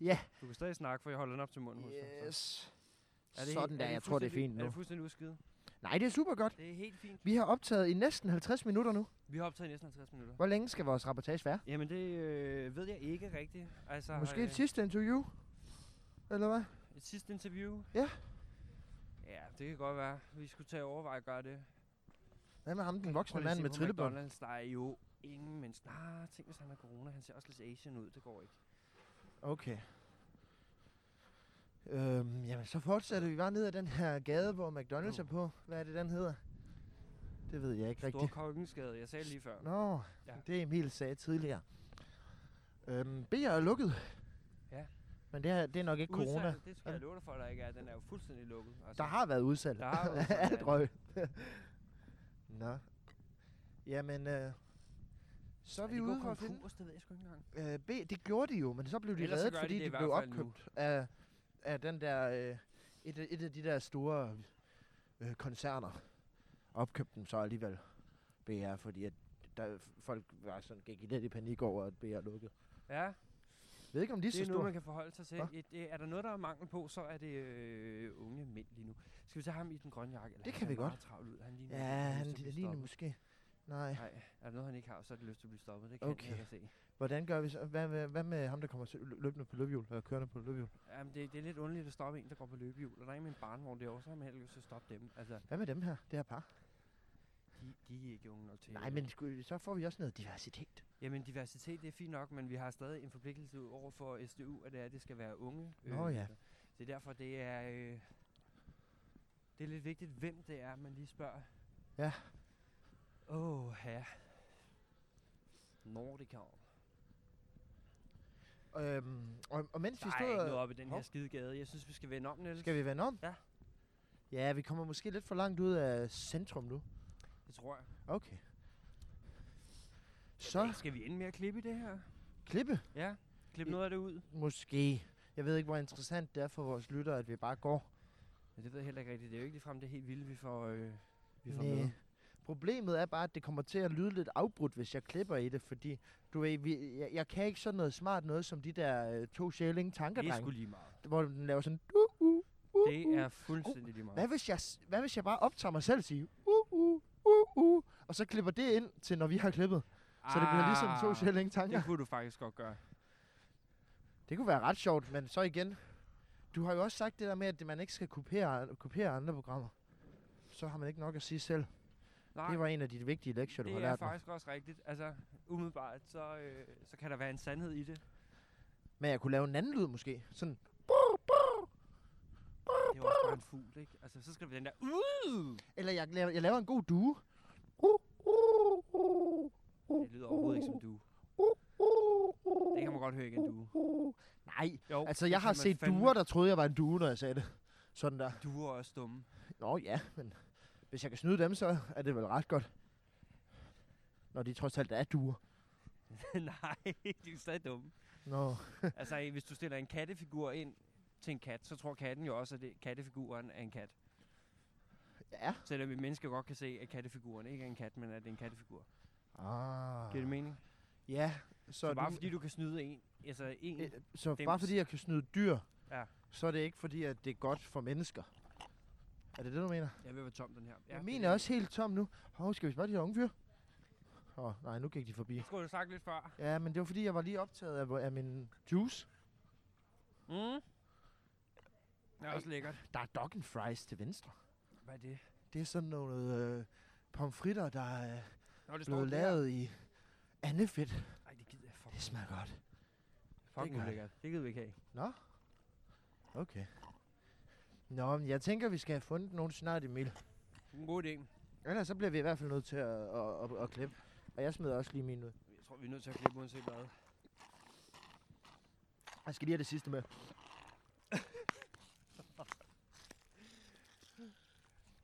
[SPEAKER 1] Ja.
[SPEAKER 3] Du kan stadig snakke, for jeg holder den op til munden hos dig. så.
[SPEAKER 1] Yes.
[SPEAKER 3] Er
[SPEAKER 1] Sådan
[SPEAKER 3] helt-
[SPEAKER 1] der, jeg tror det er
[SPEAKER 3] fuldstændig-
[SPEAKER 1] fint
[SPEAKER 3] Er
[SPEAKER 1] nu.
[SPEAKER 3] det fuldstændig udskidt?
[SPEAKER 1] Nej, det er super godt.
[SPEAKER 3] Det er helt fint.
[SPEAKER 1] Vi har optaget i næsten 50 minutter nu.
[SPEAKER 3] Vi har optaget i næsten 50 minutter.
[SPEAKER 1] Hvor længe skal vores rapportage være?
[SPEAKER 3] Jamen, det øh, ved jeg ikke rigtigt. Altså,
[SPEAKER 1] Måske
[SPEAKER 3] øh,
[SPEAKER 1] et sidste interview? Eller hvad?
[SPEAKER 3] Et sidste interview?
[SPEAKER 1] Ja.
[SPEAKER 3] Ja, det kan godt være. Vi skulle tage og overveje at gøre det.
[SPEAKER 1] Hvad med ham, den voksne
[SPEAKER 3] Prøv lige at
[SPEAKER 1] mand
[SPEAKER 3] se
[SPEAKER 1] med
[SPEAKER 3] på
[SPEAKER 1] trillebånd?
[SPEAKER 3] McDonald's, der er jo ingen mennesker. Ah, tænk hvis han har corona. Han ser også lidt Asian ud. Det går ikke.
[SPEAKER 1] Okay. Øhm, jamen, så fortsætter vi bare ned ad den her gade, hvor McDonald's er på. Hvad er det, den hedder? Det ved jeg ikke
[SPEAKER 3] Stor
[SPEAKER 1] rigtigt.
[SPEAKER 3] kokkensgade. Jeg sagde det lige før.
[SPEAKER 1] Nå,
[SPEAKER 3] Ja.
[SPEAKER 1] ja. det Emil sagde tidligere. Øhm, B er lukket.
[SPEAKER 3] Ja.
[SPEAKER 1] Men det, her, det er nok ikke corona.
[SPEAKER 3] Udsalg, det skal jeg love dig for, der ikke er. Den er jo fuldstændig lukket. Altså,
[SPEAKER 1] Der har været udsalg.
[SPEAKER 3] Der har været udsalg,
[SPEAKER 1] Alt
[SPEAKER 3] ja.
[SPEAKER 1] røg. Nå. Jamen, øh, så er vi
[SPEAKER 3] de
[SPEAKER 1] ude
[SPEAKER 3] gået
[SPEAKER 1] for at finde...
[SPEAKER 3] konkurs? Det ved jeg sgu ikke engang.
[SPEAKER 1] Øh, B, det gjorde de jo, men så blev de
[SPEAKER 3] Ellers så
[SPEAKER 1] reddet,
[SPEAKER 3] gør de
[SPEAKER 1] fordi
[SPEAKER 3] det i
[SPEAKER 1] de,
[SPEAKER 3] hvert
[SPEAKER 1] blev
[SPEAKER 3] fald nu.
[SPEAKER 1] opkøbt af, af den der, øh, et, af- et af de der store øh, koncerner. Opkøbte dem så alligevel, BR, fordi at der, folk var sådan, gik i lidt i panik over, at BR lukkede.
[SPEAKER 3] Ja,
[SPEAKER 1] Jeg ved ikke, om de er
[SPEAKER 3] det,
[SPEAKER 1] så
[SPEAKER 3] er noget,
[SPEAKER 1] store.
[SPEAKER 3] man kan forholde sig til.
[SPEAKER 1] Hva?
[SPEAKER 3] Et, det, er der noget, der er mangel på, så er det øh, unge mænd lige nu. Skal vi tage ham i den grønne jakke? Eller
[SPEAKER 1] Det
[SPEAKER 3] han
[SPEAKER 1] kan
[SPEAKER 3] ser
[SPEAKER 1] vi
[SPEAKER 3] meget
[SPEAKER 1] godt.
[SPEAKER 3] Travl ud. Han ligner,
[SPEAKER 1] Ja,
[SPEAKER 3] en, der har lyst
[SPEAKER 1] han
[SPEAKER 3] til at blive
[SPEAKER 1] det ligner
[SPEAKER 3] stoppet.
[SPEAKER 1] måske. Nej.
[SPEAKER 3] Nej, er der noget, han ikke har, så er det lyst til at blive stoppet. Det kan okay.
[SPEAKER 1] Okay.
[SPEAKER 3] jeg ikke se.
[SPEAKER 1] Hvordan gør vi så? Hvad, hvad, hvad med ham, der kommer til- lø- løbende på løbehjul? Eller kørende på løbehjul?
[SPEAKER 3] Jamen, det, det er lidt underligt at stoppe en, der går på løbehjul. Og der er en med en barnvogn derovre, så har man heller ikke lyst til at stoppe dem. Altså,
[SPEAKER 1] Hvad med dem her? Det her par?
[SPEAKER 3] de, de er ikke unge nok til.
[SPEAKER 1] Nej, men sku, så får vi også noget diversitet.
[SPEAKER 3] Jamen, diversitet, det er fint nok, men vi har stadig en forpligtelse over for SDU, at det, er, at det skal være unge.
[SPEAKER 1] Nå ja.
[SPEAKER 3] altså. Det er derfor, det er... Øh, det er lidt vigtigt, hvem det er, man lige spørger.
[SPEAKER 1] Ja.
[SPEAKER 3] Åh, oh, ja. Nordicom.
[SPEAKER 1] Øhm, og, og mens
[SPEAKER 3] Der
[SPEAKER 1] vi
[SPEAKER 3] er
[SPEAKER 1] stod...
[SPEAKER 3] ikke
[SPEAKER 1] og-
[SPEAKER 3] noget op i den her
[SPEAKER 1] Hov.
[SPEAKER 3] skidegade. Jeg synes, vi skal vende om, Niels.
[SPEAKER 1] Skal vi vende om?
[SPEAKER 3] Ja.
[SPEAKER 1] Ja, vi kommer måske lidt for langt ud af centrum nu.
[SPEAKER 3] Det tror jeg.
[SPEAKER 1] Okay.
[SPEAKER 3] Så.
[SPEAKER 1] Så
[SPEAKER 3] Skal vi ende med at klippe i det her?
[SPEAKER 1] klippe.
[SPEAKER 3] Ja. Klippe
[SPEAKER 1] I-
[SPEAKER 3] noget af det ud.
[SPEAKER 1] Måske. Jeg ved ikke, hvor interessant det er for vores lyttere, at vi bare går.
[SPEAKER 3] Ja, det ved jeg heller ikke rigtigt. Det er jo ikke ligefrem det helt vilde, vi får, øh, vi får
[SPEAKER 1] Næh.
[SPEAKER 3] med.
[SPEAKER 1] Problemet er bare, at det kommer til at lyde lidt afbrudt, hvis jeg klipper i det, fordi du ved, vi, jeg, jeg kan ikke sådan noget smart noget som de der øh, to sjælinge
[SPEAKER 3] Det er
[SPEAKER 1] tankerdrenge,
[SPEAKER 3] sgu lige meget.
[SPEAKER 1] hvor den laver sådan... Uh, uh, uh,
[SPEAKER 3] Det
[SPEAKER 1] uh.
[SPEAKER 3] er fuldstændig lige meget.
[SPEAKER 1] Hvad hvis, jeg, s- hvad hvis jeg bare optager mig selv og siger, uh, uh, uh, uh, og så klipper det ind til, når vi har klippet. Så det bliver ligesom
[SPEAKER 3] Ah.
[SPEAKER 1] to sjælinge tanker.
[SPEAKER 3] Det kunne du faktisk godt gøre.
[SPEAKER 1] Det kunne være ret sjovt, men så igen. Du har jo også sagt det der med, at man ikke skal kopiere, kopiere andre programmer. Så har man ikke nok at sige selv.
[SPEAKER 3] Nej,
[SPEAKER 1] Det var en af de vigtige lektier, du har
[SPEAKER 3] det er
[SPEAKER 1] lært mig.
[SPEAKER 3] faktisk også rigtigt. Altså, umiddelbart, så, øh, så kan der være en sandhed i det.
[SPEAKER 1] Men jeg kunne lave en anden lyd måske. Sådan,
[SPEAKER 3] Det er jo også bare en fugl, ikke? Altså, så skal der være den der... Uh!
[SPEAKER 1] eller jeg laver, jeg laver en god due. Uh, uh, uh, uh,
[SPEAKER 3] Det lyder overhovedet ikke som du.
[SPEAKER 1] uh, uh,
[SPEAKER 3] Det kan man godt høre igen, du.
[SPEAKER 1] uh. Nej,
[SPEAKER 3] Jo,
[SPEAKER 1] altså
[SPEAKER 3] det
[SPEAKER 1] jeg
[SPEAKER 3] kan
[SPEAKER 1] har
[SPEAKER 3] man
[SPEAKER 1] set
[SPEAKER 3] fandme.
[SPEAKER 1] duer, der troede, jeg var en due, når jeg sagde det. Sådan der.
[SPEAKER 3] Duer er også dumme.
[SPEAKER 1] Nå ja, men hvis jeg kan snyde dem, så er det vel ret godt. Når de trods alt er duer.
[SPEAKER 3] Nej, de er stadig dumme.
[SPEAKER 1] Nå,
[SPEAKER 3] Altså, eh, hvis du stiller en kattefigur ind til en kat, så tror katten jo også, at det, kattefiguren er en kat.
[SPEAKER 1] ja.
[SPEAKER 3] Selvom vi mennesker godt kan se, at kattefiguren ikke er en kat, men at det er en kattefigur.
[SPEAKER 1] Ah.
[SPEAKER 3] Giver det mening?
[SPEAKER 1] Ja, så,
[SPEAKER 3] Så, så bare
[SPEAKER 1] du,
[SPEAKER 3] fordi du kan snyde en, altså en
[SPEAKER 1] øh, så
[SPEAKER 3] dem-
[SPEAKER 1] bare fordi jeg kan snyde dyr,
[SPEAKER 3] Ja.
[SPEAKER 1] så er det ikke fordi, at det er godt for mennesker. Er det det, du mener?
[SPEAKER 3] Jeg vil være tom, den her.
[SPEAKER 1] Ja, jeg
[SPEAKER 3] det
[SPEAKER 1] mener
[SPEAKER 3] det.
[SPEAKER 1] også helt tom nu. Hov, skal vi spørge de her unge fyr? Åh, oh, nej, nu gik de forbi.
[SPEAKER 3] Det skulle du have sagt lidt før.
[SPEAKER 1] Ja, men det var fordi, jeg var lige optaget af, hvor- af min juice.
[SPEAKER 3] Mm. Det er også lækkert.
[SPEAKER 1] Der er doggen fries til venstre.
[SPEAKER 3] Hvad er det?
[SPEAKER 1] Det er sådan noget øh, pomfritter, der er øh,
[SPEAKER 3] Nå, det
[SPEAKER 1] blevet lavet i andefedt.
[SPEAKER 3] Nej, det gider jeg fuck.
[SPEAKER 1] Det smager godt.
[SPEAKER 3] Fuck, det
[SPEAKER 1] gør
[SPEAKER 3] er
[SPEAKER 1] jeg.
[SPEAKER 3] lækkert. Det gider vi ikke have.
[SPEAKER 1] Okay. Nå, men jeg tænker, vi skal have fundet nogen snart, Emil.
[SPEAKER 3] En god idé.
[SPEAKER 1] Ellers så bliver vi i hvert fald nødt til at, at, at, at klippe. Og jeg smider også lige min ud.
[SPEAKER 3] Jeg tror, vi er nødt til at klippe uanset hvad.
[SPEAKER 1] Jeg skal lige have det sidste med.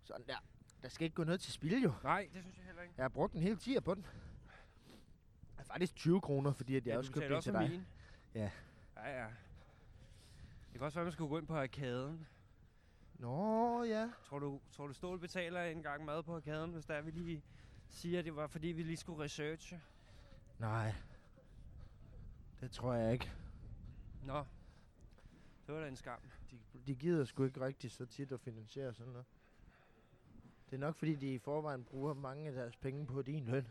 [SPEAKER 1] Sådan der. Der skal ikke gå noget til spil jo.
[SPEAKER 3] Nej, det synes jeg heller ikke.
[SPEAKER 1] Jeg har brugt en hel tier på den. Ja, Faktisk 20 kroner, fordi at jeg
[SPEAKER 3] du
[SPEAKER 1] også købte
[SPEAKER 3] betaler
[SPEAKER 1] en til
[SPEAKER 3] for
[SPEAKER 1] dig.
[SPEAKER 3] mine.
[SPEAKER 1] Ja.
[SPEAKER 3] Ja, ja. Det kan også være, at man skulle gå ind på arkaden.
[SPEAKER 1] Nå ja.
[SPEAKER 3] Tror du, tror du Stål betaler en gang mad på arkaden, hvis der er, vi lige siger, at det var fordi, vi lige skulle researche?
[SPEAKER 1] Nej. Det tror jeg ikke.
[SPEAKER 3] Nå. Det var da en skam.
[SPEAKER 1] De, de gider sgu ikke rigtig så tit at finansiere sådan noget. Det er nok fordi, de i forvejen bruger mange af deres penge på din løn.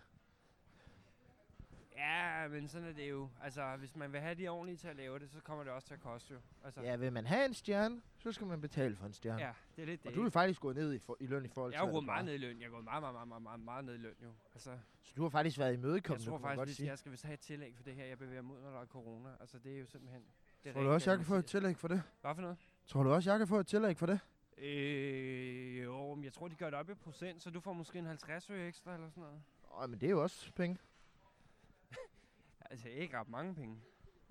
[SPEAKER 3] Ja, Ja, men sådan er det jo. Altså, hvis man vil have de ordentlige til at lave det, så kommer det også til at koste jo. Altså,
[SPEAKER 1] Ja, vil man have en stjerne, så skal man betale for en stjerne.
[SPEAKER 3] ja det er lidt det.
[SPEAKER 1] Og du er
[SPEAKER 3] ikke?
[SPEAKER 1] faktisk gået ned i, for, i løn i forhold til,
[SPEAKER 3] jeg har
[SPEAKER 1] hvad
[SPEAKER 3] gået
[SPEAKER 1] du
[SPEAKER 3] meget
[SPEAKER 1] var.
[SPEAKER 3] ned i løn. Jeg har gået meget, meget, meget, meget, meget, meget ned i løn jo. Altså,
[SPEAKER 1] Så du har faktisk været
[SPEAKER 3] jeg
[SPEAKER 1] imødekommende,
[SPEAKER 3] tror
[SPEAKER 1] kan man godt
[SPEAKER 3] faktisk, at
[SPEAKER 1] sige.
[SPEAKER 3] jeg skal vist have et tillæg for det her, jeg bevæger mod, når der er corona. Altså, det er jo simpelthen... Det
[SPEAKER 1] Tror du også, jeg kan få et tillæg for det?
[SPEAKER 3] Hvad for noget?
[SPEAKER 1] Tror du også, jeg kan få et tillæg for det?
[SPEAKER 3] Øh, jo, men jeg tror, de gør det op i procent, så du får måske en 50 øre ekstra eller sådan noget.
[SPEAKER 1] Åh, men det er jo også penge.
[SPEAKER 3] Altså, ikke ret mange penge.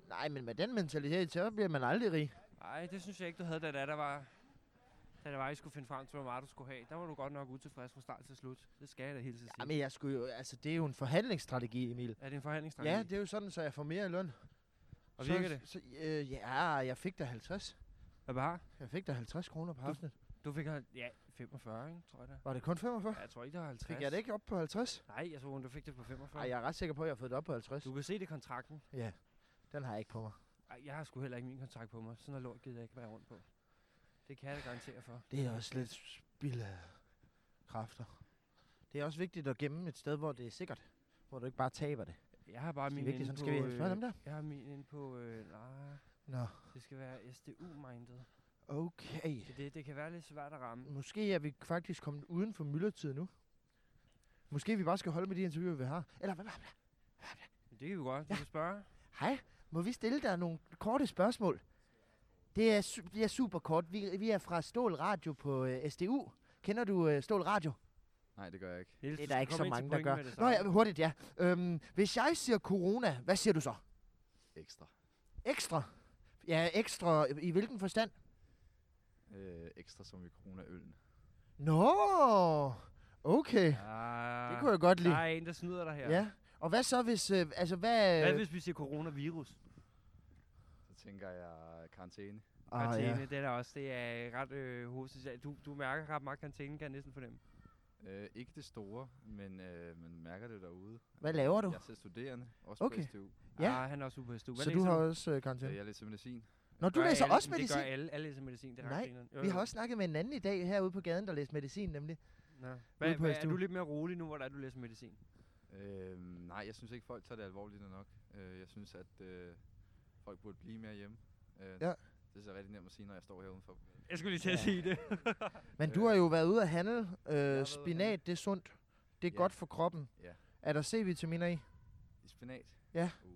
[SPEAKER 1] Nej, men med den mentalitet, så bliver man aldrig rig.
[SPEAKER 3] Nej, det synes jeg ikke, du havde, da det er, der var... Da det var, I skulle finde frem til, hvor meget du skulle have. Der var du godt nok utilfreds fra start til slut. Det skal jeg da hilse at sige.
[SPEAKER 1] Jamen, jeg skulle jo, altså, det er jo en forhandlingsstrategi, Emil.
[SPEAKER 3] er det en forhandlingsstrategi?
[SPEAKER 1] Ja, det er jo sådan, så jeg får mere i løn.
[SPEAKER 3] Og virker
[SPEAKER 1] så,
[SPEAKER 3] det?
[SPEAKER 1] Så, øh, ja, jeg fik da 50.
[SPEAKER 3] Hvad bare?
[SPEAKER 1] Jeg fik da 50 kroner på afsnit.
[SPEAKER 3] Du fik hold- ja, 45, ikke, tror jeg da.
[SPEAKER 1] Var det kun 45?
[SPEAKER 3] Ja, jeg tror ikke, det var 50.
[SPEAKER 1] Fik jeg det ikke op på 50?
[SPEAKER 3] Nej, jeg tror, du fik det på 45.
[SPEAKER 1] Nej, jeg er ret sikker på, at jeg har fået det op på 50.
[SPEAKER 3] Du kan se det i kontrakten.
[SPEAKER 1] Ja, den har jeg ikke på mig.
[SPEAKER 3] Ej, jeg har sgu heller ikke min kontrakt på mig. Sådan noget lort gider jeg ikke være rundt på. Det kan jeg da garantere for.
[SPEAKER 1] Det er også lidt spild af kræfter. Det er også vigtigt at gemme et sted, hvor det er sikkert. Hvor du ikke bare taber det.
[SPEAKER 3] Jeg har bare
[SPEAKER 1] Det er
[SPEAKER 3] min
[SPEAKER 1] vigtigt,
[SPEAKER 3] inde
[SPEAKER 1] sådan
[SPEAKER 3] på...
[SPEAKER 1] skal vi helst være
[SPEAKER 3] øh,
[SPEAKER 1] dem der.
[SPEAKER 3] Jeg har min inde på... Øh, nej,
[SPEAKER 1] Nå,
[SPEAKER 3] det skal være SDU-mindet.
[SPEAKER 1] okay.
[SPEAKER 3] Det, det, det kan være lidt svært at ramme.
[SPEAKER 1] Måske er vi faktisk kommet uden for myldretid nu. Måske vi bare skal holde med de interviewer, vi har. Eller hvad? hvad?
[SPEAKER 3] Men Det kan vi godt. Du kan spørge.
[SPEAKER 1] Hej, må vi stille dig nogle korte spørgsmål? Det er, su- det er super kort. Vi, vi er fra Stål Radio på øh, SDU. Kender du øh, Stål Radio?
[SPEAKER 7] Nej, det gør jeg ikke.
[SPEAKER 3] Niels,
[SPEAKER 1] Det
[SPEAKER 3] du
[SPEAKER 1] er der
[SPEAKER 3] skal
[SPEAKER 1] ikke så
[SPEAKER 3] komme ind til
[SPEAKER 1] mange, der gør.
[SPEAKER 3] pointen med det
[SPEAKER 1] Nå ja,
[SPEAKER 3] samme.
[SPEAKER 1] hurtigt ja. Øhm, hvis jeg siger corona, hvad siger du så?
[SPEAKER 7] Ekstra.
[SPEAKER 1] Ekstra? Ja, ekstra. I hvilken forstand?
[SPEAKER 7] Øh, ekstra som i coronaøllen.
[SPEAKER 1] Nå, okay.
[SPEAKER 3] Ah,
[SPEAKER 1] Det kunne jeg godt lide.
[SPEAKER 3] Der er en, der snyder dig her.
[SPEAKER 1] Ja. Og hvad så hvis, øh, altså hvad...
[SPEAKER 3] Hvad hvis vi siger coronavirus?
[SPEAKER 7] Så tænker jeg karantæne.
[SPEAKER 1] Ah,
[SPEAKER 3] Karantæne,
[SPEAKER 1] ja.
[SPEAKER 3] det er der også. Det er ret øh, hovedsocialt. Du, du mærker ret meget karantæne, kan jeg næsten fornemme.
[SPEAKER 7] Øh, ikke det store, men øh, man mærker det derude.
[SPEAKER 1] Hvad laver du?
[SPEAKER 7] Jeg er selv studerende, også okay.
[SPEAKER 1] Okay.
[SPEAKER 7] på STU.
[SPEAKER 1] Ja.
[SPEAKER 3] Ah, han er også super stor.
[SPEAKER 1] Så du har også øh,
[SPEAKER 7] Øh,
[SPEAKER 1] karantæne?
[SPEAKER 7] jeg læser medicin.
[SPEAKER 1] Nå, du læser
[SPEAKER 3] alle,
[SPEAKER 1] også
[SPEAKER 3] men Det
[SPEAKER 1] medicin.
[SPEAKER 3] gør alle. Alle læser medicin. Det er ret
[SPEAKER 1] Nej,
[SPEAKER 3] grineren. Øh, Jo,
[SPEAKER 1] Vi
[SPEAKER 3] jo.
[SPEAKER 1] har også snakket med en anden i dag herude på gaden, der læser medicin nemlig.
[SPEAKER 3] Nå. Hvad,
[SPEAKER 1] på
[SPEAKER 3] hvad, er
[SPEAKER 1] SDU.
[SPEAKER 3] du lidt mere rolig nu, hvor der er, du læser medicin?
[SPEAKER 7] Øh, nej, jeg synes ikke, folk tager det alvorligt nok. Øh, jeg synes, at øh, folk burde blive mere hjemme. Øh,
[SPEAKER 1] Ja.
[SPEAKER 7] Det er så rigtig nemt at sige, når jeg står her udenfor.
[SPEAKER 3] Jeg skulle lige til at sige det.
[SPEAKER 1] Men du
[SPEAKER 7] Øh.
[SPEAKER 1] har jo været ude at handle.
[SPEAKER 7] ude
[SPEAKER 1] Øh,
[SPEAKER 7] at handle.
[SPEAKER 1] spinat, det er sundt. Det er
[SPEAKER 7] Ja.
[SPEAKER 1] godt for kroppen.
[SPEAKER 7] Ja.
[SPEAKER 1] Er der C-vitaminer i?
[SPEAKER 7] I spinat?
[SPEAKER 1] Ja.
[SPEAKER 7] Uh,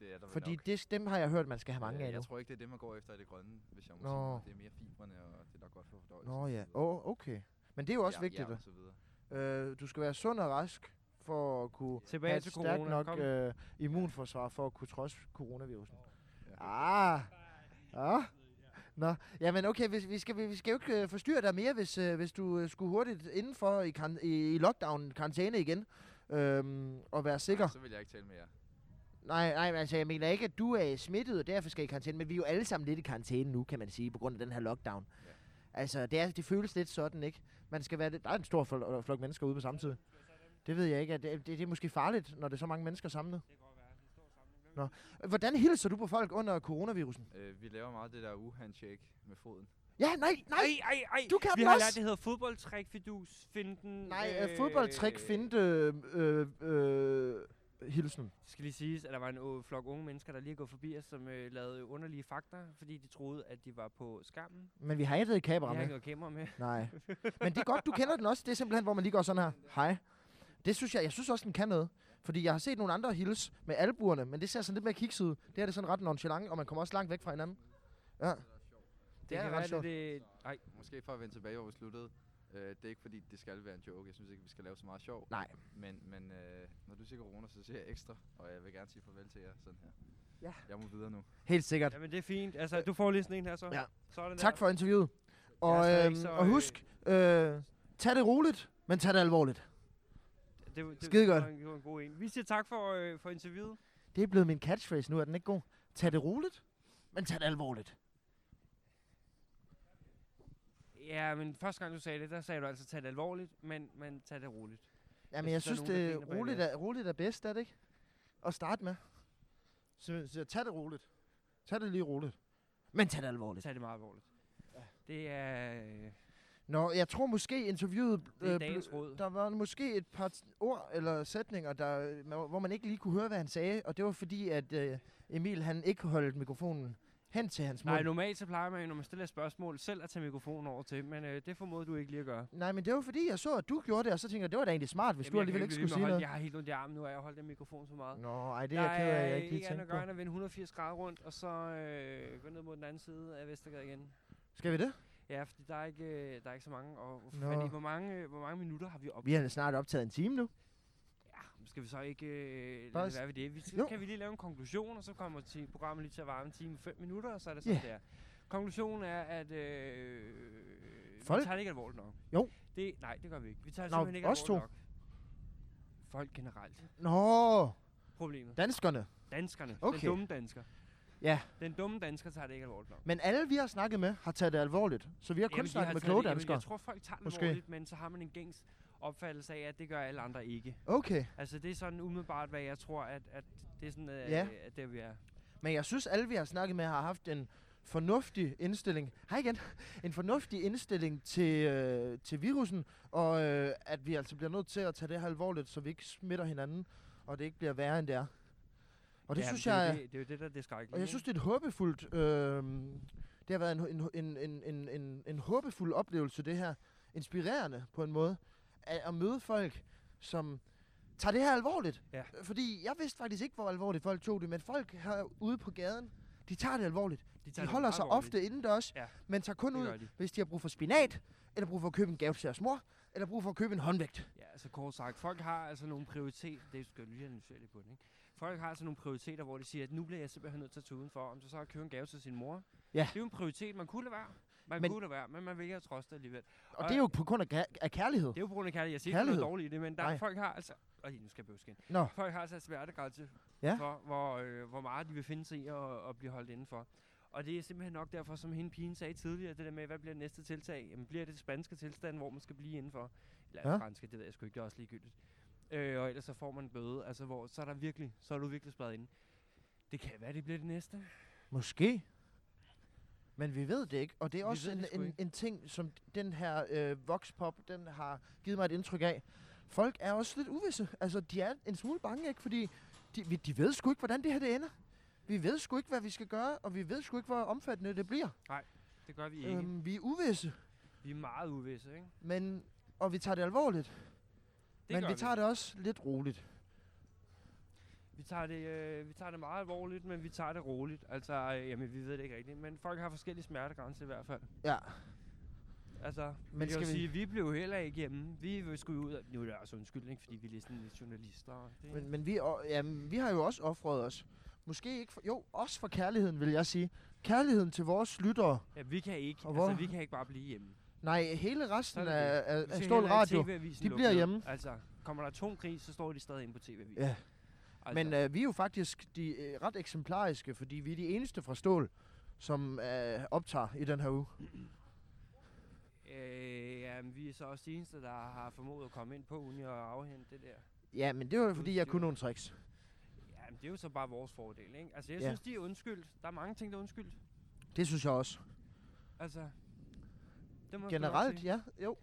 [SPEAKER 7] det er der vel
[SPEAKER 1] Fordi
[SPEAKER 7] nok.
[SPEAKER 1] det, dem har jeg hørt, man skal have mange
[SPEAKER 7] Øh,
[SPEAKER 1] af nu.
[SPEAKER 7] Jeg tror ikke, det er det, man går efter i det grønne, hvis jeg må
[SPEAKER 1] Nå.
[SPEAKER 7] sige noget. Det er mere fibrene, og det er der er godt for fordøjelsen.
[SPEAKER 1] Nå
[SPEAKER 7] og
[SPEAKER 1] ja,
[SPEAKER 7] så videre.
[SPEAKER 1] oh, okay. Men det er jo også
[SPEAKER 7] Jern-
[SPEAKER 1] vigtigt.
[SPEAKER 7] jern og så videre.
[SPEAKER 1] Øh, du skal være sund og rask for at kunne have
[SPEAKER 3] Tilbage
[SPEAKER 1] et
[SPEAKER 3] til
[SPEAKER 1] stærkt
[SPEAKER 3] corona.
[SPEAKER 1] nok
[SPEAKER 3] Kom.
[SPEAKER 1] øh, immunforsvar for at kunne trodse coronavirusen.
[SPEAKER 7] Ja.
[SPEAKER 1] Ah! Ja. Nå, jamen okay, vi, vi, skal, vi, vi skal jo ikke øh, forstyrre dig mere, hvis, øh, hvis du øh, skulle hurtigt indenfor i, kan, i, i lockdown, karantæne igen, øhm, og være sikker.
[SPEAKER 7] Ej, Så vil jeg ikke tale med jer.
[SPEAKER 1] Nej, nej, men altså jeg mener ikke, at du er smittet, og derfor skal i karantæne, men vi er jo alle sammen lidt i karantæne nu, kan man sige, på grund af den her lockdown.
[SPEAKER 7] Ja.
[SPEAKER 1] Altså, det, er, det føles lidt sådan, ikke? Man skal være lidt, der er en stor flok, flok mennesker ude på samme tid. Det ved jeg ikke, at det, det, det er måske farligt, når det er så mange mennesker samlet. Nå. Hvordan hilser du på folk under coronavirusen?
[SPEAKER 7] Øh, vi laver meget det der uhandshake med foden.
[SPEAKER 1] Ja, nej, nej!
[SPEAKER 3] Ej, ej, ej.
[SPEAKER 1] Du kan
[SPEAKER 3] Vi
[SPEAKER 1] den
[SPEAKER 3] har
[SPEAKER 1] også.
[SPEAKER 3] lært, det hedder fodboldtræk, fidus, finden.
[SPEAKER 1] Nej, øh, fodboldtrik finte øh, øh, hilsen.
[SPEAKER 3] Det skal lige siges, at der var en øh, flok unge mennesker, der lige er gået forbi os, som øh, lavede underlige fakter, fordi de troede, at de var på skammen.
[SPEAKER 1] Men vi har ikke taget
[SPEAKER 3] De
[SPEAKER 1] kamera
[SPEAKER 3] har
[SPEAKER 1] med.
[SPEAKER 3] ikke noget kamera med.
[SPEAKER 1] Nej. Men det er godt, du kender den også. Det er simpelthen, hvor man lige går sådan her. Hej. Det synes jeg, jeg synes også, den kan noget. Fordi jeg har set nogle andre hils med albuerne, men det ser sådan lidt mere kikset ud. Det her det er sådan ret nonchalant, og man kommer også langt væk fra hinanden. Ja. Det, det
[SPEAKER 3] kan
[SPEAKER 1] er
[SPEAKER 3] være,
[SPEAKER 1] ret sjovt.
[SPEAKER 3] Det, ej,
[SPEAKER 7] Måske for at vende tilbage, hvor vi sluttede. Øh, det er ikke fordi, det skal være en joke. Jeg synes ikke, vi skal lave så meget sjov.
[SPEAKER 1] Nej.
[SPEAKER 7] Men, men øh, når du siger corona, så siger jeg ekstra. Og jeg vil gerne sige farvel til jer sådan her.
[SPEAKER 1] Ja.
[SPEAKER 7] Jeg må videre nu.
[SPEAKER 1] Helt sikkert.
[SPEAKER 3] jamen det er fint. Altså, du får lige sådan en her så.
[SPEAKER 1] Ja.
[SPEAKER 3] Sådan
[SPEAKER 1] Tak
[SPEAKER 3] der.
[SPEAKER 1] for interviewet.
[SPEAKER 3] Jeg er
[SPEAKER 1] Og,
[SPEAKER 3] stadig
[SPEAKER 1] øhm,
[SPEAKER 3] ikke så,
[SPEAKER 1] og husk, øh, tag det roligt, men tag det alvorligt.
[SPEAKER 3] Det, det, det
[SPEAKER 1] Skide godt.
[SPEAKER 3] var en, det var en god en. Vi siger tak for, øh, for interviewet.
[SPEAKER 1] Det er blevet min catchphrase nu, er den ikke god? Tag det roligt, men tag det alvorligt.
[SPEAKER 3] Ja, men første gang du sagde det, der sagde du altså, tag det alvorligt, men, men tag det roligt.
[SPEAKER 1] Jamen, jeg
[SPEAKER 3] synes,
[SPEAKER 1] synes,
[SPEAKER 3] der Altså, er nogen,
[SPEAKER 1] det
[SPEAKER 3] der
[SPEAKER 1] er
[SPEAKER 3] griner bag
[SPEAKER 1] roligt, er, roligt er bedst, er det ikke? At starte med. Så, så tag det roligt. Tag det lige roligt. Men tag det alvorligt.
[SPEAKER 3] Tag det meget alvorligt. Det er... Øh,
[SPEAKER 1] Nå, jeg tror måske interviewet...
[SPEAKER 3] Det er
[SPEAKER 1] øh,
[SPEAKER 3] dagens
[SPEAKER 1] blev-
[SPEAKER 3] råd.
[SPEAKER 1] Der var måske et par t- ord eller sætninger, der, øh, man- hvor man ikke lige kunne høre, hvad han sagde. Og det var fordi, at øh, Emil han ikke holdt mikrofonen hen til hans mund.
[SPEAKER 3] Nej, normalt så plejer man jo, når man stiller et spørgsmål, selv at tage mikrofonen over til, men øh, det formåede du ikke lige at gøre.
[SPEAKER 1] Nej, men det var fordi, jeg så, at du gjorde det, og så tænkte jeg, det var da egentlig smart, hvis
[SPEAKER 3] Jamen,
[SPEAKER 1] du
[SPEAKER 3] jeg
[SPEAKER 1] alligevel
[SPEAKER 3] kan
[SPEAKER 1] ikke
[SPEAKER 3] blive ved
[SPEAKER 1] skulle sige
[SPEAKER 3] med at holde-
[SPEAKER 1] noget.
[SPEAKER 3] Jeg har helt ondt i armen nu, og jeg har holdt den mikrofon så meget.
[SPEAKER 1] Nå, ej, det
[SPEAKER 3] Der
[SPEAKER 1] er jeg ked af, jeg ikke lige
[SPEAKER 3] ikke andet
[SPEAKER 1] tænkte
[SPEAKER 3] at gøre end
[SPEAKER 1] på.
[SPEAKER 3] at vende 180 grader rundt, og så øh, gå ned mod den anden side af Vestergade igen.
[SPEAKER 1] Skal vi det?
[SPEAKER 3] Ja, fordi der er ikke, øh, der er ikke så mange, og
[SPEAKER 1] Nå.
[SPEAKER 3] fordi, hvor, mange, øh, hvor mange minutter har vi op?
[SPEAKER 1] Vi har snart optaget en time nu.
[SPEAKER 3] Skal vi så ikke øh,
[SPEAKER 1] Bare
[SPEAKER 3] lade
[SPEAKER 1] s-
[SPEAKER 3] det være ved det? Vi, så
[SPEAKER 1] Jo.
[SPEAKER 3] kan vi lige lave en konklusion, og så kommer til programmet lige til at varme en time 5 minutter, og så er det sådan
[SPEAKER 1] Ja.
[SPEAKER 3] yeah. der. Konklusionen er, at øh,
[SPEAKER 1] Folk-
[SPEAKER 3] vi tager det ikke alvorligt nok.
[SPEAKER 1] Jo.
[SPEAKER 3] Det, nej, det gør vi ikke. Vi tager det
[SPEAKER 1] Nå,
[SPEAKER 3] simpelthen ikke
[SPEAKER 1] os
[SPEAKER 3] alvorligt
[SPEAKER 1] to.
[SPEAKER 3] nok. Folk generelt.
[SPEAKER 1] Nå,
[SPEAKER 3] Problemet.
[SPEAKER 1] danskerne.
[SPEAKER 3] Danskerne.
[SPEAKER 1] Okay.
[SPEAKER 3] Den dumme dansker.
[SPEAKER 1] Ja.
[SPEAKER 3] Den dumme dansker tager det ikke alvorligt nok.
[SPEAKER 1] Men alle, vi har snakket med, har taget det alvorligt. Så vi har kun
[SPEAKER 3] Jamen, de
[SPEAKER 1] snakket
[SPEAKER 3] har
[SPEAKER 1] med
[SPEAKER 3] taget
[SPEAKER 1] kloge
[SPEAKER 3] det- jamen,
[SPEAKER 1] danskere.
[SPEAKER 3] Jeg tror, folk tager det
[SPEAKER 1] Måske.
[SPEAKER 3] alvorligt, men så har man en gængs opfattelse af, at det gør alle andre ikke.
[SPEAKER 1] Okay,
[SPEAKER 3] Altså, det er sådan umiddelbart, hvad jeg tror, at, at det er sådan, øh,
[SPEAKER 1] Ja.
[SPEAKER 3] at det vi er.
[SPEAKER 1] men jeg synes, alle, vi har snakket med, har haft en fornuftig indstilling. Hej igen. En fornuftig indstilling til, øh, til virussen, og øh, at vi altså bliver nødt til at tage det her alvorligt, så vi ikke smitter hinanden, og det ikke bliver værre, end det er. Og det
[SPEAKER 3] Jamen,
[SPEAKER 1] synes
[SPEAKER 3] det er
[SPEAKER 1] jeg...
[SPEAKER 3] jo Det, det er jo det, der er det skrækkelige.
[SPEAKER 1] Og jeg
[SPEAKER 3] ikke?
[SPEAKER 1] synes, det er et håbefuldt... Øh, det har været en, en, en, en, en, en håbefuld oplevelse, det her. Inspirerende på en måde. At, at møde folk, som tager det her alvorligt.
[SPEAKER 3] Ja.
[SPEAKER 1] Fordi jeg vidste faktisk ikke, hvor alvorligt folk tog det, men folk herude på gaden, de tager det alvorligt.
[SPEAKER 3] tager
[SPEAKER 1] De
[SPEAKER 3] det
[SPEAKER 1] holder
[SPEAKER 3] meget
[SPEAKER 1] sig
[SPEAKER 3] alvorligt.
[SPEAKER 1] ofte indendørs,
[SPEAKER 3] Ja.
[SPEAKER 1] men tager kun
[SPEAKER 3] Det
[SPEAKER 1] ud,
[SPEAKER 3] gør de.
[SPEAKER 1] hvis de har brug for spinat, eller brug for at købe en gave til deres mor, eller brug for at købe en håndvægt.
[SPEAKER 3] Ja, altså kort sagt, folk har altså nogle prioriteter. Det skal jeg lige analysere lidt på den, ikke? Folk har altså nogle prioriteter, hvor de siger, at nu bliver jeg simpelthen nødt til at tage udenfor, om så så at købe en gave til sin mor.
[SPEAKER 1] Ja.
[SPEAKER 3] Det er jo en prioritet, man kunne lade være. Man
[SPEAKER 1] Men-
[SPEAKER 3] men, kunne lade være, men man vælger at trods alligevel.
[SPEAKER 1] Og, det er jo på grund af, kær- af kærlighed.
[SPEAKER 3] Det er jo på grund af kærlighed. Jeg siger ikke, det er
[SPEAKER 1] Kærlighed.
[SPEAKER 3] noget dårligt i det, men der
[SPEAKER 1] Nej.
[SPEAKER 3] er, folk har altså... Øj, nu skal jeg bøvske ind.
[SPEAKER 1] Nå.
[SPEAKER 3] Folk har altså et smertegrænse
[SPEAKER 1] Ja.
[SPEAKER 3] for, hvor, øh, hvor meget de vil finde sig i og, og blive holdt indenfor. Og det er simpelthen nok derfor, som hende pigen sagde tidligere, det der med, hvad bliver næste tiltag? Jamen, bliver det spanske tilstand, hvor man skal blive indenfor? Eller
[SPEAKER 1] Ja.
[SPEAKER 3] ja. franske, det ved jeg sgu ikke, det er også ligegyldigt. Øh, og ellers så får man en bøde, altså hvor, så er der virkelig, så er du virkelig spadet inde. Det kan være, det bliver det næste.
[SPEAKER 1] Måske. Men vi ved det ikke, og det er
[SPEAKER 3] Vi
[SPEAKER 1] også
[SPEAKER 3] ved
[SPEAKER 1] en,
[SPEAKER 3] det sgu
[SPEAKER 1] en,
[SPEAKER 3] ikke.
[SPEAKER 1] en ting, som den her øh, voxpop, den har givet mig et indtryk af. Folk er også lidt uvisse. Altså, de er en smule bange, ikke? Fordi de, vi- de ved sgu ikke, hvordan det her det ender. Vi ved sgu ikke, hvad vi skal gøre, og vi ved sgu ikke, hvor omfattende det bliver.
[SPEAKER 3] Det gør vi ikke. Øhm.
[SPEAKER 1] Øhm, vi er uvisse,
[SPEAKER 3] Vi er meget uvisse, ikke?
[SPEAKER 1] men, og vi tager det alvorligt.
[SPEAKER 3] Det
[SPEAKER 1] men
[SPEAKER 3] gør
[SPEAKER 1] vi tager det også lidt roligt.
[SPEAKER 3] Vi tager, det, øh, vi tager det meget alvorligt, men vi tager det roligt. Altså, øh, jamen, vi ved det ikke rigtigt, men folk har forskellige smertegrænser i hvert fald.
[SPEAKER 1] Ja.
[SPEAKER 3] Altså,
[SPEAKER 1] Men
[SPEAKER 3] men vi
[SPEAKER 1] skal
[SPEAKER 3] skal
[SPEAKER 1] vi-
[SPEAKER 3] jo sige, vi blev heller ikke hjemme. Vi øh, skulle jo ud af... Nu er det altså undskyldning, fordi vi er sådan lidt journalister. og Det,
[SPEAKER 1] Men, men vi, er o- jamen, vi har jo også offret os. Måske ikke for, jo, også for kærligheden, vil jeg sige. Kærligheden til vores lyttere.
[SPEAKER 3] ja, vi kan ikke.
[SPEAKER 1] Og
[SPEAKER 3] Og altså,
[SPEAKER 1] hvor-
[SPEAKER 3] vi kan ikke bare blive hjemme.
[SPEAKER 1] Nej, hele resten
[SPEAKER 3] Sådan er
[SPEAKER 1] af, af,
[SPEAKER 3] Vi
[SPEAKER 1] af
[SPEAKER 3] ser
[SPEAKER 1] Stål
[SPEAKER 3] heller ikke
[SPEAKER 1] Radio.
[SPEAKER 3] TV-avisen
[SPEAKER 1] de
[SPEAKER 3] lukke
[SPEAKER 1] bliver
[SPEAKER 3] ned.
[SPEAKER 1] hjemme.
[SPEAKER 3] Altså, kommer der atomkrig, så står de stadig inde på tv-avisen.
[SPEAKER 1] Ja.
[SPEAKER 3] Altså,
[SPEAKER 1] Men øh, vi er jo faktisk de øh, ret eksemplariske, fordi vi er de eneste fra Stål, som øh, optager i den her uge.
[SPEAKER 3] øh, jamen, vi er så også de eneste, der har formået at komme ind på uni og afhente det der.
[SPEAKER 1] Ja, men det var jo fordi, jeg
[SPEAKER 3] Udstyr.
[SPEAKER 1] kunne nogle tricks.
[SPEAKER 3] Jamen, det er jo så bare vores fordel, ikke? Altså, jeg
[SPEAKER 1] Ja.
[SPEAKER 3] ja. synes, de er undskyldt. Der er mange ting, der er undskyldt.
[SPEAKER 1] Det synes jeg også.
[SPEAKER 3] Altså, det må jeg sgu nok
[SPEAKER 1] Generelt,
[SPEAKER 3] sige.
[SPEAKER 1] ja. Jo.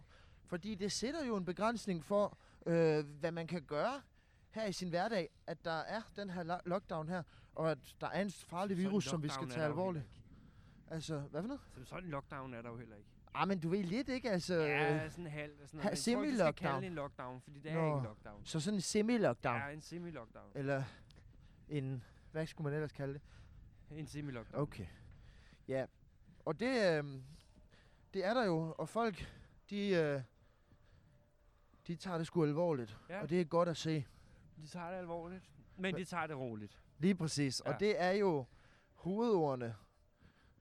[SPEAKER 1] Fordi det sætter jo en begrænsning for, øh, hvad man kan gøre her i sin hverdag, at der er den her lo- lockdown her, og at der er en farlig
[SPEAKER 3] Sådan
[SPEAKER 1] virus, som vi
[SPEAKER 3] lockdown
[SPEAKER 1] skal tage
[SPEAKER 3] er der jo
[SPEAKER 1] alvorligt.
[SPEAKER 3] heller ikke.
[SPEAKER 1] Altså, hvad for noget?
[SPEAKER 3] Som sådan en lockdown er der jo heller ikke.
[SPEAKER 1] Ah, men du ved lidt, ikke? Altså,
[SPEAKER 3] Ja, sådan en halv. Sådan
[SPEAKER 1] ha-
[SPEAKER 3] noget. Jeg tror, ikke, vi skal
[SPEAKER 1] semi-lockdown.
[SPEAKER 3] kalde det en lockdown, fordi det er
[SPEAKER 1] Nå.
[SPEAKER 3] ikke en lockdown.
[SPEAKER 1] Så sådan en semi-lockdown.
[SPEAKER 3] Ja, en semi-lockdown.
[SPEAKER 1] Eller en, hvad skulle man ellers kalde det?
[SPEAKER 3] En semi-lockdown.
[SPEAKER 1] Øh, Okay. Ja, og det, øh, det er der jo, og folk, de, øh, de tager det sgu alvorligt,
[SPEAKER 3] Ja.
[SPEAKER 1] og det er godt at se.
[SPEAKER 3] De tager det alvorligt, men de tager det roligt.
[SPEAKER 1] Lige præcis, ja.
[SPEAKER 3] Ja.
[SPEAKER 1] og det er jo hovedordene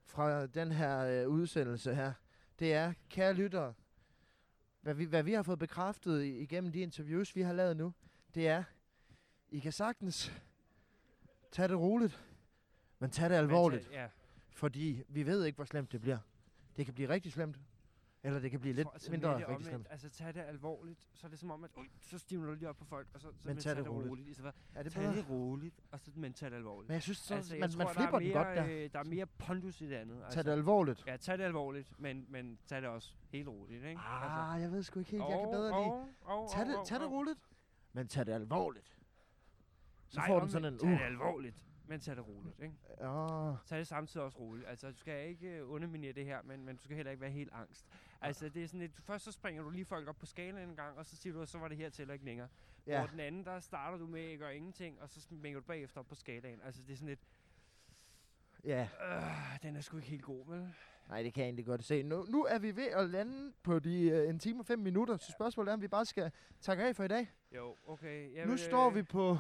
[SPEAKER 1] fra den her øh, udsendelse her. Det er, kære lyttere, hvad vi, hvad vi har fået bekræftet i- igennem de interviews, vi har lavet nu, det er, I kan sagtens tage det roligt, men tag det alvorligt.
[SPEAKER 3] Man tager- Ja,
[SPEAKER 1] Fordi vi ved ikke, hvor slemt det bliver. Det kan blive rigtig slemt. Eller det kan blive lidt
[SPEAKER 3] tror, altså,
[SPEAKER 1] mindre
[SPEAKER 3] mere det
[SPEAKER 1] rigtig
[SPEAKER 3] omvendt.
[SPEAKER 1] slemt.
[SPEAKER 3] Altså, tag det alvorligt, så er det som om, at ui, så stivner du lige op på folk, og så, så
[SPEAKER 1] Men
[SPEAKER 3] men
[SPEAKER 1] tag
[SPEAKER 3] tag
[SPEAKER 1] det
[SPEAKER 3] det
[SPEAKER 1] roligt.
[SPEAKER 3] roligt. I stedet for,
[SPEAKER 1] Er det
[SPEAKER 3] tag
[SPEAKER 1] bedre?
[SPEAKER 3] det roligt, og så men tag det alvorligt.
[SPEAKER 1] Men jeg synes, så, altså,
[SPEAKER 3] jeg
[SPEAKER 1] man, man
[SPEAKER 3] tror, der er
[SPEAKER 1] flipper den
[SPEAKER 3] mere,
[SPEAKER 1] godt der.
[SPEAKER 3] Øh, der er mere pondus i det andet. Altså,
[SPEAKER 1] Tag det alvorligt.
[SPEAKER 3] Ja, tag det alvorligt, men, men tag det også helt roligt, ikke? Altså.
[SPEAKER 1] Ah, jeg ved sgu ikke helt. Jeg kan bedre lide. Tag det, tag det roligt. Men tag det alvorligt. Så får den sådan en...
[SPEAKER 3] Tag det
[SPEAKER 1] Uh.
[SPEAKER 3] alvorligt, men tag det roligt, ikke?
[SPEAKER 1] Åh.
[SPEAKER 3] Tag det samtidig også roligt. Altså, du skal ikke øh, underminere det her, men, men du skal heller ikke være helt angst. Altså, det er sådan lidt... Først så springer du lige folk op på skalaen en gang, og så siger du, at så var det her til ikke længere. Ja.
[SPEAKER 1] Ja.
[SPEAKER 3] Hvor den anden, der starter du med at gøre ingenting, og så smækker du bagefter op på skalaen. Altså, det er sådan lidt...
[SPEAKER 1] Ja.
[SPEAKER 3] Øh, den er sgu ikke helt god, vel?
[SPEAKER 1] Nej, det kan jeg egentlig godt se. Nu, nu er vi ved at lande på de øh, en time og fem minutter, så spørgsmålet er, om vi bare skal takke af for i dag.
[SPEAKER 3] Jo, okay. øh,
[SPEAKER 1] nu står vi på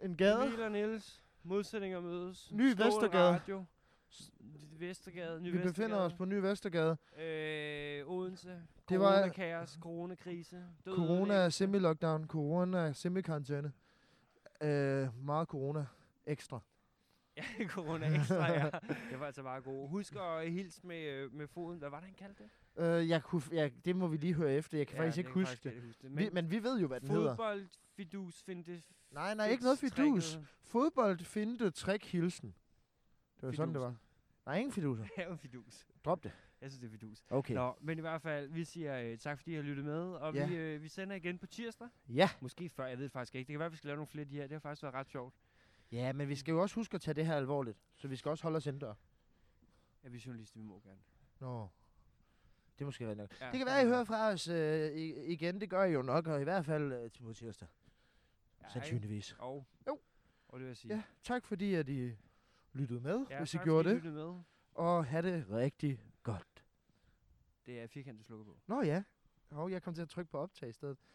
[SPEAKER 1] en gade.
[SPEAKER 3] Emil og Niels, modsætninger mødes.
[SPEAKER 1] Ny
[SPEAKER 3] Stål
[SPEAKER 1] Vestergade.
[SPEAKER 3] Radio. S- Vestergade, Ny
[SPEAKER 1] Vi befinder os på Ny Vestergade.
[SPEAKER 3] Øh, Odense.
[SPEAKER 1] Det var-
[SPEAKER 3] Coronakaos, coronakrise. død,
[SPEAKER 1] Corona er
[SPEAKER 3] ødelæggelse.
[SPEAKER 1] semi-lockdown, corona er semi-karantæne. Øh, meget corona ekstra.
[SPEAKER 3] Ja, corona ekstra, ja. Det var altså meget godt. Husk at hilse med, øh, med foden. Hvad var det, han kaldte det?
[SPEAKER 1] Øh, jeg kunne, f- ja, det må vi lige høre efter. Jeg kan ja, faktisk ikke huske det.
[SPEAKER 3] Ikke huske det.
[SPEAKER 1] Men, vi, men vi ved jo, hvad den hedder.
[SPEAKER 3] fodbold, fidus, finde
[SPEAKER 1] Nej, nej, ikke noget fidus. Fodbold, finte, trick, hilsen. Det var fidus. sådan, det
[SPEAKER 3] Fidusen.
[SPEAKER 1] var. Nej, ingen fiduser.
[SPEAKER 3] Det er jo fidus.
[SPEAKER 1] Drop det.
[SPEAKER 3] Jeg synes, det er fidus.
[SPEAKER 1] Okay.
[SPEAKER 3] Nå, men i hvert fald, vi siger øh, tak, fordi I har lyttet med. Og
[SPEAKER 1] Ja.
[SPEAKER 3] vi, øh, vi sender igen på tirsdag.
[SPEAKER 1] Ja.
[SPEAKER 3] Måske før, jeg ved det faktisk ikke. Det kan være, vi skal lave nogle flere af de her. Det har faktisk været ret sjovt.
[SPEAKER 1] ja, men vi skal jo også huske at tage det her alvorligt. Så vi skal også holde os indendør.
[SPEAKER 3] Ja, vi er journalister, vi må gerne.
[SPEAKER 1] Nå. Det er måske rigtig nok.
[SPEAKER 3] Ja,
[SPEAKER 1] Det kan være, I hører fra os øh, i- igen. Det gør I jo nok, og i hvert fald øh, til på tirsdag.
[SPEAKER 3] Ja, ikke?
[SPEAKER 1] Sandsynligvis.
[SPEAKER 3] Og,
[SPEAKER 1] Jo.
[SPEAKER 3] og det vil jeg sige.
[SPEAKER 1] Ja, tak fordi, at I lyttede med, ja, hvis I
[SPEAKER 3] tak,
[SPEAKER 1] gjorde
[SPEAKER 3] fordi
[SPEAKER 1] det.
[SPEAKER 3] lyttede Med.
[SPEAKER 1] Og have det rigtig godt.
[SPEAKER 3] Det er firkantet slukker på.
[SPEAKER 1] Nå ja. Hov, jeg kom til at trykke på optag i stedet.